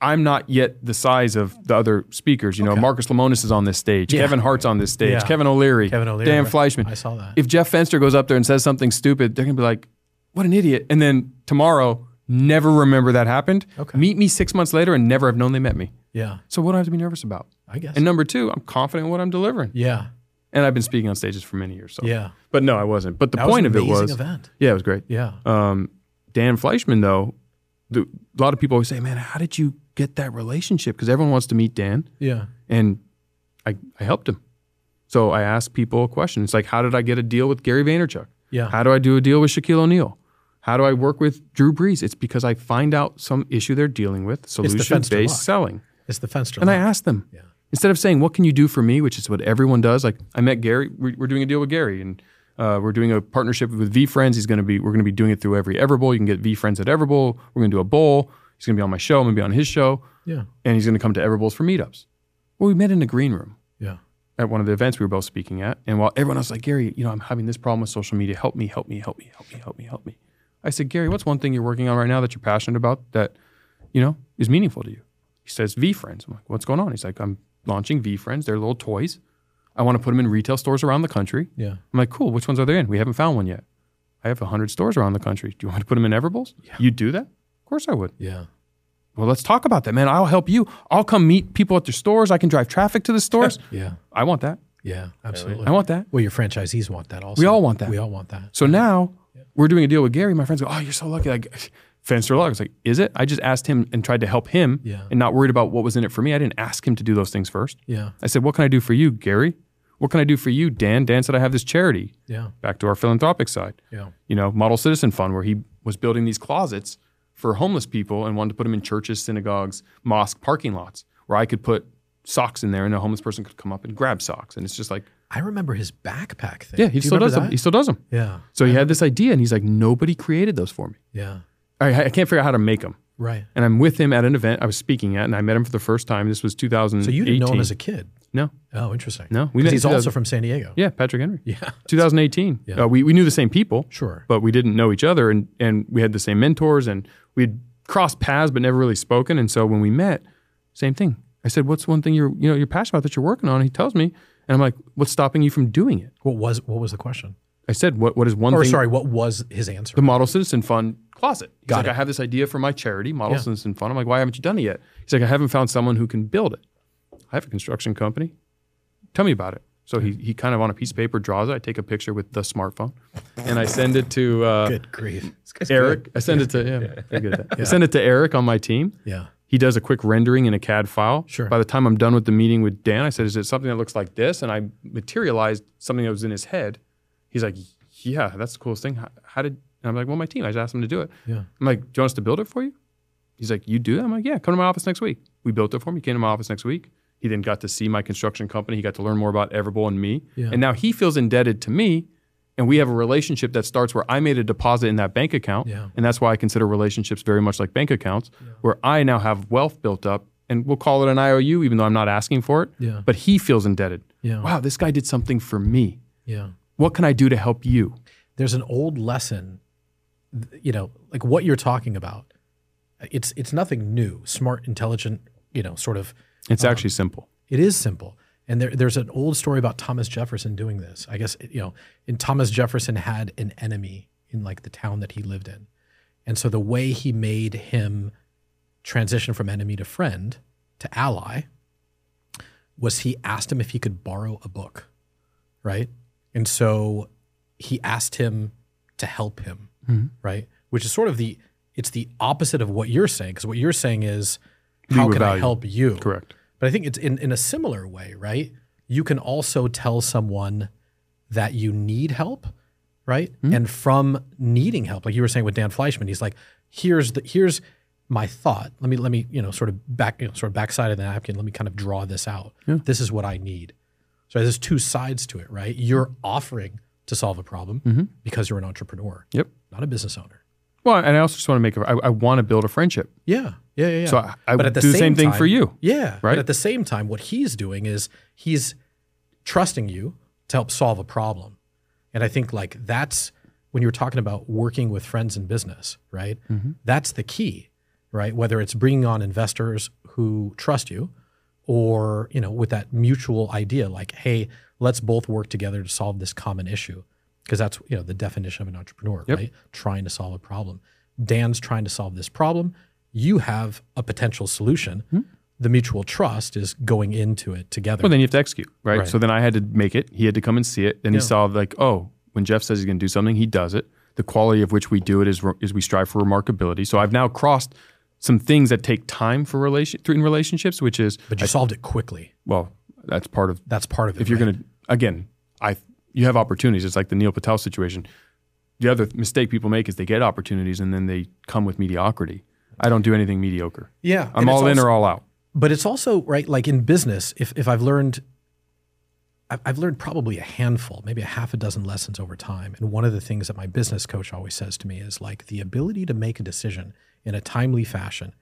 Speaker 4: I'm not yet the size of the other speakers. You know, Marcus Lemonis is on this stage. Kevin Hart's on this stage.
Speaker 3: Yeah.
Speaker 4: Kevin O'Leary.
Speaker 3: Kevin O'Leary,
Speaker 4: Dan
Speaker 3: right.
Speaker 4: Fleischman.
Speaker 3: I saw that.
Speaker 4: If Jeff Fenster goes up there and says something stupid, they're gonna be like, "What an idiot!" And then tomorrow, never remember that happened.
Speaker 3: Okay.
Speaker 4: Meet me six months later and never have known they met me.
Speaker 3: Yeah,
Speaker 4: So what do I have to be nervous about?
Speaker 3: I guess.
Speaker 4: And number two, I'm confident in what I'm delivering.
Speaker 3: yeah,
Speaker 4: And I've been speaking on stages for many years. So.
Speaker 3: yeah.
Speaker 4: But no, I wasn't. But the
Speaker 3: That
Speaker 4: point
Speaker 3: was an
Speaker 4: of it
Speaker 3: amazing
Speaker 4: was, uh,
Speaker 3: event.
Speaker 4: yeah, it was great.
Speaker 3: Yeah,
Speaker 4: Um, Dan Fleischman, though, the, a lot of people always say, man, how did you get that relationship? Because everyone wants to meet Dan,
Speaker 3: yeah,
Speaker 4: and I, I helped him. So I asked people a question. It's like, how did I get a deal with Gary Vaynerchuk?
Speaker 3: yeah.
Speaker 4: How do I do a deal with Shaquille O'Neal? How do I work with Drew Brees? It's because I find out some issue they're dealing with, solution
Speaker 3: fence to luck.
Speaker 4: based selling.
Speaker 3: it's the fence
Speaker 4: And I asked them instead of saying, "What can you do for me?" which is what everyone does. Like I met Gary. We're, we're doing a deal with Gary, and uh, we're doing a partnership with V Friends. He's going to be. We're going to be doing it through every Everbowl. You can get V Friends at Everbowl. We're going to do a bowl. He's going to be on my show. I'm going to be on his show,
Speaker 3: yeah,
Speaker 4: and he's going to come to Everbowls for meetups. Well, we met in a green room
Speaker 3: yeah,
Speaker 4: at one of the events we were both speaking at, and while everyone else was like, "Gary, you know, I'm having this problem with social media. Help me, help me, help me, help me, help me, help me." I said, "Gary, what's one thing you're working on right now that you're passionate about that, you know, is meaningful to you?" He says, "V Friends." I'm like, "What's going on?" He's like, "I'm launching V Friends. They're little toys. I want to put them in retail stores around the country."
Speaker 3: yeah.
Speaker 4: I'm like, "Cool. Which ones are they in? We haven't found one yet. I have 100 stores around the country. Do you want to put them in Everbowls? You do that? Of course I would."
Speaker 3: Yeah.
Speaker 4: Well, let's talk about that, man. I'll help you. I'll come meet people at their stores. I can drive traffic to the stores.
Speaker 3: *laughs* Yeah.
Speaker 4: I want that.
Speaker 3: Yeah. Absolutely.
Speaker 4: I want that.
Speaker 3: well, your franchisees want that also.
Speaker 4: We all want that.
Speaker 3: We all want that.
Speaker 4: So now we're doing a deal with Gary. My friends go, "Oh, you're so lucky!" Like, *laughs* fencer luck. It's like, is it? I just asked him and tried to help him,
Speaker 3: Yeah.
Speaker 4: and not worried about what was in it for me. I didn't ask him to do those things first.
Speaker 3: Yeah.
Speaker 4: I said, "What can I do for you, Gary? What can I do for you, Dan?" Dan said, "I have this charity."
Speaker 3: Yeah.
Speaker 4: Back to our philanthropic side,
Speaker 3: Yeah.
Speaker 4: you know, Model Citizen Fund, where he was building these closets for homeless people and wanted to put them in churches, synagogues, mosque parking lots, where I could put socks in there, and a homeless person could come up and grab socks. And it's just like,
Speaker 3: I remember his backpack thing.
Speaker 4: yeah, he
Speaker 3: Do you
Speaker 4: still does
Speaker 3: remember
Speaker 4: them. He still does them.
Speaker 3: that? Yeah.
Speaker 4: So he had this idea, and he's like, nobody created those for me.
Speaker 3: Yeah.
Speaker 4: I, I can't figure out how to make them.
Speaker 3: Right.
Speaker 4: And I'm with him at an event I was speaking at, and I met him for the first time. This was 2018.
Speaker 3: So you didn't know him as a kid.
Speaker 4: no,
Speaker 3: Oh, interesting.
Speaker 4: No, we
Speaker 3: because
Speaker 4: met
Speaker 3: he's
Speaker 4: in
Speaker 3: also
Speaker 4: 2000.
Speaker 3: from San Diego.
Speaker 4: yeah, Patrick Henry.
Speaker 3: Yeah. *laughs*
Speaker 4: 2018. Uh, we we knew the same people,
Speaker 3: Sure.
Speaker 4: but we didn't know each other, and and we had the same mentors, and we'd crossed paths but never really spoken. And so when we met, same thing. I said, "What's one thing you're you know you're passionate about that you're working on?" And he tells me, and I'm like, "What's stopping you from doing it?"
Speaker 3: What was what was the question?
Speaker 4: I said, "What what is one
Speaker 3: Or
Speaker 4: thing?"
Speaker 3: sorry, what was his answer?
Speaker 4: the Model Citizen Fund closet. He's
Speaker 3: Got
Speaker 4: like,
Speaker 3: it.
Speaker 4: I have this idea for my charity, Model Citizen Fund. I'm like, why haven't you done it yet? He's like, I haven't found someone who can build it. I have a construction company. Tell me about it. So he, he kind of on a piece of paper draws it. I take a picture with the smartphone and I send it to uh,
Speaker 3: Good grief.
Speaker 4: Eric. I send it to yeah, very good
Speaker 3: *laughs*
Speaker 4: at that. I send it to Eric on my team.
Speaker 3: Yeah.
Speaker 4: He does a quick rendering in a CAD file.
Speaker 3: Sure.
Speaker 4: By the time I'm done with the meeting with Dan, I said, "Is it something that looks like this?" And I materialized something that was in his head. He's like, "Yeah, that's the coolest thing. How, how did?" And I'm like, "Well, my team. I just asked them to do it."
Speaker 3: Yeah.
Speaker 4: I'm like, "Do you want us to build it for you?" He's like, "You do that?" I'm like, "Yeah, come to my office next week." We built it for him. He came to my office next week. He then got to see my construction company. He got to learn more about Everbull and me.
Speaker 3: Yeah.
Speaker 4: And now he feels indebted to me. And we have a relationship that starts where I made a deposit in that bank account.
Speaker 3: Yeah.
Speaker 4: And that's why I consider relationships very much like bank accounts, where I now have wealth built up. And we'll call it an IOU, even though I'm not asking for it.
Speaker 3: Yeah.
Speaker 4: But he feels indebted.
Speaker 3: Yeah.
Speaker 4: Wow, this guy did something for me.
Speaker 3: Yeah.
Speaker 4: What can I do to help you?
Speaker 3: there's an old lesson th- you know like what you're talking about it's it's nothing new smart intelligent you know sort of
Speaker 4: It's actually simple.
Speaker 3: it is simple and there, there's an old story about thomas jefferson doing this i guess you know and thomas jefferson had an enemy in like the town that he lived in and so the way he made him transition from enemy to friend to ally was he asked him if he could borrow a book, right? And so he asked him to help him, right? Which is sort of the it's the opposite of what you're saying because what you're saying is how
Speaker 4: were
Speaker 3: can I
Speaker 4: valued.
Speaker 3: help you?
Speaker 4: Correct.
Speaker 3: But I think it's in in a similar way, right? You can also tell someone that you need help, right?
Speaker 4: Hmm?
Speaker 3: And from needing help, like you were saying with Dan Fleischman, he's like, here's the here's my thought. Let me let me you know sort of back you know, sort of backside of the napkin. Let me kind of draw this out. This is what I need. So there's two sides to it, right? You're offering to solve a problem because you're an entrepreneur,
Speaker 4: Mm-hmm. Yep.
Speaker 3: not a business owner.
Speaker 4: Well, and I also just want to make, a, I, I want to build a friendship.
Speaker 3: Yeah, yeah, yeah. yeah.
Speaker 4: So I- I would do the same thing for you.
Speaker 3: Yeah, But
Speaker 4: Right?
Speaker 3: at the same time, what he's doing is he's trusting you to help solve a problem, and I think like
Speaker 4: Mm-hmm.
Speaker 3: that's when you were talking about working with friends in business, right? That's the key, right? Whether it's bringing on investors who trust you or, you know, with that mutual idea like, hey, let's both work together to solve this common issue. Because that's, you know, the definition of an entrepreneur,
Speaker 4: Yep.
Speaker 3: right? Trying to solve a problem. Dan's trying to solve this problem. You have a potential solution. The mutual trust is going into it together.
Speaker 4: Hmm. Well, then you have to execute, right?
Speaker 3: Right.
Speaker 4: So then I had to make it. He had to come and see it. Then he saw like, oh, when Jeff says he's going to do something, he does it. The quality of which we do it is re- is we strive for remarkability. So I've now crossed some things that take time for relation in relationships, which is
Speaker 3: but you solved it quickly.
Speaker 4: well, that's part of
Speaker 3: That's part of it.
Speaker 4: if you're
Speaker 3: right?
Speaker 4: going to again, I you have opportunities. It's like the Neil Patel situation. The other mistake people make is they get opportunities and then they come with mediocrity. I don't do anything mediocre.
Speaker 3: Yeah,
Speaker 4: I'm
Speaker 3: and it's
Speaker 4: all in
Speaker 3: also-
Speaker 4: or all out.
Speaker 3: but it's also right like in business if, if i've learned I've- i've learned probably a handful maybe a half a dozen lessons over time and one of the things that my business coach always says to me is like the ability to make a decision in a timely fashion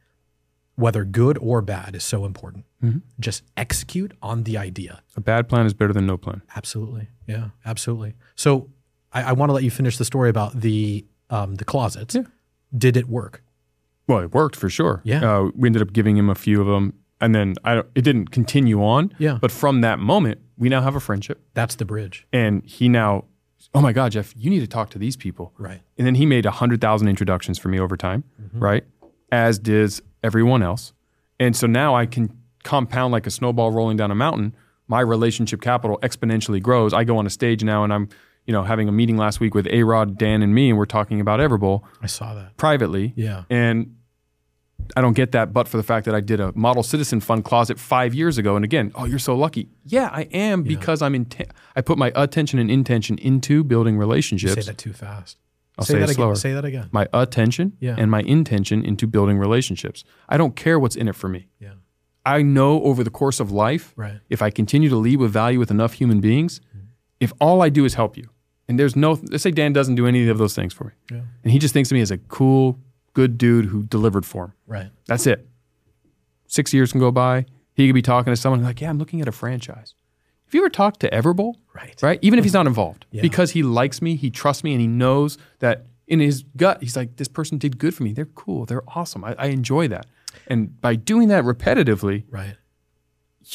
Speaker 3: whether good or bad is so important just execute on the idea
Speaker 4: A bad plan is better than no plan.
Speaker 3: absolutely yeah absolutely so i, I want to let you finish the story about the um, the closets did it work
Speaker 4: Well, it worked for sure.
Speaker 3: Yeah.
Speaker 4: Uh, we ended up giving him a few of them, and then I don't, it didn't continue on.
Speaker 3: Yeah.
Speaker 4: But from that moment, we now have a friendship,
Speaker 3: that's the bridge
Speaker 4: and he now, oh my God, Jeff, you need to talk to these people.
Speaker 3: right Mm-hmm.
Speaker 4: And then he made hundred thousand introductions for me over time, right? As does everyone else, and so now I can compound like a snowball rolling down a mountain. My relationship capital exponentially grows. I go on a stage now, and I'm, you know, having a meeting last week with A Rod, Dan, and me, and we're talking about Everbowl
Speaker 3: i saw that
Speaker 4: privately.
Speaker 3: yeah
Speaker 4: And I don't get that, but for the fact that I did a model citizen fund closet five years ago. And again, oh, you're so lucky. Yeah, I am because I'm intent. I put my attention and intention into building relationships.
Speaker 3: say that too fast
Speaker 4: I'll say it
Speaker 3: that again.
Speaker 4: slower.
Speaker 3: Say that again.
Speaker 4: My attention
Speaker 3: Yeah.
Speaker 4: and my intention into building relationships. I don't care what's in it for me.
Speaker 3: Yeah.
Speaker 4: I know over the course of life,
Speaker 3: Right. Mm-hmm.
Speaker 4: if I continue to lead with value with enough human beings, if all I do is help you, and there's no, let's say Dan doesn't do any of those things for me,
Speaker 3: Yeah.
Speaker 4: and he just thinks of me as a cool, good dude who delivered for him.
Speaker 3: Right.
Speaker 4: That's it. Six years can go by. He could be talking to someone like, "Yeah, I'm looking at a franchise." Have you ever talked to Everbowl?
Speaker 3: Right.
Speaker 4: Right. Even if he's not involved,
Speaker 3: Yeah.
Speaker 4: because he likes me, he trusts me, and he knows that in his gut, he's like, "This person did good for me. They're cool. They're awesome. I, I enjoy that." And by doing that repetitively,
Speaker 3: Right.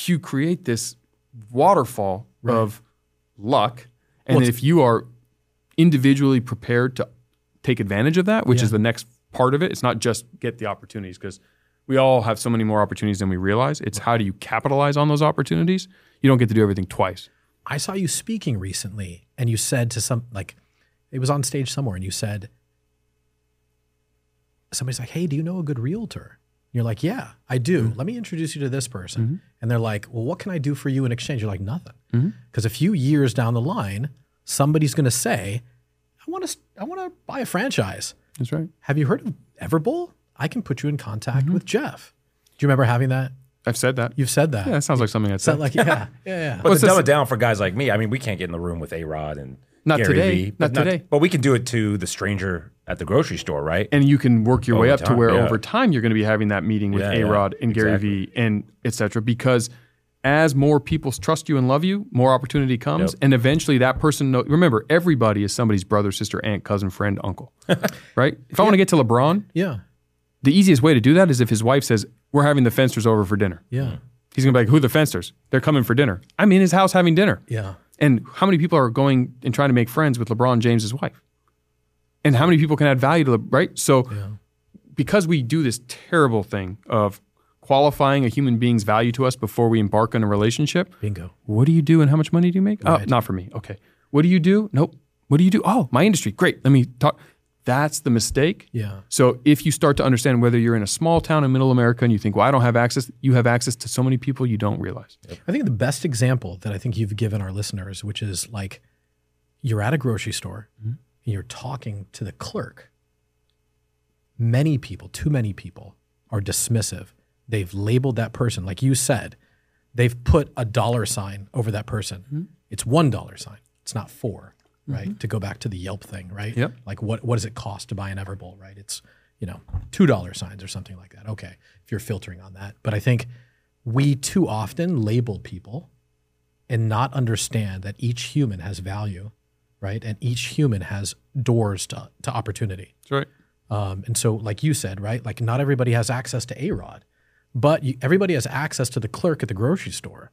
Speaker 4: you create this waterfall of luck. And if you are individually prepared to take advantage of that, which is the next part of it, it's not just get the opportunities because we all have so many more opportunities than we realize. It's how do you capitalize on those opportunities? You don't get to do everything twice.
Speaker 3: I saw you speaking recently and you said to some like it was on stage somewhere and you said somebody's like, "Hey, do you know a good realtor?" And you're like, "Yeah, I do. Let me introduce you to this person." And they're like, "Well, what can I do for you in exchange?" You're like, "Nothing." Cuz a few years down the line, somebody's going to say, "I want to I want to buy a franchise.
Speaker 4: That's right.
Speaker 3: Have you heard of Everbull? I can put you in contact with Jeff." Do you remember having that?
Speaker 4: I've said that.
Speaker 3: You've said that.
Speaker 4: yeah, that sounds like something I'd
Speaker 3: Is
Speaker 4: say.
Speaker 3: that like *laughs* yeah, yeah, yeah.
Speaker 2: But
Speaker 4: What's
Speaker 2: to
Speaker 4: this-
Speaker 2: dumb it down for guys like me, I mean, we can't get in the room with A Rod and
Speaker 4: Not
Speaker 2: Gary
Speaker 4: today.
Speaker 2: Vee, but
Speaker 4: Not today.
Speaker 2: But we can do it to the stranger at the grocery store, right?
Speaker 4: and you can work your way
Speaker 2: Over
Speaker 4: up to
Speaker 2: time,
Speaker 4: where
Speaker 2: yeah.
Speaker 4: over time you're going to be having that meeting with
Speaker 2: Yeah,
Speaker 4: A
Speaker 2: yeah,
Speaker 4: Rod and Gary Vee and et cetera. Because as more people trust you and love you, more opportunity comes, and eventually that person. Know, remember, everybody is somebody's brother, sister, aunt, cousin, friend,
Speaker 2: *laughs*
Speaker 4: uncle, right? If I want to get to LeBron,
Speaker 3: yeah.
Speaker 4: the easiest way to do that is if his wife says, "We're having the Fensters over for dinner."
Speaker 3: Yeah.
Speaker 4: He's going to be like, "Who are the Fensters? They're coming for dinner. I'm in his house having dinner."
Speaker 3: Yeah.
Speaker 4: And how many people are going and trying to make friends with LeBron James's wife? And how many people can add value to Le- right? So because we do this terrible thing of qualifying a human being's value to us before we embark on a relationship,
Speaker 3: Bingo.
Speaker 4: what do you do and how much money do you make? Oh, not for me. Okay. What do you do? Nope. What do you do? Oh, my industry. Great. Let me talk. That's the mistake.
Speaker 3: Yeah.
Speaker 4: So if you start to understand whether you're in a small town in middle America and you think, well, I don't have access, you have access to so many people you don't realize.
Speaker 3: I think the best example that I think you've given our listeners, which is like you're at a grocery store and you're talking to the clerk. Many people, too many people, are dismissive. They've labeled that person, like you said, they've put a dollar sign over that person. It's one dollar sign. It's not four, right? To go back to the Yelp thing, right?
Speaker 4: Yep.
Speaker 3: Like what what does it cost to buy an Everbowl, right? It's you know two dollar signs or something like that. Okay, if you're filtering on that, but I think we too often label people and not understand that each human has value, right? And each human has doors to, to opportunity
Speaker 4: That's right.
Speaker 3: Um, and so, like you said, right? Like, not everybody has access to A Rod, but you, everybody has access to the clerk at the grocery store,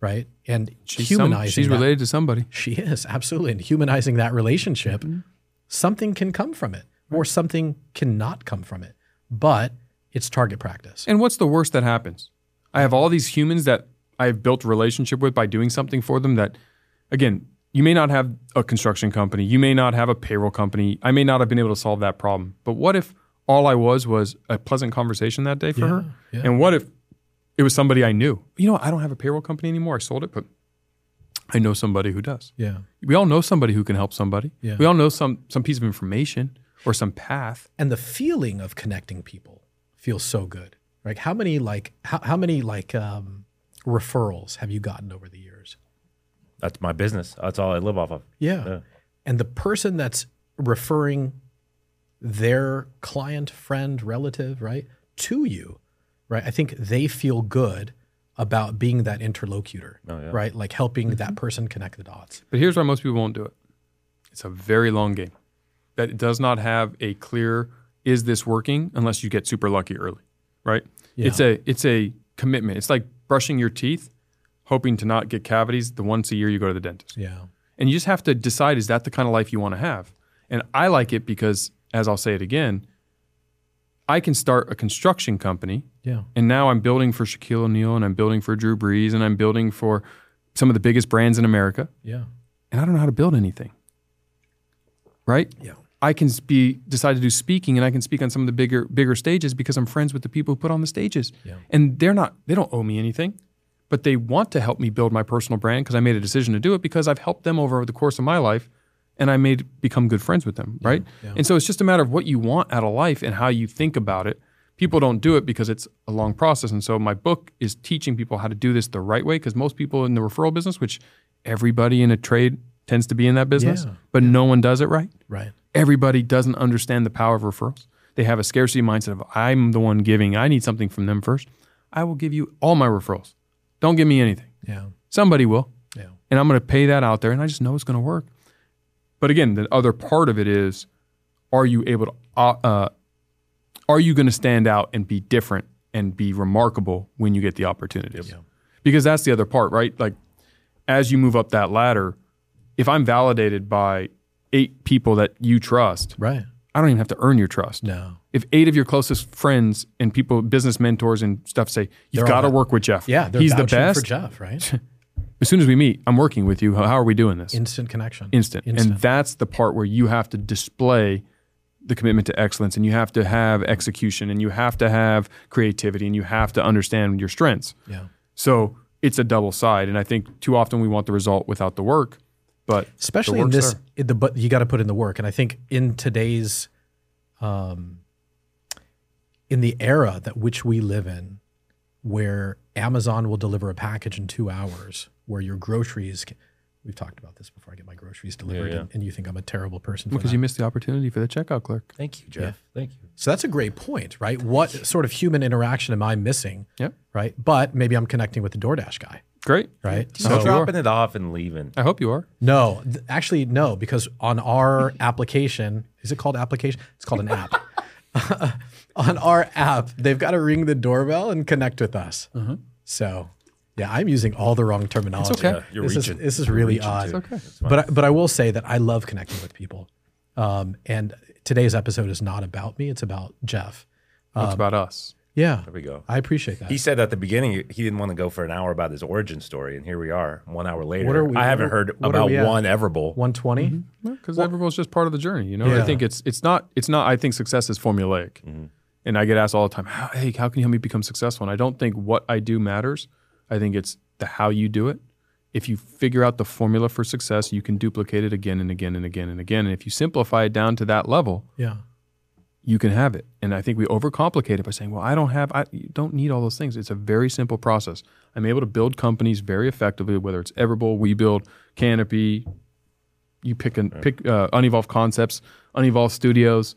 Speaker 3: right? And
Speaker 4: She's, some-
Speaker 3: humanizing.
Speaker 4: she's
Speaker 3: that-
Speaker 4: related to somebody.
Speaker 3: She is, absolutely. And humanizing that relationship,
Speaker 4: Mm-hmm.
Speaker 3: something can come from it or something cannot come from it, but it's target practice.
Speaker 4: And what's the worst that happens? I have all these humans that I've built relationship with by doing something for them that again, you may not have a construction company, you may not have a payroll company. I may not have been able to solve that problem. But what if all I was was a pleasant conversation that day for her? And what if it was somebody I knew? You know, I don't have a payroll company anymore. I sold it, but I know somebody who does.
Speaker 3: Yeah.
Speaker 4: We all know somebody who can help somebody.
Speaker 3: Yeah.
Speaker 4: We all know some some piece of information or some path.
Speaker 3: and the feeling of connecting people feels so good. Like how many like how, how many like um, referrals have you gotten over the years?
Speaker 2: That's my business. That's all I live off of.
Speaker 3: Yeah. And the person that's referring their client, friend, relative, right, to you, right? I think they feel good about being that interlocutor, right? Like helping that person connect the dots.
Speaker 4: But here's why most people won't do it. It's a very long game that does not have a clear is this working unless you get super lucky early, right? It's a it's a commitment. It's like brushing your teeth, hoping to not get cavities the once a year you go to the dentist.
Speaker 3: Yeah.
Speaker 4: And you just have to decide is that the kind of life you want to have? And I like it because as I'll say it again, I can start a construction company
Speaker 3: Yeah.
Speaker 4: and now I'm building for Shaquille O'Neal and I'm building for Drew Brees and I'm building for some of the biggest brands in America
Speaker 3: Yeah.
Speaker 4: and I don't know how to build anything. Right?
Speaker 3: Yeah.
Speaker 4: I can be decide to do speaking and I can speak on some of the bigger bigger stages because I'm friends with the people who put on the stages.
Speaker 3: Yeah.
Speaker 4: And they're not they don't owe me anything, but they want to help me build my personal brand because I made a decision to do it because I've helped them over the course of my life and I made become good friends with them, right? And so it's just a matter of what you want out of life and how you think about it. People don't do it because it's a long process. And so my book is teaching people how to do this the right way because most people in the referral business, which everybody in a trade tends to be in that business,
Speaker 3: Yeah.
Speaker 4: but no one does it right
Speaker 3: Right.
Speaker 4: everybody doesn't understand the power of referrals. They have a scarcity mindset of I'm the one giving, I need something from them first. I will give you all my referrals. Don't give me anything.
Speaker 3: Yeah.
Speaker 4: Somebody will.
Speaker 3: Yeah.
Speaker 4: And I'm going to pay that out there and I just know it's going to work. But again, the other part of it is are you able to uh, uh, are you going to stand out and be different and be remarkable when you get the opportunities? Because that's the other part, right? Like as you move up that ladder, if I'm validated by eight people that you trust,
Speaker 3: Right.
Speaker 4: I don't even have to earn your trust.
Speaker 3: No.
Speaker 4: If eight of your closest friends and people, business mentors and stuff say, you've
Speaker 3: They're
Speaker 4: got to
Speaker 3: all-
Speaker 4: work with Jeff.
Speaker 3: Yeah. they're
Speaker 4: He's the
Speaker 3: vouching
Speaker 4: best.
Speaker 3: for Jeff, right? *laughs*
Speaker 4: as soon as we meet, I'm working with you. How, how are we doing this?
Speaker 3: Instant connection.
Speaker 4: Instant.
Speaker 3: Instant.
Speaker 4: And that's the part where you have to display the commitment to excellence and you have to have execution and you have to have creativity and you have to understand your strengths.
Speaker 3: yeah.
Speaker 4: So it's a double side. And I think too often we want the result without the work. But
Speaker 3: especially
Speaker 4: the
Speaker 3: in
Speaker 4: work's
Speaker 3: this
Speaker 4: there.
Speaker 3: in the but you got to put in the work and i think in today's um in the era that which we live in where amazon will deliver a package in 2 hours where your groceries ca- we've talked about this before i get my groceries delivered And, and you think i'm a terrible person for
Speaker 4: because
Speaker 3: that.
Speaker 4: you missed the opportunity for the checkout clerk.
Speaker 2: Thank you, Jeff. Thank you.
Speaker 3: so that's a great point right what sort of human interaction am i missing
Speaker 4: Yep.
Speaker 3: right but maybe i'm connecting with the DoorDash guy
Speaker 4: Great.
Speaker 3: right
Speaker 2: So
Speaker 4: you
Speaker 2: dropping it off and leaving.
Speaker 4: I hope you are.
Speaker 3: No, th- actually, no, because on our application, is it called application? It's called an app. *laughs* on our app, they've got to ring the doorbell and connect with us. So, yeah, I'm using all the wrong terminology.
Speaker 4: okay. Yeah,
Speaker 2: you're
Speaker 3: this
Speaker 2: reaching.
Speaker 3: Is, this is really odd. But I, but I will say that I love connecting with people. Um, and today's episode is not about me; it's about Jeff.
Speaker 4: It's about us.
Speaker 3: Yeah,
Speaker 2: There we go.
Speaker 3: I appreciate that.
Speaker 2: He said at the beginning he didn't want to go for an hour about his origin story, and here we are, one hour later.
Speaker 3: What are we-
Speaker 2: I haven't heard
Speaker 3: what are
Speaker 2: about
Speaker 3: we at?
Speaker 2: one Everbull.
Speaker 3: One
Speaker 4: because everyone's just part of the journey. You know,
Speaker 3: Yeah.
Speaker 4: I think it's it's not it's not. I think success is formulaic, and I get asked all the time, how, "Hey, how can you help me become successful?" And I don't think what I do matters. I think it's the how you do it. If you figure out the formula for success, you can duplicate it again and again and again and again. And if you simplify it down to that level,
Speaker 3: Yeah,
Speaker 4: you can have it. And I think we overcomplicate it by saying, "Well, I don't have, I you don't need all those things." It's a very simple process. I'm able to build companies very effectively, whether it's Everbull, We Build, Canopy. You pick and pick uh, Unevolve Concepts, Unevolve Studios.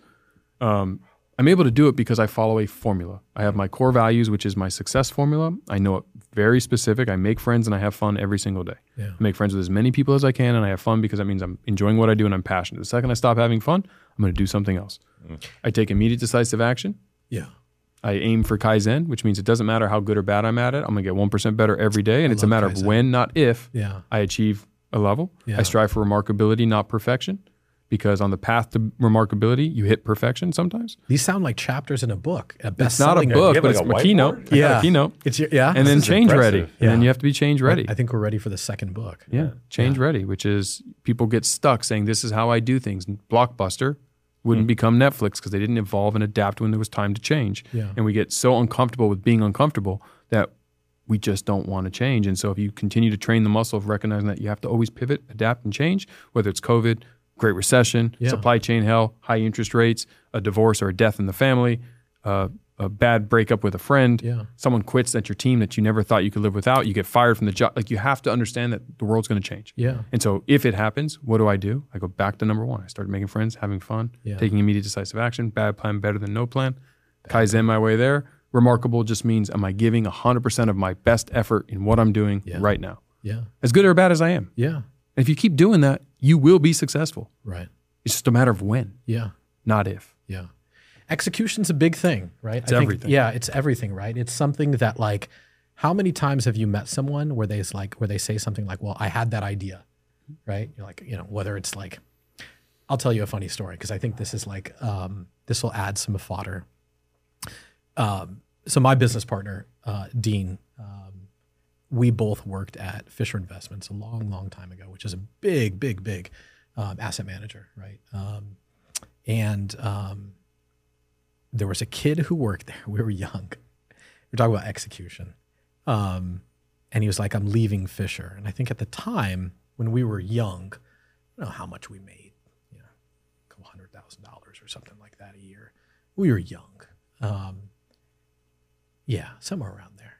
Speaker 4: Um, I'm able to do it because I follow a formula. I have my core values, which is my success formula. I know it very specific. I make friends and I have fun every single day.
Speaker 3: Yeah.
Speaker 4: I make friends with as many people as I can and I have fun because that means I'm enjoying what I do and I'm passionate. The second I stop having fun, I'm going to do something else. I take immediate decisive action.
Speaker 3: Yeah.
Speaker 4: I aim for Kaizen, which means it doesn't matter how good or bad I'm at it. I'm going to get 1% better every day. And it's a
Speaker 3: love
Speaker 4: matter
Speaker 3: Kaizen.
Speaker 4: of when, not if,
Speaker 3: Yeah.
Speaker 4: I achieve a level.
Speaker 3: Yeah.
Speaker 4: I strive for remarkability, not perfection, because on the path to remarkability, you hit perfection sometimes.
Speaker 3: These sound like chapters in a book. A
Speaker 4: It's not a
Speaker 3: best-selling
Speaker 4: book,
Speaker 2: you have
Speaker 4: but
Speaker 2: like
Speaker 4: it's
Speaker 2: a
Speaker 4: my
Speaker 2: whiteboard?
Speaker 4: keynote. I got a
Speaker 3: Yeah.
Speaker 4: keynote.
Speaker 3: It's your, yeah.
Speaker 4: And then
Speaker 2: is
Speaker 4: change ready.
Speaker 2: impressive.
Speaker 4: And then
Speaker 3: Yeah.
Speaker 4: you have to be change ready.
Speaker 3: I think we're ready for the second book.
Speaker 4: yeah. Change ready, which is people get stuck saying, this is how I do things. And Blockbuster wouldn't
Speaker 3: Hmm.
Speaker 4: become Netflix because they didn't evolve and adapt when there was time to change.
Speaker 3: Yeah.
Speaker 4: And we get so uncomfortable with being uncomfortable that we just don't want to change. And so if you continue to train the muscle of recognizing that you have to always pivot, adapt, and change, whether it's COVID, Great Recession,
Speaker 3: Yeah.
Speaker 4: supply chain hell, high interest rates, a divorce or a death in the family, uh, a bad breakup with a friend,
Speaker 3: Yeah.
Speaker 4: someone quits at your team that you never thought you could live without, you get fired from the job. Like you have to understand that the world's going to change.
Speaker 3: Yeah.
Speaker 4: And so if it happens, what do I do? I go back to number one. I start making friends, having fun,
Speaker 3: Yeah.
Speaker 4: taking immediate decisive action. Bad plan better than no plan. Kaizen my way there. Remarkable just means am I giving 100% of my best effort in what I'm doing right now?
Speaker 3: Yeah.
Speaker 4: As good or bad as I am.
Speaker 3: Yeah.
Speaker 4: And if you keep doing that, you will be successful.
Speaker 3: Right.
Speaker 4: It's just a matter of when,
Speaker 3: Yeah.
Speaker 4: not if.
Speaker 3: Yeah. Execution's a big thing, right? It's
Speaker 4: everything.
Speaker 3: Yeah, it's everything, right? It's something that like how many times have you met someone where they's like where they say something like, "Well, I had that idea." Right? You're like, you know, whether it's like I'll tell you a funny story because I think this is like um, this will add some fodder. Um, so my business partner, uh, Dean, um, we both worked at Fisher Investments a long, long time ago, which is a big, big, big um, asset manager, right? Um, and um, there was a kid who worked there. *laughs* We were young. We're talking about execution. Um, and he was like, I'm leaving Fisher. And I think at the time when we were young, I don't know how much we made, you know, a couple hundred thousand dollars or something like that a year. We were young. Um, yeah, somewhere around there.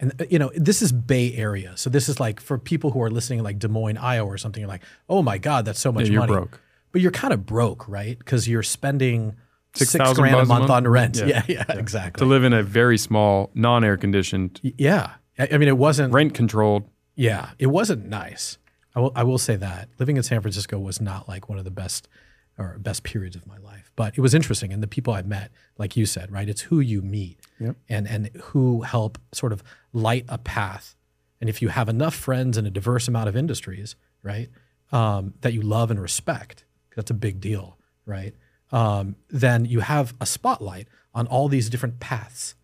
Speaker 3: And uh, you know, this is Bay Area. So this is like for people who are listening in, like Des Moines, Iowa or something, you're like, oh my God, that's so much
Speaker 4: you're
Speaker 3: money.
Speaker 4: broke.
Speaker 3: But you're kind of broke, right? Because you're spending six,
Speaker 4: 6,000
Speaker 3: grand a
Speaker 4: bucks a
Speaker 3: month,
Speaker 4: month?
Speaker 3: on rent.
Speaker 4: Yeah.
Speaker 3: *laughs* Yeah, yeah,
Speaker 4: To
Speaker 3: exactly.
Speaker 4: live in a very small, non air conditioned,
Speaker 3: Y- yeah. I, I mean, it wasn't,
Speaker 4: rent controlled,
Speaker 3: yeah, it wasn't nice. I will, I will say that. Living in San Francisco was not like one of the best or best periods of my life, but it was interesting. And the people I met, like you said, right? It's who you meet and, and who help sort of light a path. And if you have enough friends in a diverse amount of industries, right, um, that you love and respect, 'cause that's a big deal, right? Um, then you have a spotlight on all these different paths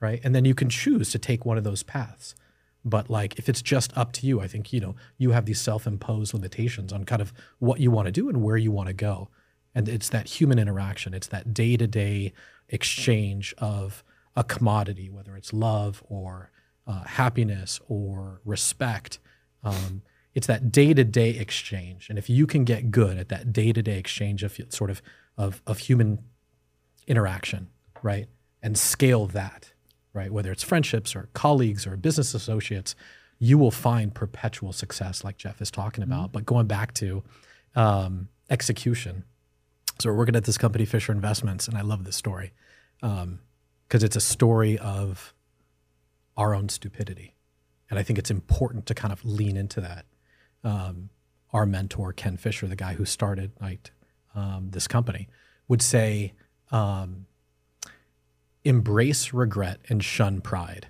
Speaker 3: right? And then you can choose to take one of those paths. But like if it's just up to you, I think you know you have these self-imposed limitations on kind of what you want to do and where you want to go. And it's that human interaction, it's that day-to-day exchange of a commodity, whether it's love or uh, happiness or respect. Um, it's that day-to-day exchange, and if you can get good at that day-to-day exchange of sort of of, of human interaction, right? And scale that, right? Whether it's friendships or colleagues or business associates, you will find perpetual success, like Jeff is talking about. But going back to um, execution, so we're working at this company, Fisher Investments, and I love this story because it's a story of our own stupidity. And I think it's important to kind of lean into that. Um, our mentor, Ken Fisher, the guy who started like, um, this company, would say, um, embrace regret and shun pride.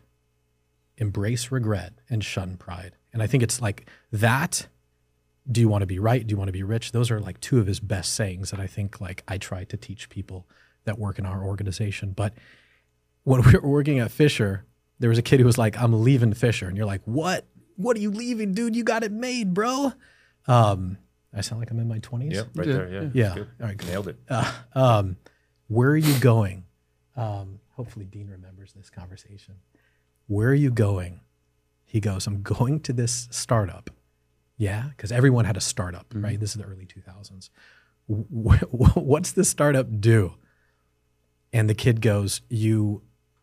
Speaker 3: Embrace regret and shun pride. And I think it's like that. Do you want to be right? Do you want to be rich? Those are like two of his best sayings that I think like I try to teach people that work in our organization. But when *laughs* we were working at Fisher, there was a kid who was like, I'm leaving Fisher. And you're like, what? What are you leaving, dude? You got it made, bro. Um, I sound like I'm in my 20s.
Speaker 2: Yeah, right there. Yeah.
Speaker 3: Yeah. All right. Cool.
Speaker 2: Nailed it.
Speaker 3: Um, where are you going? Um, hopefully, Dean remembers this conversation. Where are you going? He goes, I'm going to this startup. Yeah, because everyone had a startup, right? This is the early 2000s. Wh- wh- *laughs* What's this startup do? And the kid goes, You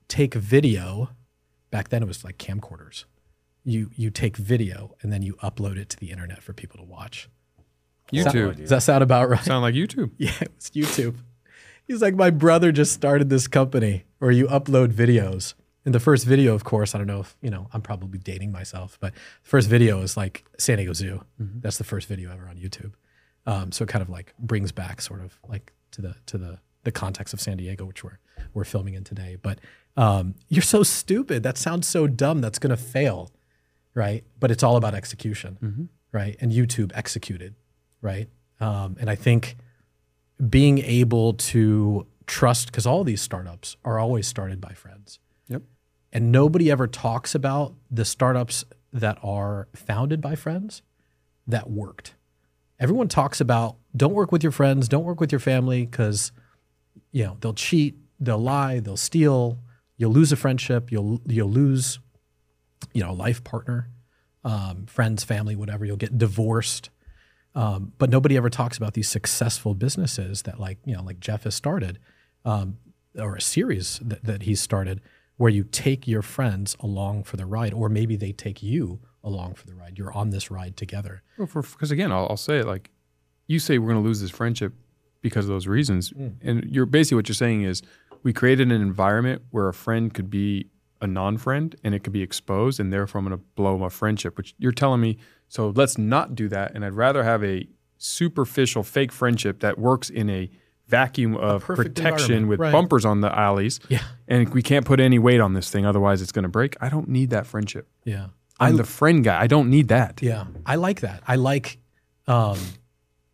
Speaker 3: take video. Back then, it was like camcorders. You, you take video and then you upload it to the internet for people to watch.
Speaker 4: YouTube.
Speaker 3: Does that sound about right? *laughs*
Speaker 4: Sound like YouTube.
Speaker 3: Yeah, it was YouTube. He's like, my brother just started this company where you upload videos. And the first video, of course, I don't know if, you know, I'm probably dating myself, but the first video is like San Diego Zoo. That's the first video ever on YouTube. Um, so it kind of like brings back sort of like to the, to the, the context of San Diego, which we're, we're filming in today. But um, you're so stupid. That sounds so dumb. That's going to fail. Right. But it's all about execution. Right. And YouTube executed. Right. Um, and I think, being able to trust because all these startups are always started by friends
Speaker 4: Yep.
Speaker 3: and nobody ever talks about the startups that are founded by friends that worked everyone talks about don't work with your friends don't work with your family because you know they'll cheat they'll lie they'll steal you'll lose a friendship you'll you'll lose you know a life partner um, friends family whatever you'll get divorced um, but nobody ever talks about these successful businesses that like you know like jeff has started um, or a series that, that he's started where you take your friends along for the ride or maybe they take you along for the ride you're on this ride together
Speaker 4: Because again, I'll, I'll say it like you say we're going to lose this friendship because of those reasons,
Speaker 3: Mm.
Speaker 4: and you're basically what you're saying is we created an environment where a friend could be a non-friend and it could be exposed, and therefore I'm going to blow my friendship. Which you're telling me, so let's not do that. And I'd rather have a superficial fake friendship that works in a vacuum of
Speaker 3: perfect
Speaker 4: protection
Speaker 3: environment,
Speaker 4: with
Speaker 3: right.
Speaker 4: bumpers on the alleys,
Speaker 3: Yeah.
Speaker 4: and we can't put any weight on this thing, otherwise it's going to break. I don't need that friendship.
Speaker 3: yeah
Speaker 4: I'm the friend guy. I don't need that.
Speaker 3: Yeah, I like that. I like um,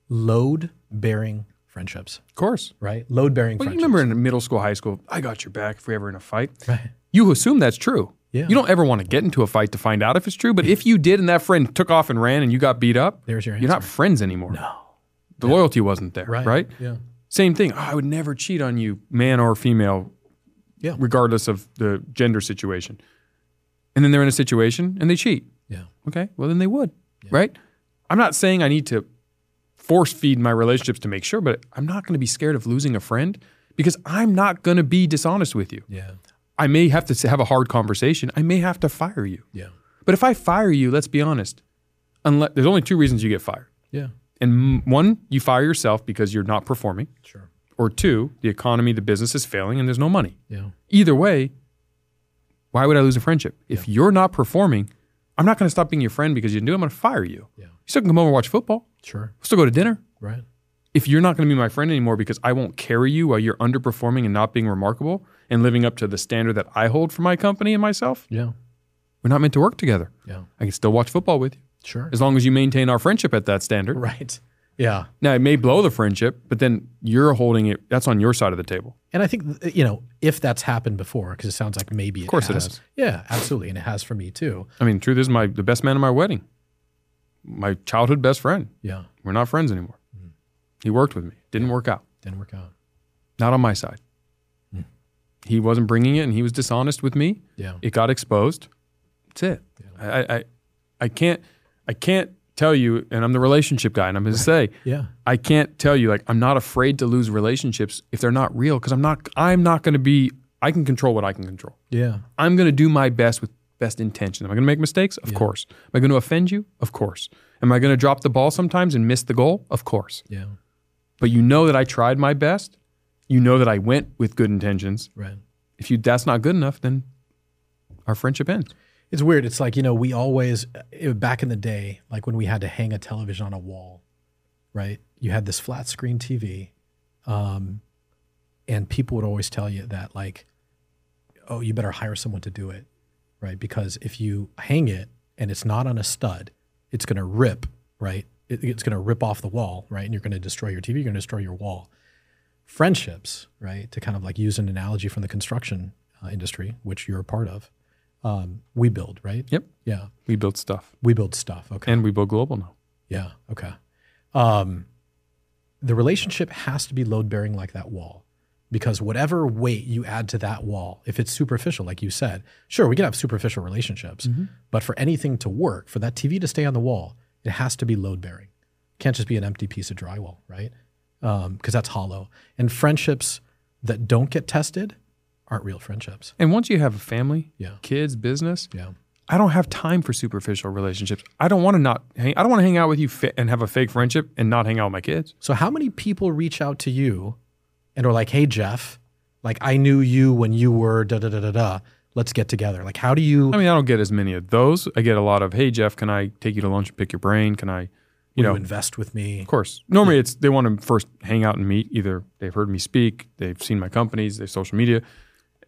Speaker 3: load bearing friendships,
Speaker 4: Of course.
Speaker 3: right? Load bearing
Speaker 4: Well, you
Speaker 3: friendships.
Speaker 4: remember in middle school, high school, I got your back if we ever in a fight.
Speaker 3: Right. *laughs*
Speaker 4: You assume that's true.
Speaker 3: Yeah.
Speaker 4: You don't ever want to get into a fight to find out if it's true. But if you did and that friend took off and ran and you got beat up,
Speaker 3: There's your
Speaker 4: you're not friends anymore. No. The loyalty wasn't there, right?
Speaker 3: Yeah.
Speaker 4: Same thing. Oh, I would never cheat on you, man or female,
Speaker 3: Yeah.
Speaker 4: regardless of the gender situation. And then they're in a situation and they cheat.
Speaker 3: Yeah.
Speaker 4: Okay, well then they would, right? I'm not saying I need to force feed my relationships to make sure, but I'm not going to be scared of losing a friend because I'm not going to be dishonest with you.
Speaker 3: Yeah.
Speaker 4: I may have to s- have a hard conversation. I may have to fire you.
Speaker 3: Yeah.
Speaker 4: But if I fire you, let's be honest, unless there's only two reasons you get fired.
Speaker 3: Yeah.
Speaker 4: And m- one, you fire yourself because you're not performing,
Speaker 3: Sure.
Speaker 4: or two, the economy, the business is failing and there's no money
Speaker 3: Yeah.
Speaker 4: either way, why would I lose a friendship? If you're not performing, I'm not going to stop being your friend because you didn't do it. I'm going to fire you.
Speaker 3: Yeah.
Speaker 4: You still can come over and watch football.
Speaker 3: Sure.
Speaker 4: We'll still go to dinner.
Speaker 3: Right.
Speaker 4: If you're not going to be my friend anymore because I won't carry you while you're underperforming and not being remarkable and living up to the standard that I hold for my company and myself,
Speaker 3: Yeah.
Speaker 4: we're not meant to work together.
Speaker 3: Yeah.
Speaker 4: I can still watch football with you
Speaker 3: Sure.
Speaker 4: as long as you maintain our friendship at that standard.
Speaker 3: right. Yeah.
Speaker 4: Now, it may blow the friendship, but then you're holding it. That's on your side of the table.
Speaker 3: And I think th- you know if that's happened before, because it sounds like maybe of
Speaker 4: course it
Speaker 3: has.
Speaker 4: has.
Speaker 3: Yeah, absolutely, and it has for me too.
Speaker 4: I mean, truth is, my the best man at my wedding, my childhood best friend,
Speaker 3: Yeah,
Speaker 4: We're not friends anymore. He worked with me. Didn't work out.
Speaker 3: didn't work out.
Speaker 4: Not on my side. He wasn't bringing it, and he was dishonest with me.
Speaker 3: Yeah.
Speaker 4: It got exposed. That's it. I, I, I can't, I can't tell you. And I'm the relationship guy, and I'm going to say,
Speaker 3: Yeah.
Speaker 4: I can't tell you. Like, I'm not afraid to lose relationships if they're not real, because I'm not. I'm not going to be. I can control what I can control.
Speaker 3: Yeah.
Speaker 4: I'm going to do my best with best intention. Am I going to make mistakes? Of course. Am I going to offend you? Of course. Am I going to drop the ball sometimes and miss the goal? Of course.
Speaker 3: Yeah.
Speaker 4: But you know that I tried my best. You know that I went with good intentions.
Speaker 3: Right.
Speaker 4: If you that's not good enough, then our friendship ends.
Speaker 3: It's weird. It's like, you know, we always, it, back in the day, like when we had to hang a television on a wall, right? You had this flat screen TV. Um, and people would always tell you that, like, oh, you better hire someone to do it, right? Because if you hang it and it's not on a stud, it's going to rip, right? It, it's going to rip off the wall, right? And you're going to destroy your TV, you're going to destroy your wall friendships, right? To kind of like use an analogy from the construction uh, industry, which you're a part of. Um, we build, right?
Speaker 4: Yep.
Speaker 3: Yeah,
Speaker 4: We build stuff.
Speaker 3: we build stuff. Okay.
Speaker 4: And we build global now.
Speaker 3: yeah. Okay. Um, the relationship has to be load bearing like that wall, because whatever weight you add to that wall, if it's superficial, like you said, sure we can have superficial relationships, but for anything to work, for that TV to stay on the wall, it has to be load bearing. Can't just be an empty piece of drywall, right? Because that's hollow. And friendships that don't get tested aren't real friendships.
Speaker 4: And once you have a family,
Speaker 3: Yeah.
Speaker 4: kids, business,
Speaker 3: Yeah.
Speaker 4: I don't have time for superficial relationships. I don't want to not hang I don't want to hang out with you fa- and have a fake friendship and not hang out with my kids.
Speaker 3: So, how many people reach out to you and are like, hey, Jeff, like I knew you when you were da da da da da. Let's get together. Like, how do you?
Speaker 4: I mean, I don't get as many of those. I get a lot of, hey, Jeff, can I take you to lunch and pick your brain? Can I, you
Speaker 3: will
Speaker 4: know,
Speaker 3: you invest with me.
Speaker 4: Of course. Normally, it's they want to first hang out and meet. Either they've heard me speak, they've seen my companies, they have social media.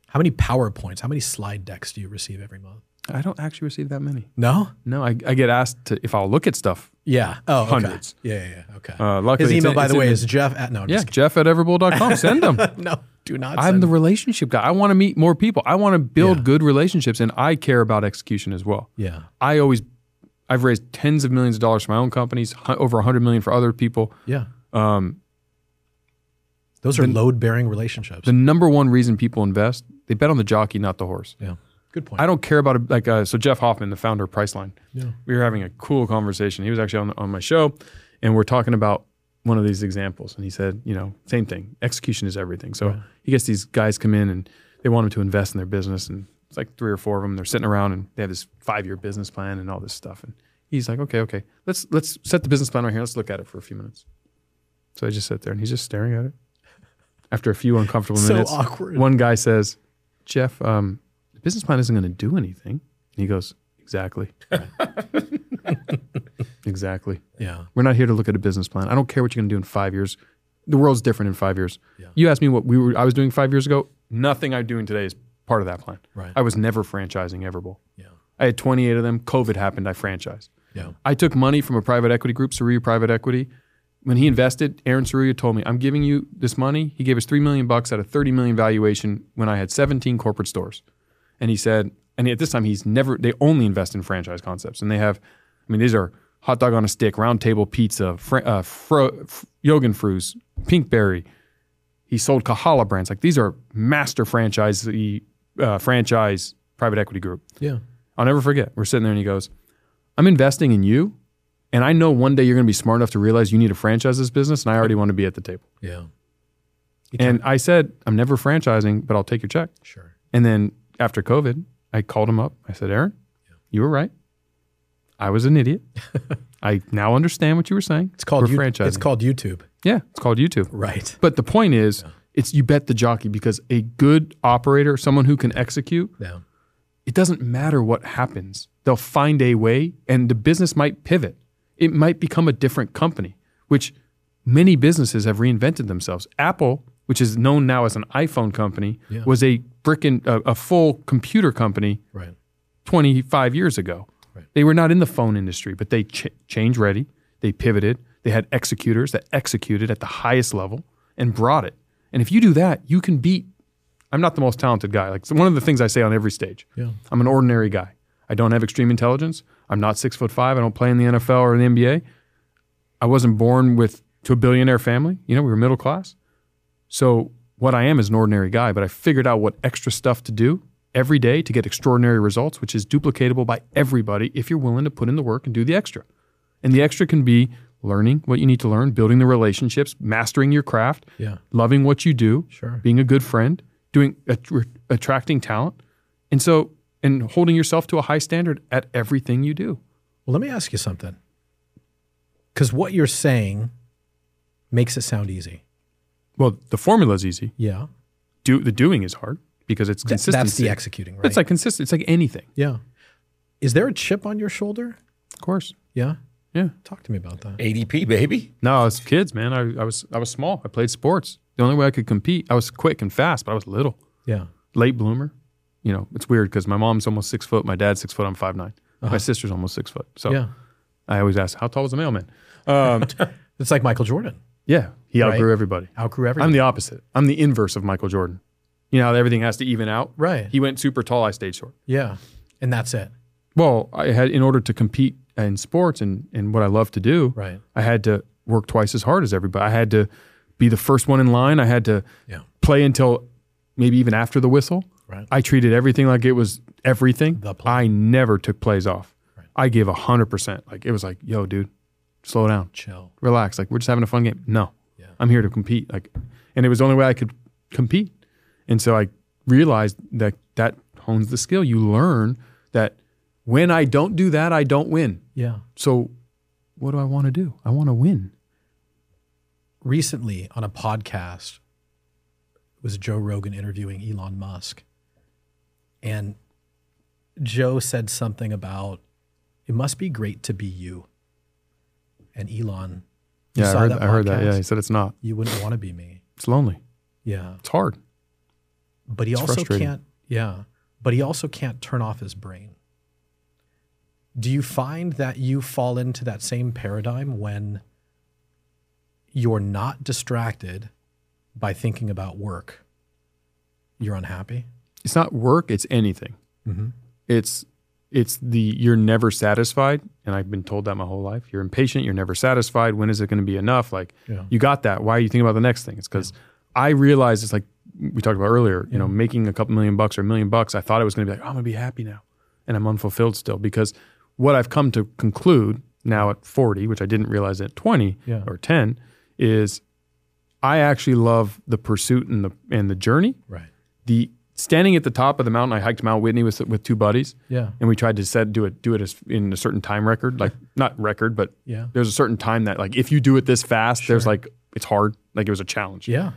Speaker 3: How many PowerPoints? How many slide decks do you receive every month?
Speaker 4: I don't actually receive that many.
Speaker 3: No.
Speaker 4: No, I, I get asked to, if I'll look at stuff.
Speaker 3: Yeah. Oh, okay.
Speaker 4: Hundreds.
Speaker 3: Yeah, yeah, yeah. Okay.
Speaker 4: Uh, luckily,
Speaker 3: His
Speaker 4: it's
Speaker 3: email,
Speaker 4: in-
Speaker 3: by
Speaker 4: it's
Speaker 3: the
Speaker 4: in
Speaker 3: way, is Jeff at no. I'm
Speaker 4: yeah,
Speaker 3: just
Speaker 4: Jeff at
Speaker 3: *laughs*
Speaker 4: everbull.com. Send them.
Speaker 3: kidding. no, do not.
Speaker 4: I'm
Speaker 3: send
Speaker 4: the relationship guy. I want to meet more people. I want to build
Speaker 3: Yeah.
Speaker 4: good relationships, and I care about execution as well.
Speaker 3: Yeah.
Speaker 4: I always, I've raised tens of millions of dollars for my own companies, hu- over a hundred million for other people.
Speaker 3: Yeah.
Speaker 4: Um,
Speaker 3: Those are load bearing relationships.
Speaker 4: the number one reason people invest, they bet on the jockey, not the horse.
Speaker 3: yeah. Good point.
Speaker 4: I don't care about a, like uh, so Jeff Hoffman, the founder of Priceline.
Speaker 3: Yeah.
Speaker 4: We were having a cool conversation. He was actually on on my show, and we're talking about one of these examples. And he said, you know, same thing. Execution is everything. So he gets these guys come in and they want him to invest in their business, and it's like three or four of them. They're sitting around and they have this five year business plan and all this stuff. And he's like, okay, okay, let's let's set the business plan right here. Let's look at it for a few minutes. So I just sat there, and he's just staring at it. After a few uncomfortable
Speaker 3: So
Speaker 4: minutes,
Speaker 3: awkward.
Speaker 4: one guy says, Jeff, um, the business plan isn't going to do anything. And he goes,
Speaker 3: *laughs*
Speaker 4: Exactly. exactly.
Speaker 3: yeah.
Speaker 4: We're not here to look at a business plan. I don't care what you're going to do in five years. The world's different in five years.
Speaker 3: Yeah.
Speaker 4: You asked me what we were, I was doing five years ago. Nothing I'm doing today is part of that plan.
Speaker 3: Right.
Speaker 4: I was never franchising Everbull.
Speaker 3: Yeah.
Speaker 4: I had 28 of them. COVID happened. I franchised.
Speaker 3: Yeah.
Speaker 4: I took money from a private equity group, Saruya Private Equity. When he invested, Aaron Saruya told me, "I'm giving you this money." He gave us three million bucks at a 30 million valuation when I had 17 corporate stores, and he said, and at this time he's never. They only invest in franchise concepts, and they have, I mean, these are hot dog on a stick, round table pizza, fr- uh, fro- f- Yogan Fruz, Pinkberry. He sold Kahala brands. Like these are master franchise uh, franchise private equity group.
Speaker 3: Yeah.
Speaker 4: I'll never forget. We're sitting there and he goes, I'm investing in you. And I know one day you're going to be smart enough to realize you need to franchise this business. And I already want to be at the table.
Speaker 3: Yeah.
Speaker 4: And I said, I'm never franchising, but I'll take your check.
Speaker 3: Sure.
Speaker 4: And then after COVID, I called him up. I said, Aaron, you were right. I was
Speaker 3: *laughs*
Speaker 4: an idiot. I now understand what you were saying.
Speaker 3: It's called
Speaker 4: we're
Speaker 3: you,
Speaker 4: franchising.
Speaker 3: It's called YouTube.
Speaker 4: yeah, it's called YouTube.
Speaker 3: Right.
Speaker 4: But the point is, it's you bet the jockey because a good operator, someone who can execute,
Speaker 3: Yeah.
Speaker 4: it doesn't matter what happens. They'll find a way, and the business might pivot. It might become a different company, which many businesses have reinvented themselves. Apple, which is known now as an iPhone company,
Speaker 3: Yeah.
Speaker 4: was a brick and a, a full computer company
Speaker 3: Right.
Speaker 4: 25 years ago.
Speaker 3: Right.
Speaker 4: They were not in the phone industry, but they ch- changed ready. They pivoted. They had executors that executed at the highest level and brought it. And if you do that, you can beat. I'm not the most talented guy. Like so one of the things I say on every stage.
Speaker 3: Yeah.
Speaker 4: I'm an ordinary guy. I don't have extreme intelligence. I'm not six foot five. I don't play in the NFL or in the NBA. I wasn't born with to a billionaire family. You know, we were middle class. So what I am is an ordinary guy, but I figured out what extra stuff to do every day to get extraordinary results, which is duplicatable by everybody if you're willing to put in the work and do the extra. And the extra can be learning what you need to learn, building the relationships, mastering your craft,
Speaker 3: Yeah.
Speaker 4: loving what you do,
Speaker 3: Sure.
Speaker 4: being a good friend, doing att- attracting talent, and so and holding yourself to a high standard at everything you do.
Speaker 3: Well, let me ask you something. Because what you're saying makes it sound easy.
Speaker 4: Well, the formula is easy.
Speaker 3: Yeah.
Speaker 4: Do the doing is hard because it's
Speaker 3: Th- that's
Speaker 4: consistency.
Speaker 3: the executing, right?
Speaker 4: It's like consistent. It's like anything.
Speaker 3: yeah. Is there a chip on your shoulder?
Speaker 4: Of course.
Speaker 3: Yeah.
Speaker 4: Yeah.
Speaker 3: Talk to me about that.
Speaker 2: ADP, baby.
Speaker 4: No, I was kids, man. I, I was I was small. I played sports. The only way I could compete, I was quick and fast, but I was little,
Speaker 3: Yeah.
Speaker 4: late bloomer. You know, it's weird because my mom's almost six foot, my dad's six foot, I'm five My sister's almost six foot. So
Speaker 3: Yeah.
Speaker 4: I always ask, how tall was the mailman? Um, *laughs*
Speaker 3: It's like Michael Jordan
Speaker 4: yeah, he
Speaker 3: Right.
Speaker 4: outgrew everybody.
Speaker 3: outgrew everything.
Speaker 4: I'm the opposite. I'm the inverse of Michael Jordan. You know, how everything has to even out.
Speaker 3: Right.
Speaker 4: He went super tall. I stayed short.
Speaker 3: yeah. And that's it.
Speaker 4: Well, I had in order to compete in sports and and what I love to do,
Speaker 3: Right.
Speaker 4: I had to work twice as hard as everybody. I had to be the first one in line. I had to
Speaker 3: Yeah.
Speaker 4: play until maybe even after the whistle.
Speaker 3: Right.
Speaker 4: I treated everything like it was everything.
Speaker 3: The play.
Speaker 4: I never took plays off. I gave hundred percent. Like it was like, yo, dude, slow down,
Speaker 3: Chill.
Speaker 4: relax. Like we're just having a fun game. No, I'm here to compete. Like, and it was the only way I could compete. And so I realized that that hones the skill. You learn that when I don't do that, I don't win.
Speaker 3: Yeah.
Speaker 4: So what do I want to do? I want to win.
Speaker 3: recently on a podcast, was Joe Rogan interviewing Elon Musk. And Joe said something about it must be great to be you. And Elon, you
Speaker 4: Yeah, I
Speaker 3: saw
Speaker 4: heard,
Speaker 3: that
Speaker 4: I heard that. Yeah,
Speaker 3: podcast?
Speaker 4: he said it's not.
Speaker 3: you wouldn't want to be me.
Speaker 4: It's lonely.
Speaker 3: Yeah.
Speaker 4: It's hard.
Speaker 3: But he
Speaker 4: It's
Speaker 3: also
Speaker 4: frustrating.
Speaker 3: can't, yeah. But he also can't turn off his brain. Do you find that you fall into that same paradigm when you're not distracted by thinking about work? You're unhappy?
Speaker 4: It's not work. It's anything. It's it's the you're never satisfied, and I've been told that my whole life. You're impatient. You're never satisfied. When is it going to be enough? Like
Speaker 3: Yeah.
Speaker 4: you got that. Why are you thinking about the next thing? It's because I realized it's like we talked about earlier. You know, making a couple million bucks or a million bucks. I thought I was going to be like, oh, I'm going to be happy now, and I'm unfulfilled still because what I've come to conclude now at 40, which I didn't realize at 20
Speaker 3: Yeah.
Speaker 4: or 10, is I actually love the pursuit and the and the journey
Speaker 3: Right.
Speaker 4: the standing at the top of the mountain. I hiked Mount Whitney with with two buddies,
Speaker 3: Yeah.
Speaker 4: and we tried to set do it do it as, in a certain time record, like not record, but
Speaker 3: Yeah.
Speaker 4: there's a certain time that like if you do it this fast, there's like it's hard. Like it was a challenge,
Speaker 3: Yeah.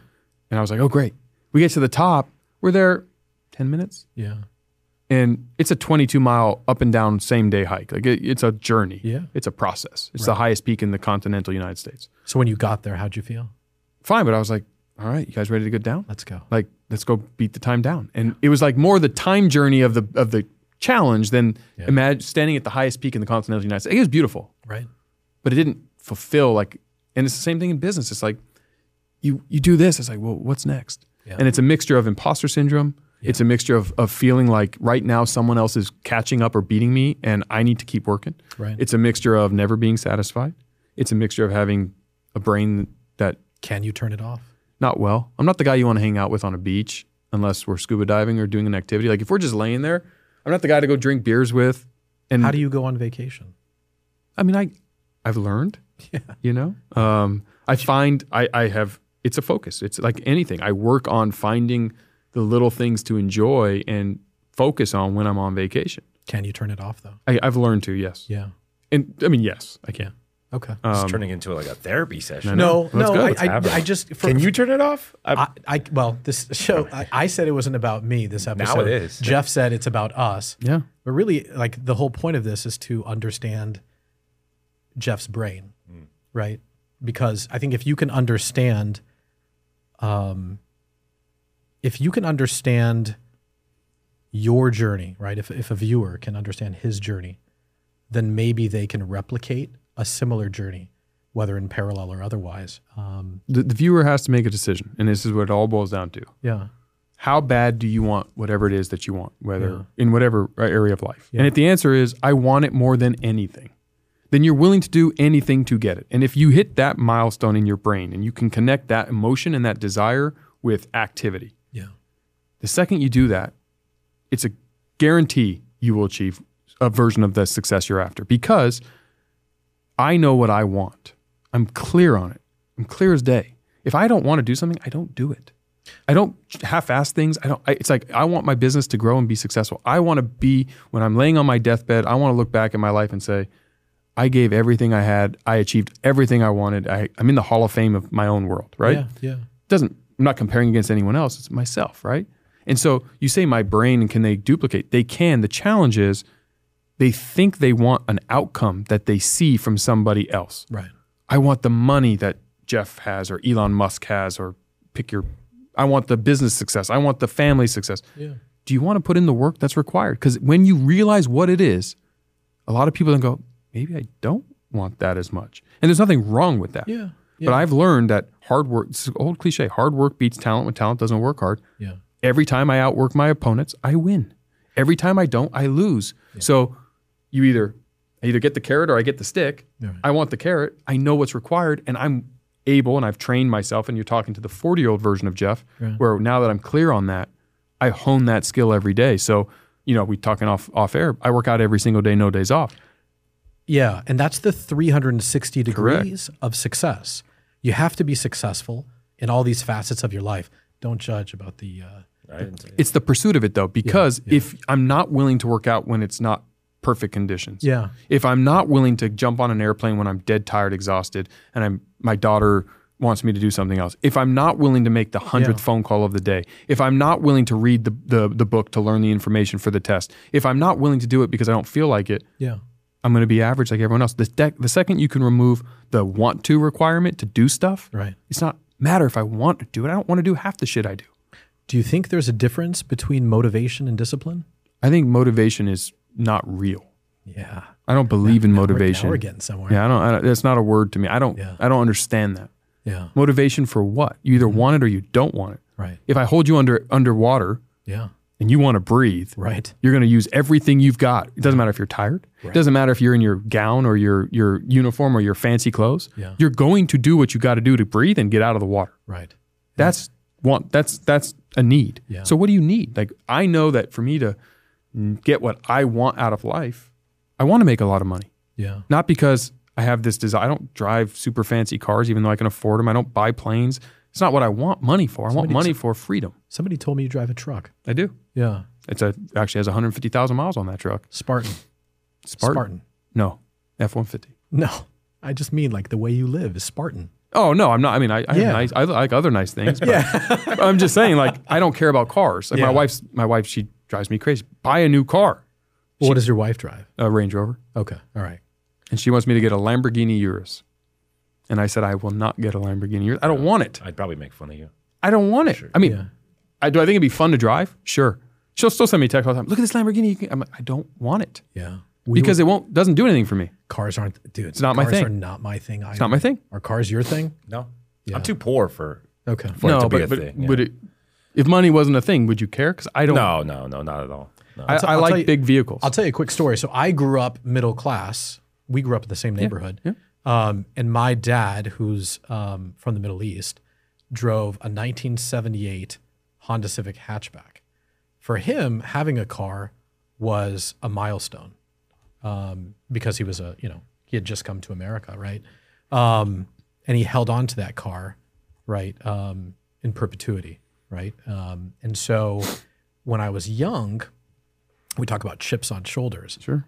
Speaker 4: and I was like, oh great, we get to the top, we're there, ten minutes,
Speaker 3: Yeah.
Speaker 4: and it's a 22 mile up and down same day hike. Like it, it's a journey,
Speaker 3: Yeah.
Speaker 4: it's a process. It's the highest peak in the continental United States.
Speaker 3: So when you got there, how'd you feel?
Speaker 4: Fine, but I was like, all right, you guys ready to go down?
Speaker 3: Let's go.
Speaker 4: like let's go beat the time down and it was like more the time journey of the of the challenge than imagine standing at the highest peak in the continental united states it was beautiful
Speaker 3: Right.
Speaker 4: but it didn't fulfill like and it's the same thing in business it's like you you do this it's like well what's next
Speaker 3: Yeah.
Speaker 4: and it's a mixture of imposter syndrome it's a mixture of, of feeling like right now someone else is catching up or beating me and i need to keep working
Speaker 3: Right.
Speaker 4: it's a mixture of never being satisfied it's a mixture of having a brain that
Speaker 3: Can you turn it off?
Speaker 4: not well. I'm not the guy you want to hang out with on a beach unless we're scuba diving or doing an activity. Like if we're just laying there, I'm not the guy to go drink beers with. And
Speaker 3: How do you go on vacation?
Speaker 4: I mean, I,
Speaker 3: *laughs*
Speaker 4: I've learned, yeah. you know, um, I find I, I have, it's a focus. It's like anything. I work on finding the little things to enjoy and focus on when I'm on vacation.
Speaker 3: Can you turn it off though?
Speaker 4: I, I've learned to, yes.
Speaker 3: Yeah.
Speaker 4: And I mean, yes, I can.
Speaker 3: Okay.
Speaker 2: it's turning into like a therapy session.
Speaker 3: Um, no,
Speaker 4: Uh, Let's
Speaker 3: no,
Speaker 4: go.
Speaker 3: I,
Speaker 4: Let's
Speaker 3: I,
Speaker 2: have it.
Speaker 3: I just for,
Speaker 2: Can you turn it off? I,
Speaker 3: I, I well, this show I, I said it wasn't about me this episode.
Speaker 2: it is.
Speaker 3: Jeff said it's about us.
Speaker 4: Yeah.
Speaker 3: But really like the whole point of this is to understand Jeff's brain,
Speaker 2: Hmm.
Speaker 3: right? Because I think if you can understand um if you can understand your journey, right? If if a viewer can understand his journey, then maybe they can replicate a similar journey, whether in parallel or otherwise. Um,
Speaker 4: The, the viewer has to make a decision. And this is what it all boils down to.
Speaker 3: yeah.
Speaker 4: how bad do you want whatever it is that you want, whether in whatever uh, area of life? And if the answer is, I want it more than anything, then you're willing to do anything to get it. And if you hit that milestone in your brain and you can connect that emotion and that desire with activity,
Speaker 3: Yeah.
Speaker 4: the second you do that, it's a guarantee you will achieve a version of the success you're after because I know what I want. I'm clear on it. I'm clear as day. If I don't want to do something, I don't do it. I don't half-ass things. I don't. I, it's like I want my business to grow and be successful. I want to be when I'm laying on my deathbed. I want to look back at my life and say, I gave everything I had. I achieved everything I wanted. I, I'm in the Hall of Fame of my own world, right?
Speaker 3: Yeah. Yeah.
Speaker 4: doesn't I'm not comparing against anyone else, it's myself, right? And so you say my brain and can they duplicate? They can. The challenge is they think they want an outcome that they see from somebody else.
Speaker 3: Right.
Speaker 4: I want the money that Jeff has or Elon Musk has or pick your I want the business success. I want the family success.
Speaker 3: Yeah.
Speaker 4: Do you want to put in the work that's required? Cuz when you realize what it is, a lot of people then go, maybe I don't want that as much. And there's nothing wrong with that.
Speaker 3: Yeah.
Speaker 4: But I've learned that hard work, it's an old cliche, hard work beats talent when talent doesn't work hard.
Speaker 3: Yeah.
Speaker 4: Every time I outwork my opponents, I win. Every time I don't, I lose. So you either I either get the carrot or I get the stick.
Speaker 3: Yeah.
Speaker 4: I want the carrot. I know what's required and I'm able and I've trained myself and you're talking to the 40-year-old version of Jeff where now that I'm clear on that, I hone that skill every day. So, you know, we talking off off air. I work out every single day, no days off.
Speaker 3: Yeah, and that's the 360 degrees of success. You have to be successful in all these facets of your life. Don't judge about the. Uh,
Speaker 2: I didn't say
Speaker 4: It's the pursuit of it though, because if I'm not willing to work out when it's not perfect conditions,
Speaker 3: yeah,
Speaker 4: if I'm not willing to jump on an airplane when I'm dead tired, exhausted, and I'm my daughter wants me to do something else, if I'm not willing to make the hundredth phone call of the day, if I'm not willing to read the, the the book to learn the information for the test, if I'm not willing to do it because I don't feel like it,
Speaker 3: Yeah.
Speaker 4: I'm going to be average like everyone else. The dec the second you can remove the want to requirement to do stuff,
Speaker 3: Right.
Speaker 4: it's not matter if I want to do it. I don't want to do half the shit I do.
Speaker 3: Do you think there's a difference between motivation and discipline?
Speaker 4: I think motivation is not real.
Speaker 3: Yeah.
Speaker 4: I don't believe in
Speaker 3: We're- now
Speaker 4: motivation.
Speaker 3: we're getting somewhere.
Speaker 4: yeah, I don't, I don't. That's not a word to me. I don't.
Speaker 3: Yeah.
Speaker 4: I don't understand that
Speaker 3: Yeah.
Speaker 4: motivation for what. You either want it or you don't want it.
Speaker 3: Right.
Speaker 4: If I hold you under underwater
Speaker 3: Yeah.
Speaker 4: and you want to breathe,
Speaker 3: Right.
Speaker 4: you're going to use everything you've got. It doesn't matter if you're tired. It doesn't matter if you're in your gown or your your uniform or your fancy clothes.
Speaker 3: Yeah.
Speaker 4: You're going to do what you got to do to breathe and get out of the water.
Speaker 3: Right.
Speaker 4: That's want. That's that's a need.
Speaker 3: Yeah.
Speaker 4: So what do you need? Like I know that for me to n- get what I want out of life, I want to make a lot of money.
Speaker 3: Yeah.
Speaker 4: Not because I have this desire. I don't drive super fancy cars, even though I can afford them. I don't buy planes. It's not what I want money for. I want money for freedom.
Speaker 3: Somebody told me you drive a truck.
Speaker 4: I do.
Speaker 3: Yeah.
Speaker 4: It's a actually has 150,000 miles on that truck.
Speaker 3: Spartan.
Speaker 4: Spartan.
Speaker 3: Spartan.
Speaker 4: No, F-150.
Speaker 3: No. I just mean like the way you live is Spartan.
Speaker 4: Oh no, I'm not. I mean, I, I, have
Speaker 3: Yeah.
Speaker 4: nice, I like other nice things. But *laughs* I'm just saying, like, I don't care about cars. Like
Speaker 3: Yeah.
Speaker 4: my wife's, my wife, she drives me crazy. Buy a new car,
Speaker 3: Well, what does your wife drive?
Speaker 4: a Range Rover,
Speaker 3: Okay. All right.
Speaker 4: and she wants me to get a Lamborghini Urus. And I said, I will not get a Lamborghini Urus. I don't want it.
Speaker 2: I'd probably make fun of you.
Speaker 4: I don't want it. I mean,
Speaker 3: Yeah.
Speaker 4: I, do I think it'd be fun to drive? Sure. She'll still send me text all the time. Look at this Lamborghini. You can-" I'm like, I don't want it
Speaker 3: Yeah. We
Speaker 4: because it won't doesn't do anything for me.
Speaker 3: were- cars aren't dude. It's
Speaker 4: not my
Speaker 3: Cars
Speaker 4: thing.
Speaker 3: are not my thing either.
Speaker 4: It's not my thing.
Speaker 3: Are cars your thing?
Speaker 2: No, I'm too poor for.
Speaker 3: Okay.
Speaker 2: for it to be
Speaker 4: but,
Speaker 2: a
Speaker 4: but
Speaker 2: thing, yeah.
Speaker 4: would it? If money wasn't a thing, would you care? Because I don't.
Speaker 2: No, no, no, not at all. No.
Speaker 4: I, I
Speaker 3: I'll
Speaker 4: like
Speaker 3: tell you-
Speaker 4: big vehicles.
Speaker 3: I'll tell you a quick story. So I grew up middle class. We grew up in the same neighborhood. Um, and my dad, who's um, from the Middle East, drove a 1978 Honda Civic hatchback. For him, having a car was a milestone um, because he was a, you know, he had just come to America, right? Um, and he held on to that car, right, um, in perpetuity, right? Um, and so when I was young, we talk about chips on shoulders.
Speaker 4: Sure.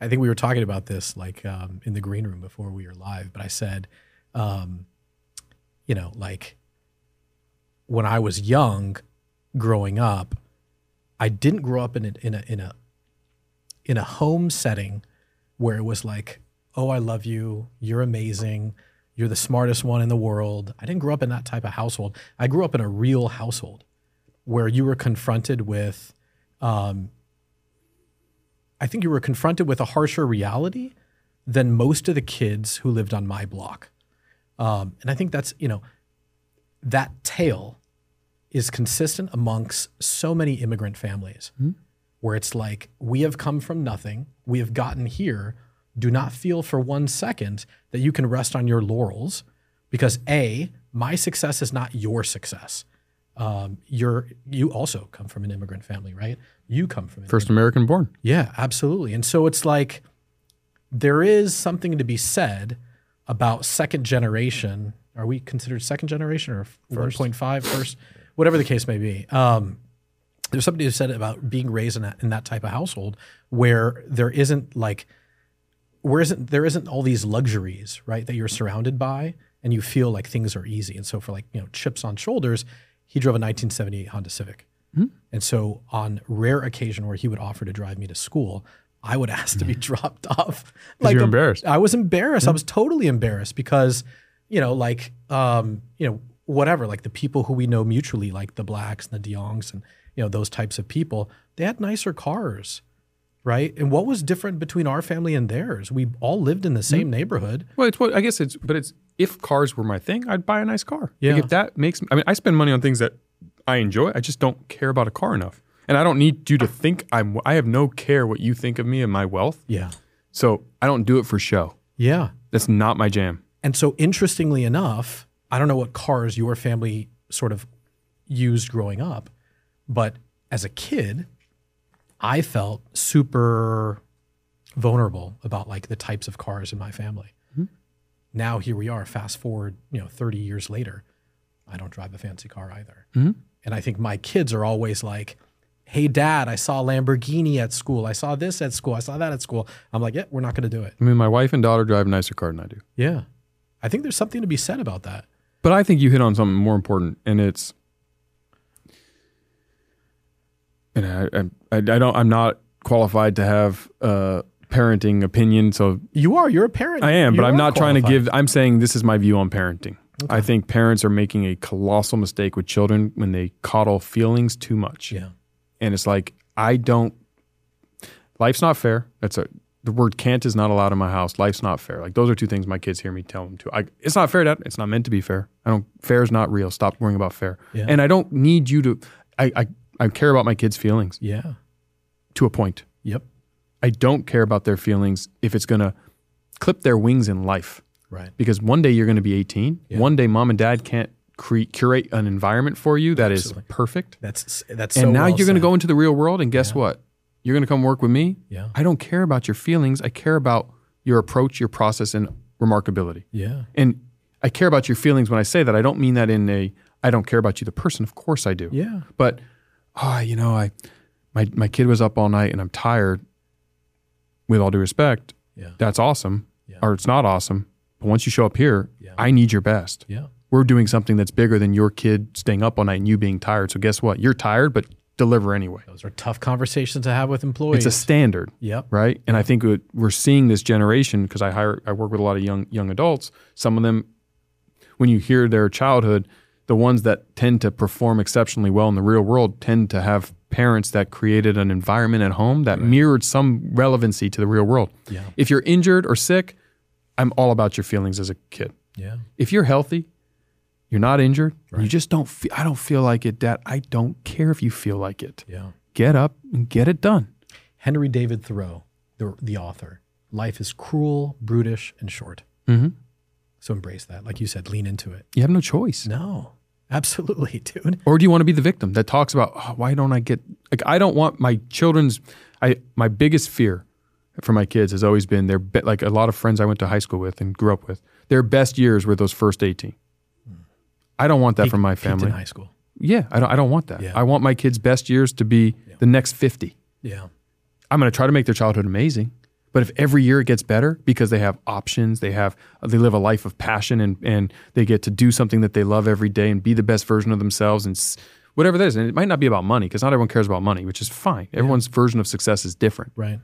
Speaker 3: I think we were talking about this like um, in the green room before we were live, but I said, um, you know, like when I was young, growing up, I didn't grow up in a, in a in a in a home setting where it was like, oh, I love you, you're amazing, you're the smartest one in the world. I didn't grow up in that type of household. I grew up in a real household where you were confronted with um, I think you were confronted with a harsher reality than most of the kids who lived on my block. Um, and I think that's, you know, that tale is consistent amongst so many immigrant families where it's like, we have come from nothing, we have gotten here. Do not feel for one second that you can rest on your laurels because A, my success is not your success. Um, you're, you also come from an immigrant family, right? You come from an
Speaker 4: First American born.
Speaker 3: yeah, absolutely. And so it's like there is something to be said about second generation. Are we considered second generation or 1.5 first? Whatever the case may be. Um, there's somebody who said about being raised in that, in that type of household where there isn't like where isn't there isn't all these luxuries right that you're surrounded by and you feel like things are easy and so for like you know chips on shoulders he drove a 1978 honda civic
Speaker 4: Hmm.
Speaker 3: and so on rare occasion where he would offer to drive me to school i would *laughs* ask to be dropped off
Speaker 4: you're
Speaker 3: um,
Speaker 4: embarrassed.
Speaker 3: i was embarrassed i was totally embarrassed because you know like um you know whatever like the people who we know mutually like the blacks and the deongs and you know those types of people they had nicer cars right? And what was different between our family and theirs? We all lived in the same neighborhood.
Speaker 4: Well, it's what I guess it's, but it's if cars were my thing, I'd buy a nice car.
Speaker 3: Yeah.
Speaker 4: Like if that makes, I mean, I spend money on things that I enjoy. I just don't care about a car enough, and I don't need you to think I'm. I have no care what you think of me and my wealth.
Speaker 3: Yeah.
Speaker 4: So I don't do it for show.
Speaker 3: Yeah.
Speaker 4: That's not my jam.
Speaker 3: And so interestingly enough, I don't know what cars your family sort of used growing up, but as a kid, I felt super vulnerable about like the types of cars in my family. Now here we are, fast forward, you know, 30 years later, I don't drive a fancy car either. And I think my kids are always like, hey dad, I saw a Lamborghini at school. I saw this at school. I saw that at school. I'm like, yeah, we're not going to do it.
Speaker 4: I mean, my wife and daughter drive a nicer car than I do.
Speaker 3: Yeah. I think there's something to be said about that.
Speaker 4: But I think you hit on something more important, and it's, and I, I, I don't, I'm not qualified to have a parenting opinion, so
Speaker 3: You are. You're a parent.
Speaker 4: I am,
Speaker 3: You
Speaker 4: but I'm
Speaker 3: are
Speaker 4: not trying to
Speaker 3: qualified.
Speaker 4: give. I'm saying this is my view on parenting. I think parents are making a colossal mistake with children when they coddle feelings too much.
Speaker 3: Yeah.
Speaker 4: And it's like, I don't, life's not fair. That's a, the word can't is not allowed in my house. Life's not fair. Like those are two things my kids hear me tell them to. I, it's not fair, Dad. It's not meant to be fair. I don't, fair is not real. Stop worrying about fair.
Speaker 3: Yeah.
Speaker 4: And I don't need you to, I, I, I care about my kids' feelings
Speaker 3: Yeah.
Speaker 4: to a point.
Speaker 3: Yep.
Speaker 4: I don't care about their feelings if it's going to clip their wings in life
Speaker 3: Right.
Speaker 4: because one day you're going to be 18. One day mom and dad can't cre- curate an environment for you that is perfect.
Speaker 3: That's that's.
Speaker 4: and
Speaker 3: so
Speaker 4: now
Speaker 3: well
Speaker 4: you're going to
Speaker 3: said.
Speaker 4: go into the real world and guess what? You're going to come work with me.
Speaker 3: Yeah.
Speaker 4: I don't care about your feelings. I care about your approach, your process and remarkability.
Speaker 3: Yeah.
Speaker 4: And I care about your feelings when I say that. I don't mean that in a I don't care about you the person. Of course I do.
Speaker 3: Yeah.
Speaker 4: But ah, you know, I my my kid was up all night and I'm tired. With all due respect,
Speaker 3: Yeah.
Speaker 4: that's awesome,
Speaker 3: Yeah.
Speaker 4: or it's not awesome. But once you show up here,
Speaker 3: Yeah.
Speaker 4: I need your best.
Speaker 3: Yeah.
Speaker 4: We're doing something that's bigger than your kid staying up all night and you being tired. So guess what? You're tired, but deliver anyway.
Speaker 3: Those are tough conversations to have with employees.
Speaker 4: It's a standard
Speaker 3: yep.
Speaker 4: right? And I think what we're seeing this generation because I hire, I work with a lot of young young adults. Some of them, when you hear their childhood, the ones that tend to perform exceptionally well in the real world tend to have parents that created an environment at home that mirrored some relevancy to the real world.
Speaker 3: Yeah.
Speaker 4: If you're injured or sick, I'm all about your feelings as a kid.
Speaker 3: Yeah.
Speaker 4: If you're healthy, you're not injured. You just don't. Fe- I don't feel like it, Dad. I don't care if you feel like it.
Speaker 3: Yeah.
Speaker 4: Get up and get it done.
Speaker 3: Henry David Thoreau, the the author. Life is cruel, brutish, and short.
Speaker 4: Mhm.
Speaker 3: So embrace that, like you said, lean into it.
Speaker 4: You have no choice.
Speaker 3: No, absolutely, *laughs* dude.
Speaker 4: or do you want to be the victim that talks about oh, why don't I get like I don't want my children's I my biggest fear for my kids has always been their be, like a lot of friends I went to high school with and grew up with their best years were those first 18 I don't want that from my
Speaker 3: Peaked in
Speaker 4: family
Speaker 3: high school.
Speaker 4: yeah I don't I don't want that
Speaker 3: Yeah.
Speaker 4: I want my kids best years to be the next 50
Speaker 3: Yeah.
Speaker 4: I'm going to try to make their childhood amazing. But if every year it gets better because they have options, they have they live a life of passion and and they get to do something that they love every day and be the best version of themselves and s- whatever that is. And it might not be about money because not everyone cares about money, which is fine. Everyone's version of success is different.
Speaker 3: Right.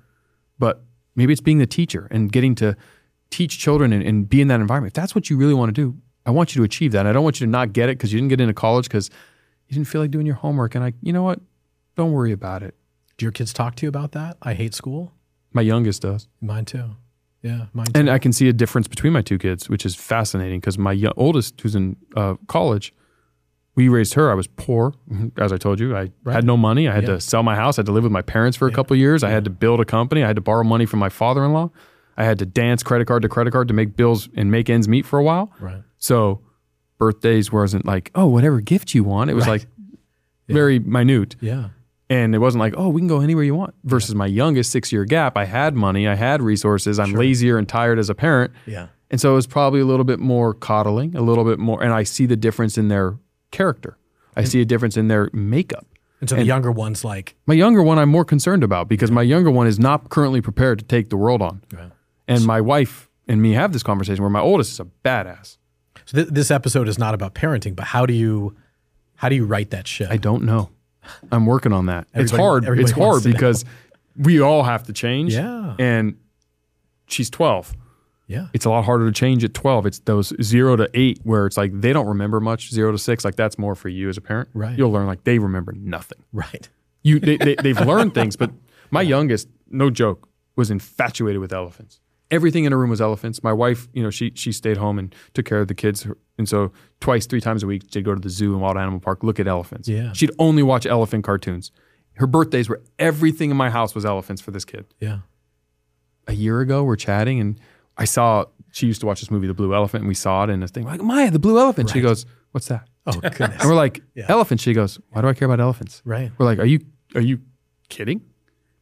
Speaker 4: But maybe it's being the teacher and getting to teach children and, and be in that environment. If that's what you really want to do, I want you to achieve that. And I don't want you to not get it because you didn't get into college because you didn't feel like doing your homework. And I, you know what? Don't worry about it.
Speaker 3: Do your kids talk to you about that? I hate school.
Speaker 4: My youngest does.
Speaker 3: Mine too. Yeah. Mine too.
Speaker 4: and I can see a difference between my two kids, which is fascinating because my yo- oldest, who's in uh, college, we raised her. I was poor, as I told you. I had no money. I had
Speaker 3: Yeah.
Speaker 4: to sell my house. I had to live with my parents for a couple years. I had to build a company. I had to borrow money from my father in law. I had to dance credit card to credit card to make bills and make ends meet for a while.
Speaker 3: right.
Speaker 4: So birthdays wasn't like, oh, whatever gift you want. It was like very minute.
Speaker 3: Yeah.
Speaker 4: And it wasn't like, oh, we can go anywhere you want. Versus my youngest six year gap, I had money, I had resources, I'm lazier and tired as a parent.
Speaker 3: Yeah.
Speaker 4: And so it was probably a little bit more coddling, a little bit more. And I see the difference in their character, I see a difference in their makeup.
Speaker 3: And so the younger ones, like,
Speaker 4: My younger one, I'm more concerned about because my younger one is not currently prepared to take the world on. And my wife and me have this conversation where my oldest is a badass.
Speaker 3: so th- this episode is not about parenting, but how do you, how do you write that shit?
Speaker 4: I don't know. I'm working on that. it's
Speaker 3: Everybody-
Speaker 4: hard.
Speaker 3: everybody
Speaker 4: It's hard
Speaker 3: wants to know.
Speaker 4: because we all have to change.
Speaker 3: Yeah.
Speaker 4: And she's 12.
Speaker 3: yeah. *laughs*
Speaker 4: It's a lot harder to change at 12. It's those zero to eight where it's like they don't remember much. Zero to six, like that's more for you as a parent.
Speaker 3: Right.
Speaker 4: You'll learn like they remember nothing.
Speaker 3: Right.
Speaker 4: You they, they they've learned things, but my youngest, no joke, was infatuated with elephants. Everything in her room was elephants. My wife, you know, she she stayed home and took care of the kids, and so twice, three times a week, she'd go to the zoo and wild animal park, look at elephants.
Speaker 3: Yeah.
Speaker 4: She'd only watch elephant cartoons. Her birthdays were everything in my house was elephants for this kid.
Speaker 3: Yeah.
Speaker 4: A year ago, we're chatting, and I saw she used to watch this movie, The Blue Elephant, and we saw it in this thing. We're like Maya, the blue elephant. She goes, "What's that?"
Speaker 3: Oh goodness.
Speaker 4: And we're like, elephants. She goes, why do I care about elephants?
Speaker 3: *laughs* Right.
Speaker 4: We're like, are you are you kidding?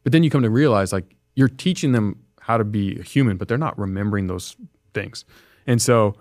Speaker 4: But then you come to realize like you're teaching them how to be a human, but they're not remembering those things. And so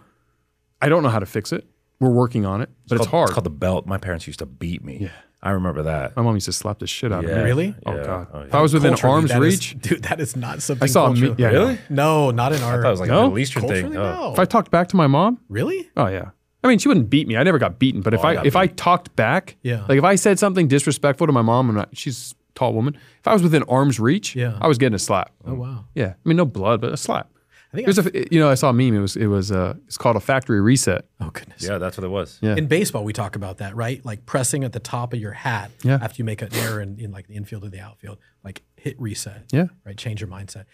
Speaker 4: I don't know how to fix it. We're working on it, but it's,
Speaker 2: called,
Speaker 4: hard.
Speaker 2: It's called the belt. My parents used to beat me. Yeah. I remember that.
Speaker 4: My mom used to slap the shit out of me.
Speaker 2: Yeah.
Speaker 3: Really?
Speaker 4: Oh
Speaker 2: Yeah.
Speaker 4: god.
Speaker 2: Oh,
Speaker 4: If I was within
Speaker 3: Culturally,
Speaker 4: arm's
Speaker 3: that is-
Speaker 4: reach,
Speaker 3: *laughs* dude, that is not something.
Speaker 4: I saw me.
Speaker 3: culturally-
Speaker 4: Yeah,
Speaker 2: Really?
Speaker 3: No, not in our.
Speaker 2: That was like
Speaker 4: No?
Speaker 2: a Middle Eastern
Speaker 3: culturally,
Speaker 2: thing.
Speaker 3: no.
Speaker 2: Oh.
Speaker 4: If I talked back to my mom,
Speaker 3: really?
Speaker 4: oh yeah. I mean, she wouldn't beat me. I never got beaten. But if
Speaker 2: Oh, I
Speaker 4: I,
Speaker 2: got
Speaker 4: if I talked back,
Speaker 3: Yeah.
Speaker 4: like if I said something disrespectful to my mom, and I, she's a tall woman, if I was within arm's reach,
Speaker 3: Yeah.
Speaker 4: I was getting a slap.
Speaker 3: Oh wow.
Speaker 4: Yeah, I mean, no blood, but a slap.
Speaker 3: I think. I,
Speaker 4: There's a, you know, I saw a meme. It was, it was, uh, it's called a factory reset.
Speaker 3: oh goodness.
Speaker 2: Yeah, that's what it was.
Speaker 4: Yeah.
Speaker 3: In baseball, we talk about that, right? Like pressing at the top of your hat
Speaker 4: Yeah.
Speaker 3: after you make an error in, in like the infield or the outfield, like hit reset.
Speaker 4: Yeah.
Speaker 3: Right. Change your mindset.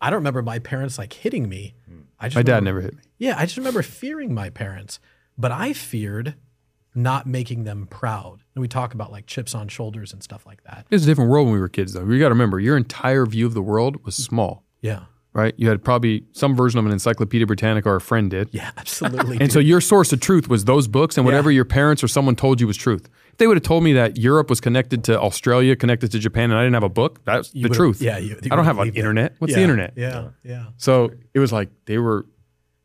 Speaker 3: I don't remember my parents like hitting me. I just
Speaker 4: Hmm. My dad
Speaker 3: remember-
Speaker 4: never hit me.
Speaker 3: Yeah, I just remember fearing my parents, but I feared not making them proud. And we talk about like chips on shoulders and stuff like that.
Speaker 4: It was a different world when we were kids, though. You got to remember, your entire view of the world was small,
Speaker 3: Yeah.
Speaker 4: right? You had probably some version of an Encyclopedia Britannica or a friend did.
Speaker 3: Yeah, *laughs* absolutely.
Speaker 4: And so your source of truth was those books and whatever your parents or someone told you was truth. If they would have told me that Europe was connected to Australia, connected to Japan, and I didn't have a book, that's the
Speaker 3: would've-
Speaker 4: truth.
Speaker 3: yeah, you- you
Speaker 4: I don't
Speaker 3: would've
Speaker 4: have an
Speaker 3: believed it.
Speaker 4: internet. What's
Speaker 3: yeah,
Speaker 4: the internet?
Speaker 3: Yeah, yeah.
Speaker 4: So it was like they were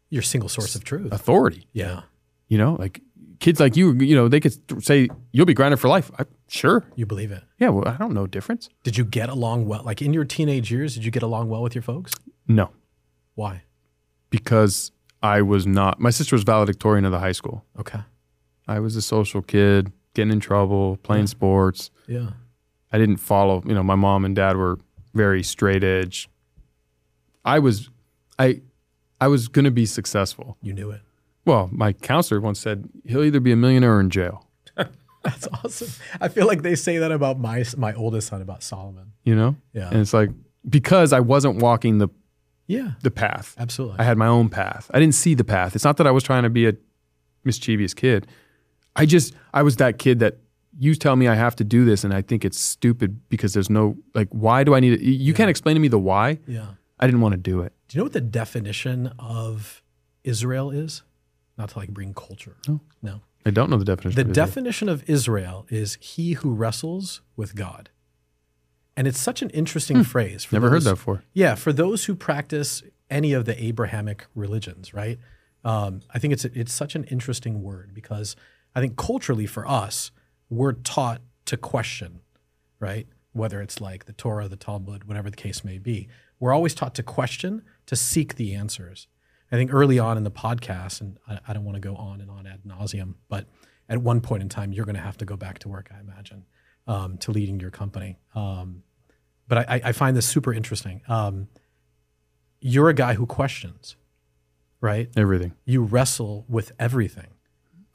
Speaker 3: Your single source of truth.
Speaker 4: authority,
Speaker 3: Yeah.
Speaker 4: you know, like kids like you, you know, they could th- say, you'll be grounded for life. I, sure.
Speaker 3: You believe it.
Speaker 4: Yeah, well, I don't know difference.
Speaker 3: Did you get along well? Like in your teenage years, did you get along well with your folks?
Speaker 4: No,
Speaker 3: Why?
Speaker 4: because I was not, my sister was valedictorian of the high school.
Speaker 3: Okay.
Speaker 4: I was a social kid, getting in trouble, playing sports.
Speaker 3: Yeah.
Speaker 4: I didn't follow, you know, my mom and dad were very straight edge. I was I I was going to be successful.
Speaker 3: You knew it. *laughs*
Speaker 4: Well, my counselor once said he'll either be a millionaire or in jail,
Speaker 3: That's awesome. I feel like they say that about my my oldest son about Solomon.
Speaker 4: you know?
Speaker 3: Yeah.
Speaker 4: And it's like because I wasn't walking the
Speaker 3: Yeah.
Speaker 4: the path.
Speaker 3: Absolutely.
Speaker 4: I had my own path. I didn't see the path. It's not that I was trying to be a mischievous kid. I just I was that kid that you tell me I have to do this and I think it's stupid because there's no like why do I need it? You can't explain to me the why.
Speaker 3: yeah.
Speaker 4: I didn't want to do it.
Speaker 3: Do you know what the definition of Israel is? Not to like bring culture. No. No.
Speaker 4: I don't know the definition.
Speaker 3: The
Speaker 4: of Israel.
Speaker 3: definition of Israel is he who wrestles with God. And it's such an interesting phrase. For
Speaker 4: Hmm. Never heard
Speaker 3: those-
Speaker 4: that before.
Speaker 3: Yeah, for those who practice any of the Abrahamic religions, right? Um, I think it's it's such an interesting word because I think culturally for us, we're taught to question, right? Whether it's like the Torah, the Talmud, whatever the case may be, we're always taught to question, to seek the answers. I think early on in the podcast, and I, I don't want to go on and on ad nauseum, but at one point in time, you're going to have to go back to work, I imagine, um, to leading your company. Um, but I- I, I find this super interesting. Um, you're a guy who questions, right?
Speaker 4: Everything.
Speaker 3: You wrestle with everything.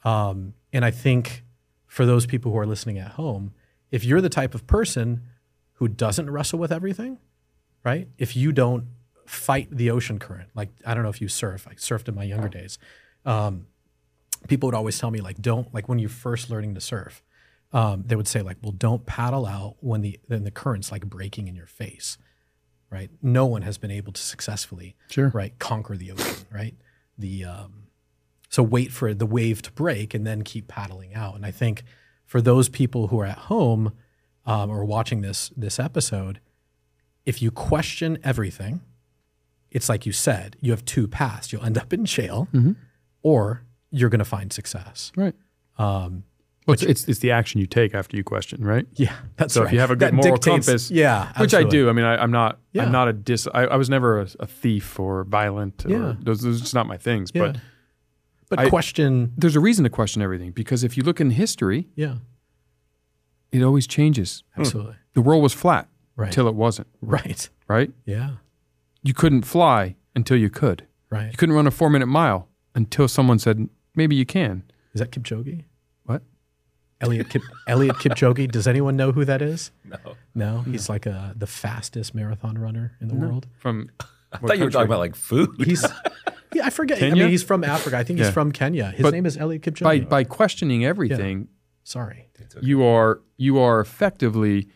Speaker 3: Um, and I think for those people who are listening at home, if you're the type of person who doesn't wrestle with everything, right? If you don't fight the ocean current, like I don't know if you surf, I surfed in my younger days. Um, people would always tell me, like, don't, like when you're first learning to surf, um, they would say, like, well, don't paddle out when the, then the current's like breaking in your face, right? No one has been able to successfully
Speaker 4: Sure.
Speaker 3: right conquer the ocean right the um, so wait for the wave to break and then keep paddling out and i think for those people who are at home um, or watching this this episode if you question everything it's like you said you have two paths you'll end up in jail or you're going to find success
Speaker 4: Right.
Speaker 3: um,
Speaker 4: Well, it's, it's it's the action you take after you question, right?
Speaker 3: yeah that's
Speaker 4: So if
Speaker 3: right
Speaker 4: you have a good
Speaker 3: That
Speaker 4: moral
Speaker 3: dictates-
Speaker 4: compass,
Speaker 3: yeah
Speaker 4: Which I
Speaker 3: absolutely.
Speaker 4: do. I mean, I, I'm not.
Speaker 3: Yeah.
Speaker 4: I'm not a dis. I, I was never a, a thief or violent. Or,
Speaker 3: Yeah.
Speaker 4: Those, those are just not my things. But
Speaker 3: Yeah. but
Speaker 4: I-
Speaker 3: question
Speaker 4: there's a reason to question everything because if you look in history,
Speaker 3: yeah
Speaker 4: it always changes.
Speaker 3: absolutely
Speaker 4: The world was flat
Speaker 3: Right.
Speaker 4: until it wasn't.
Speaker 3: Hmm. right
Speaker 4: Right.
Speaker 3: yeah
Speaker 4: You couldn't fly until you could.
Speaker 3: right
Speaker 4: You couldn't run a four minute mile until someone said maybe you can.
Speaker 3: Is that Kipchoge?
Speaker 4: What?
Speaker 3: Elliot Kip, Elliot Kipchoge. Does anyone know who that is? No. No, he's like uh the fastest marathon runner in the world.
Speaker 4: From
Speaker 2: I thought you were talking about like
Speaker 4: *laughs*
Speaker 2: food.
Speaker 3: He's yeah, I forget. I
Speaker 4: Kenya?
Speaker 3: mean, he's from Africa. I think
Speaker 4: Yeah.
Speaker 3: he's from Kenya. His
Speaker 4: But
Speaker 3: name is Elliot Kipchoge.
Speaker 4: by by questioning everything,
Speaker 3: Sorry.
Speaker 4: you are you are effectively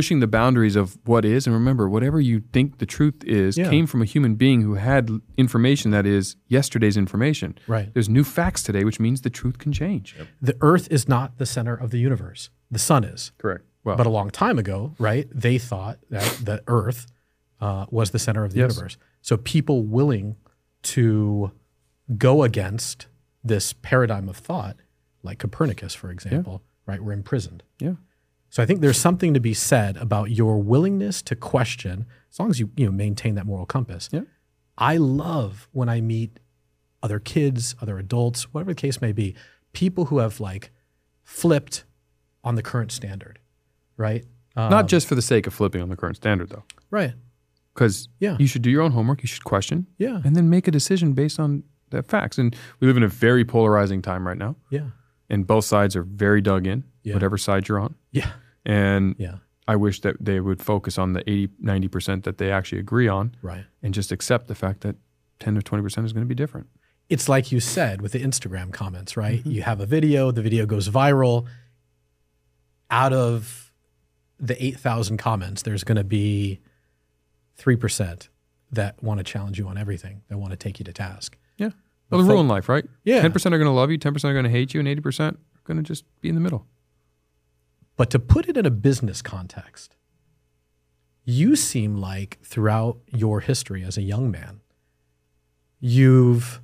Speaker 4: pushing the boundaries of what is and remember whatever you think the truth is
Speaker 3: Yeah.
Speaker 4: came from a human being who had l- information that is yesterday's information
Speaker 3: Right.
Speaker 4: there's new facts today which means the truth can change
Speaker 3: The Earth is not the center of the universe. The sun is.
Speaker 4: correct well
Speaker 3: But a long time ago, right? They thought that the Earth uh, was the center of the
Speaker 4: Yes.
Speaker 3: universe. So people willing to go against this paradigm of thought, like Copernicus, for example, right? We're imprisoned.
Speaker 4: Yeah.
Speaker 3: So I think there's something to be said about your willingness to question, as long as you you know maintain that moral compass.
Speaker 4: Yeah.
Speaker 3: I love when I meet other kids, other adults, whatever the case may be, people who have like flipped on the current standard, right? Um,
Speaker 4: Not just for the sake of flipping on the current standard, though.
Speaker 3: right.
Speaker 4: Because
Speaker 3: Yeah.
Speaker 4: you should do your own homework, you should question,
Speaker 3: Yeah.
Speaker 4: and then make a decision based on the facts. And we live in a very polarizing time right now,
Speaker 3: Yeah.
Speaker 4: and both sides are very dug in,
Speaker 3: Yeah.
Speaker 4: whatever side you're on.
Speaker 3: Yeah.
Speaker 4: And
Speaker 3: Yeah.
Speaker 4: I wish that they would focus on the 80, 90% that they actually agree on
Speaker 3: Right.
Speaker 4: and just accept the fact that 10 or 20% is going to be different.
Speaker 3: it's like you said with the Instagram comments, right? You have a video, the video goes viral. Out of the 8,000 comments, there's going to be 3% that want to challenge you on everything, that want to take you to task.
Speaker 4: Yeah. Well, the rule in life, right?
Speaker 3: Yeah.
Speaker 4: 10% are going to love you, 10% are going to hate you, and 80% are going to just be in the middle.
Speaker 3: But to put it in a business context, you seem like throughout your history as a young man, you've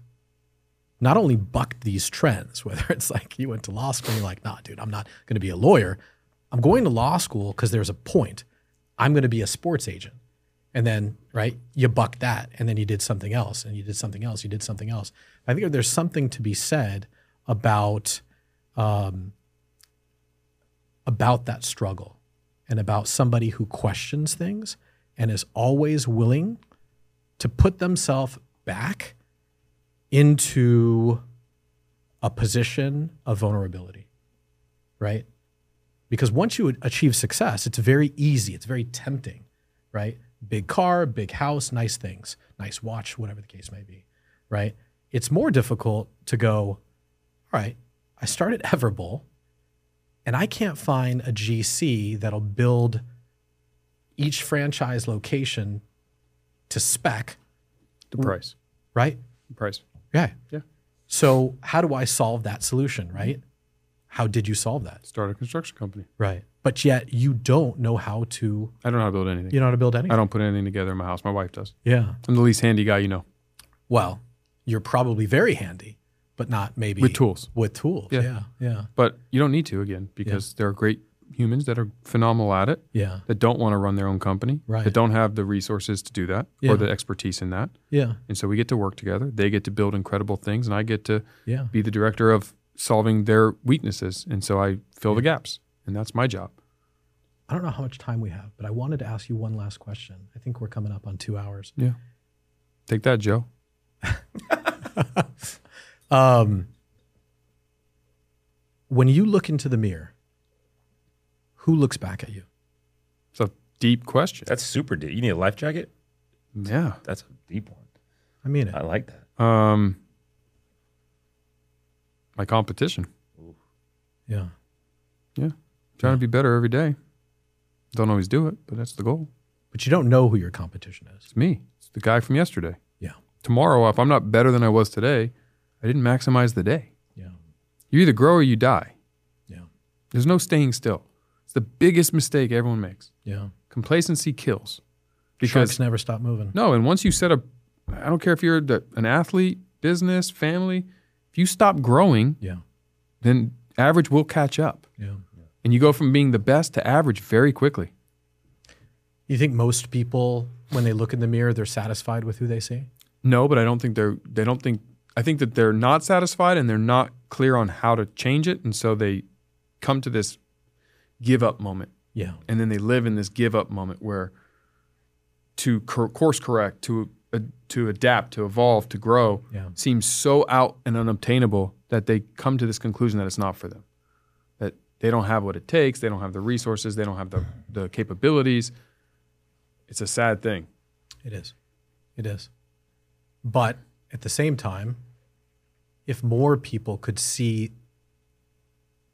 Speaker 3: not only bucked these trends, *laughs* whether it's like you went to law school, you're like, nah, dude, I'm not going to be a lawyer. I'm going to law school because there's a point. I'm going to be a sports agent. And then, right, you bucked that. And then you did something else, and you did something else, you did something else. I think there's something to be said about um, about that struggle and about somebody who questions things and is always willing to put themselves back into a position of vulnerability, right? Because once you achieve success, it's very easy, it's very tempting, right? Big car, big house, nice things, nice watch, whatever the case may be, right? It's more difficult to go, all right, I started *laughs* Everbowl and I can't find a GC that'll build each franchise location to spec,
Speaker 4: The price.
Speaker 3: right?
Speaker 4: The price.
Speaker 3: Yeah.
Speaker 4: Yeah.
Speaker 3: So how do I solve that solution, right? How did you solve that?
Speaker 4: Start a construction company.
Speaker 3: Right. But yet you don't know how to
Speaker 4: I don't know how to build anything.
Speaker 3: you know how to build
Speaker 4: I
Speaker 3: anything.
Speaker 4: don't put anything together in my house. My wife does.
Speaker 3: Yeah.
Speaker 4: I'm the least handy guy you know.
Speaker 3: Well, you're probably very handy, but not maybe
Speaker 4: With tools.
Speaker 3: With tools.
Speaker 4: Yeah.
Speaker 3: Yeah. Yeah.
Speaker 4: But you don't need to, again, because there are great humans that are phenomenal at it,
Speaker 3: Yeah.
Speaker 4: that don't want to run their own company,
Speaker 3: Right.
Speaker 4: that don't have the resources to do that
Speaker 3: Yeah.
Speaker 4: or the expertise in that.
Speaker 3: Yeah.
Speaker 4: And so we get to work together. They get to build incredible things, and I get to
Speaker 3: Yeah.
Speaker 4: be the director of solving their weaknesses. And so I fill the gaps, and that's my job.
Speaker 3: I don't know how much time we have, but I wanted to ask you one last question. I think we're coming up on two hours.
Speaker 4: Yeah. Take that, Joe.
Speaker 3: *laughs* Um, when you look into the mirror, who looks back at you?
Speaker 4: It's a deep question.
Speaker 2: That's super deep. You need a life jacket?
Speaker 4: Yeah.
Speaker 2: That's a deep one.
Speaker 3: I mean it.
Speaker 2: I like that.
Speaker 4: Um, my competition.
Speaker 3: Yeah.
Speaker 4: Yeah. Trying to be better every day. Don't always do it, but that's the goal.
Speaker 3: But you don't know who your competition is.
Speaker 4: It's me. It's the guy from yesterday.
Speaker 3: Yeah.
Speaker 4: Tomorrow, if I'm not better than I was today, I didn't maximize the day.
Speaker 3: Yeah.
Speaker 4: You either grow or you die.
Speaker 3: Yeah.
Speaker 4: There's no staying still. It's the biggest mistake everyone makes.
Speaker 3: Yeah.
Speaker 4: Complacency kills.
Speaker 3: Sharks never stop moving.
Speaker 4: No, and once you set a, I don't care if you're the, an athlete, business, family, if you stop growing,
Speaker 3: Yeah.
Speaker 4: then average will catch up.
Speaker 3: Yeah.
Speaker 4: And you go from being the best to average very quickly.
Speaker 3: You think most people, when they look in the mirror, they're satisfied with who they see?
Speaker 4: No, but I don't think they're, they don't think, I think that they're not satisfied and they're not clear on how to change it. And so they come to this give up moment.
Speaker 3: Yeah.
Speaker 4: and then they live in this give up moment where to cor- course correct to uh, to adapt to evolve to grow
Speaker 3: Yeah.
Speaker 4: seems so out and unobtainable that they come to this conclusion that it's not for them that they don't have what it takes they don't have the resources they don't have the, the capabilities it's a sad thing
Speaker 3: It is. It is. But at the same time, if more people could see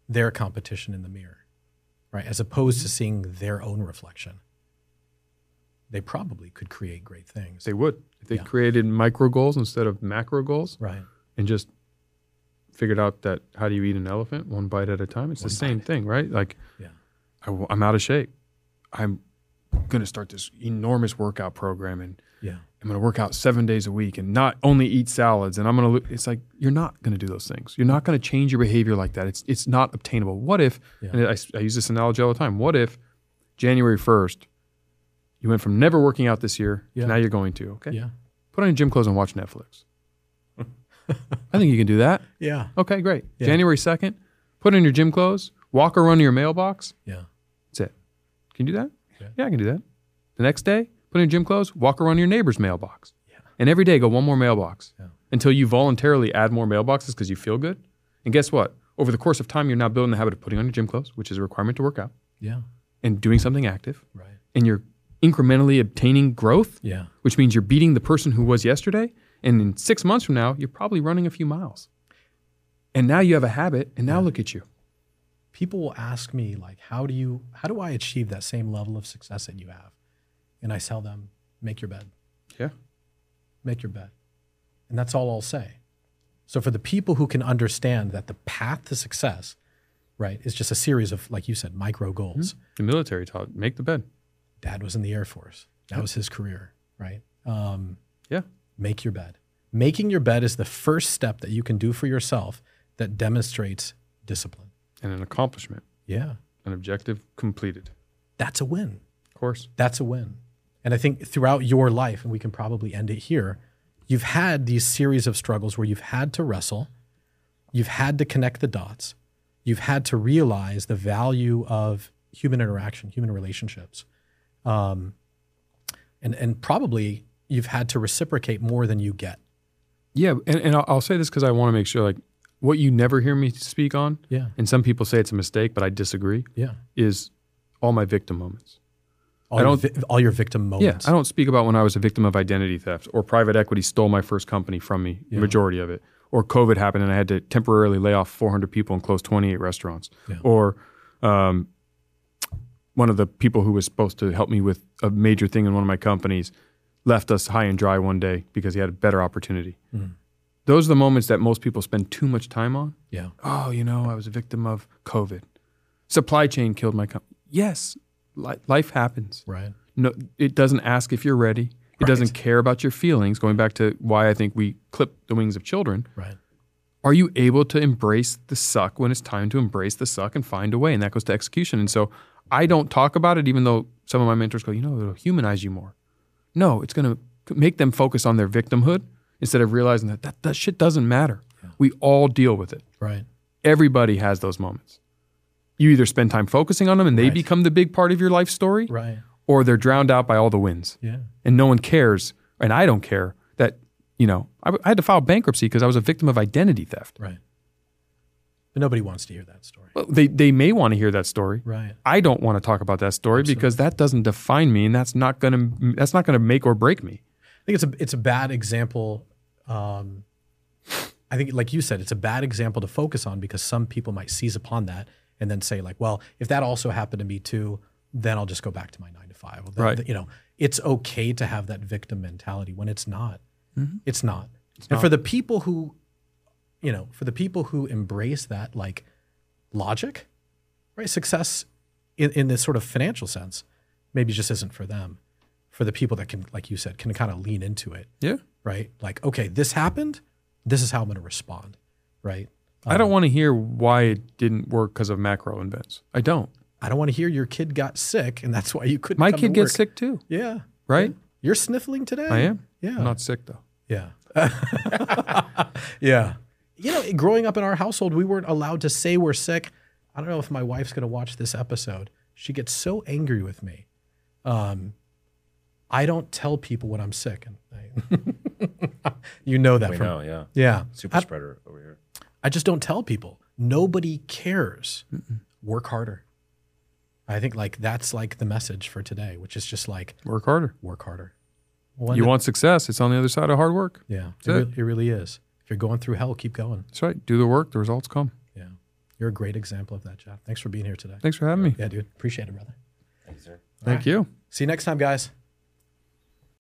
Speaker 3: their competition in the mirror, right, as opposed to seeing their own reflection, they probably could create great things.
Speaker 4: they would if they
Speaker 3: Yeah.
Speaker 4: created micro goals instead of macro goals
Speaker 3: right.
Speaker 4: and just figured out that how do you eat an elephant one bite at a time it's the same thing right like
Speaker 3: Yeah.
Speaker 4: I, am out of shape. I'm going to start this enormous workout program and
Speaker 3: Yeah.
Speaker 4: I'm going to work out seven days a week and not only eat salads. And I'm going to, it's like, you're not going to do those things. You're not going to change your behavior like that. It's, it's not obtainable. What if, and I, I use this analogy all the time, what if January 1st, you went from never working out this year
Speaker 3: Yeah.
Speaker 4: to now you're going to, okay?
Speaker 3: Yeah.
Speaker 4: Put on your gym clothes and watch Netflix. I think you can do that.
Speaker 3: Yeah.
Speaker 4: Okay, great. January 2nd, put in your gym clothes, walk or run to your mailbox.
Speaker 3: Yeah.
Speaker 4: That's it. Can you do that? Yeah, I can do that. The next day, put in your gym clothes, walk around your neighbor's mailbox. And every day, go one more mailbox until you voluntarily add more mailboxes because you feel good. And guess what? Over the course of time, you're now building the habit of putting on your gym clothes, which is a requirement to work out,
Speaker 3: Yeah.
Speaker 4: and doing something active.
Speaker 3: Right.
Speaker 4: And you're incrementally obtaining growth,
Speaker 3: Yeah.
Speaker 4: which means you're beating the person who was yesterday. And in six months from now, you're probably running a few miles. And now you have a habit, and now look at you.
Speaker 3: people will ask me like how do you how do i achieve that same level of success that you have and i tell them make your bed
Speaker 4: Yeah.
Speaker 3: make your bed and that's all i'll say so for the people who can understand that the path to success right is just a series of like you said micro goals
Speaker 4: The military taught make the bed.
Speaker 3: dad was in the air force that was his career right um,
Speaker 4: Yeah.
Speaker 3: make your bed making your bed is the first step that you can do for yourself that demonstrates discipline
Speaker 4: And an accomplishment.
Speaker 3: yeah
Speaker 4: an objective completed.
Speaker 3: that's a win
Speaker 4: Of course.
Speaker 3: that's a win. And I think throughout your life, and we can probably end it here, you've had these series of struggles where you've had to wrestle, you've had to connect the dots, you've had to realize the value of human interaction, human relationships. Um, and, and probably you've had to reciprocate more than you get.
Speaker 4: Yeah, and, and I'll, I'll say this because I want to make sure, like, what you never hear me speak on,
Speaker 3: Yeah.
Speaker 4: and some people say it's a mistake, but I disagree,
Speaker 3: Yeah.
Speaker 4: is all my victim moments.
Speaker 3: All,
Speaker 4: I
Speaker 3: your,
Speaker 4: don't
Speaker 3: vi- all your victim
Speaker 4: Yeah,
Speaker 3: moments.
Speaker 4: I don't speak about when I was a victim of identity theft or private equity stole my first company from me, the majority of it, or COVID happened and I had to temporarily lay off 400 people and close 28 restaurants, or um, one of the people who was supposed to help me with a major thing in one of my companies left us high and dry one day because he had a better opportunity. Those are the moments that most people spend too much time on
Speaker 3: yeah.
Speaker 4: oh, you know, I was a victim of COVID. Supply chain killed my company. Yes, li- life happens.
Speaker 3: Right.
Speaker 4: No, it doesn't ask if you're ready. It doesn't care about your feelings. Going back to why I think we clip the wings of children.
Speaker 3: Right.
Speaker 4: Are you able to embrace the suck when it's time to embrace the suck and find a way? And that goes to execution. And so I don't talk about it, even though some of my mentors go, you know, it'll humanize you more. No, it's going to make them focus on their victimhood instead of realizing that that, that shit doesn't matter. We all deal with it
Speaker 3: Right.
Speaker 4: everybody has those moments. You either spend time focusing on them and they become the big part of your life story,
Speaker 3: Right.
Speaker 4: or they're drowned out by all the wins.
Speaker 3: Yeah.
Speaker 4: And no one cares, and I don't care that, you know, I, I had to file bankruptcy because I was a victim of identity theft.
Speaker 3: Right. But nobody wants to hear that story.
Speaker 4: Well, they, they may want to hear that story.
Speaker 3: Right.
Speaker 4: I don't want to talk about that story because that doesn't define me and that's not going to that's not going to make or break me.
Speaker 3: I think it's a it's a bad example. Um, I think, like you said, it's a bad example to focus on because some people might seize upon that and then say, like, well, if that also happened to me too, then I'll just go back to my nine to five. Or then-
Speaker 4: Right.
Speaker 3: You know, it's okay to have that victim mentality when it's not. Mm-hmm. It's not. and for the people who, you know, for the people who embrace that like logic, right? Success in, in this sort of financial sense maybe just isn't for them. For the people that can, like you said, can kind of lean into it
Speaker 4: Yeah.
Speaker 3: right? Like, okay, this happened. This is how I'm going to respond, right?
Speaker 4: I don't want to hear why it didn't work because of macro events. I don't.
Speaker 3: I don't want to hear your kid got sick and that's why you couldn't.
Speaker 4: My
Speaker 3: come
Speaker 4: kid
Speaker 3: to
Speaker 4: gets
Speaker 3: work.
Speaker 4: sick too,
Speaker 3: Yeah,
Speaker 4: right?
Speaker 3: you're sniffling today.
Speaker 4: I am.
Speaker 3: Yeah,
Speaker 4: I'm not sick though.
Speaker 3: yeah, yeah. You know, growing up in our household, we weren't allowed to say we're sick. I don't know if my wife's going to watch this episode. She gets so angry with me. Um, I don't tell people when I'm sick, and I, *laughs* you know that
Speaker 2: We
Speaker 3: from
Speaker 2: know, yeah.
Speaker 3: yeah.
Speaker 2: Super spreader over here.
Speaker 3: I just don't tell people. Nobody cares. Work harder. I think like that's like the message for today, which is just like
Speaker 4: Work harder.
Speaker 3: work harder. When
Speaker 4: You want success, it's on the other side of hard work.
Speaker 3: yeah, it,
Speaker 4: That's
Speaker 3: re- it really is. If you're going through hell, keep going.
Speaker 4: That's right. Do the work, the results come.
Speaker 3: Yeah, you're a great example of that, Chad. Thanks for being here today.
Speaker 4: Thanks for having me.
Speaker 3: Yeah, dude, appreciate it, brother.
Speaker 4: Thank you.
Speaker 3: See you next time, guys.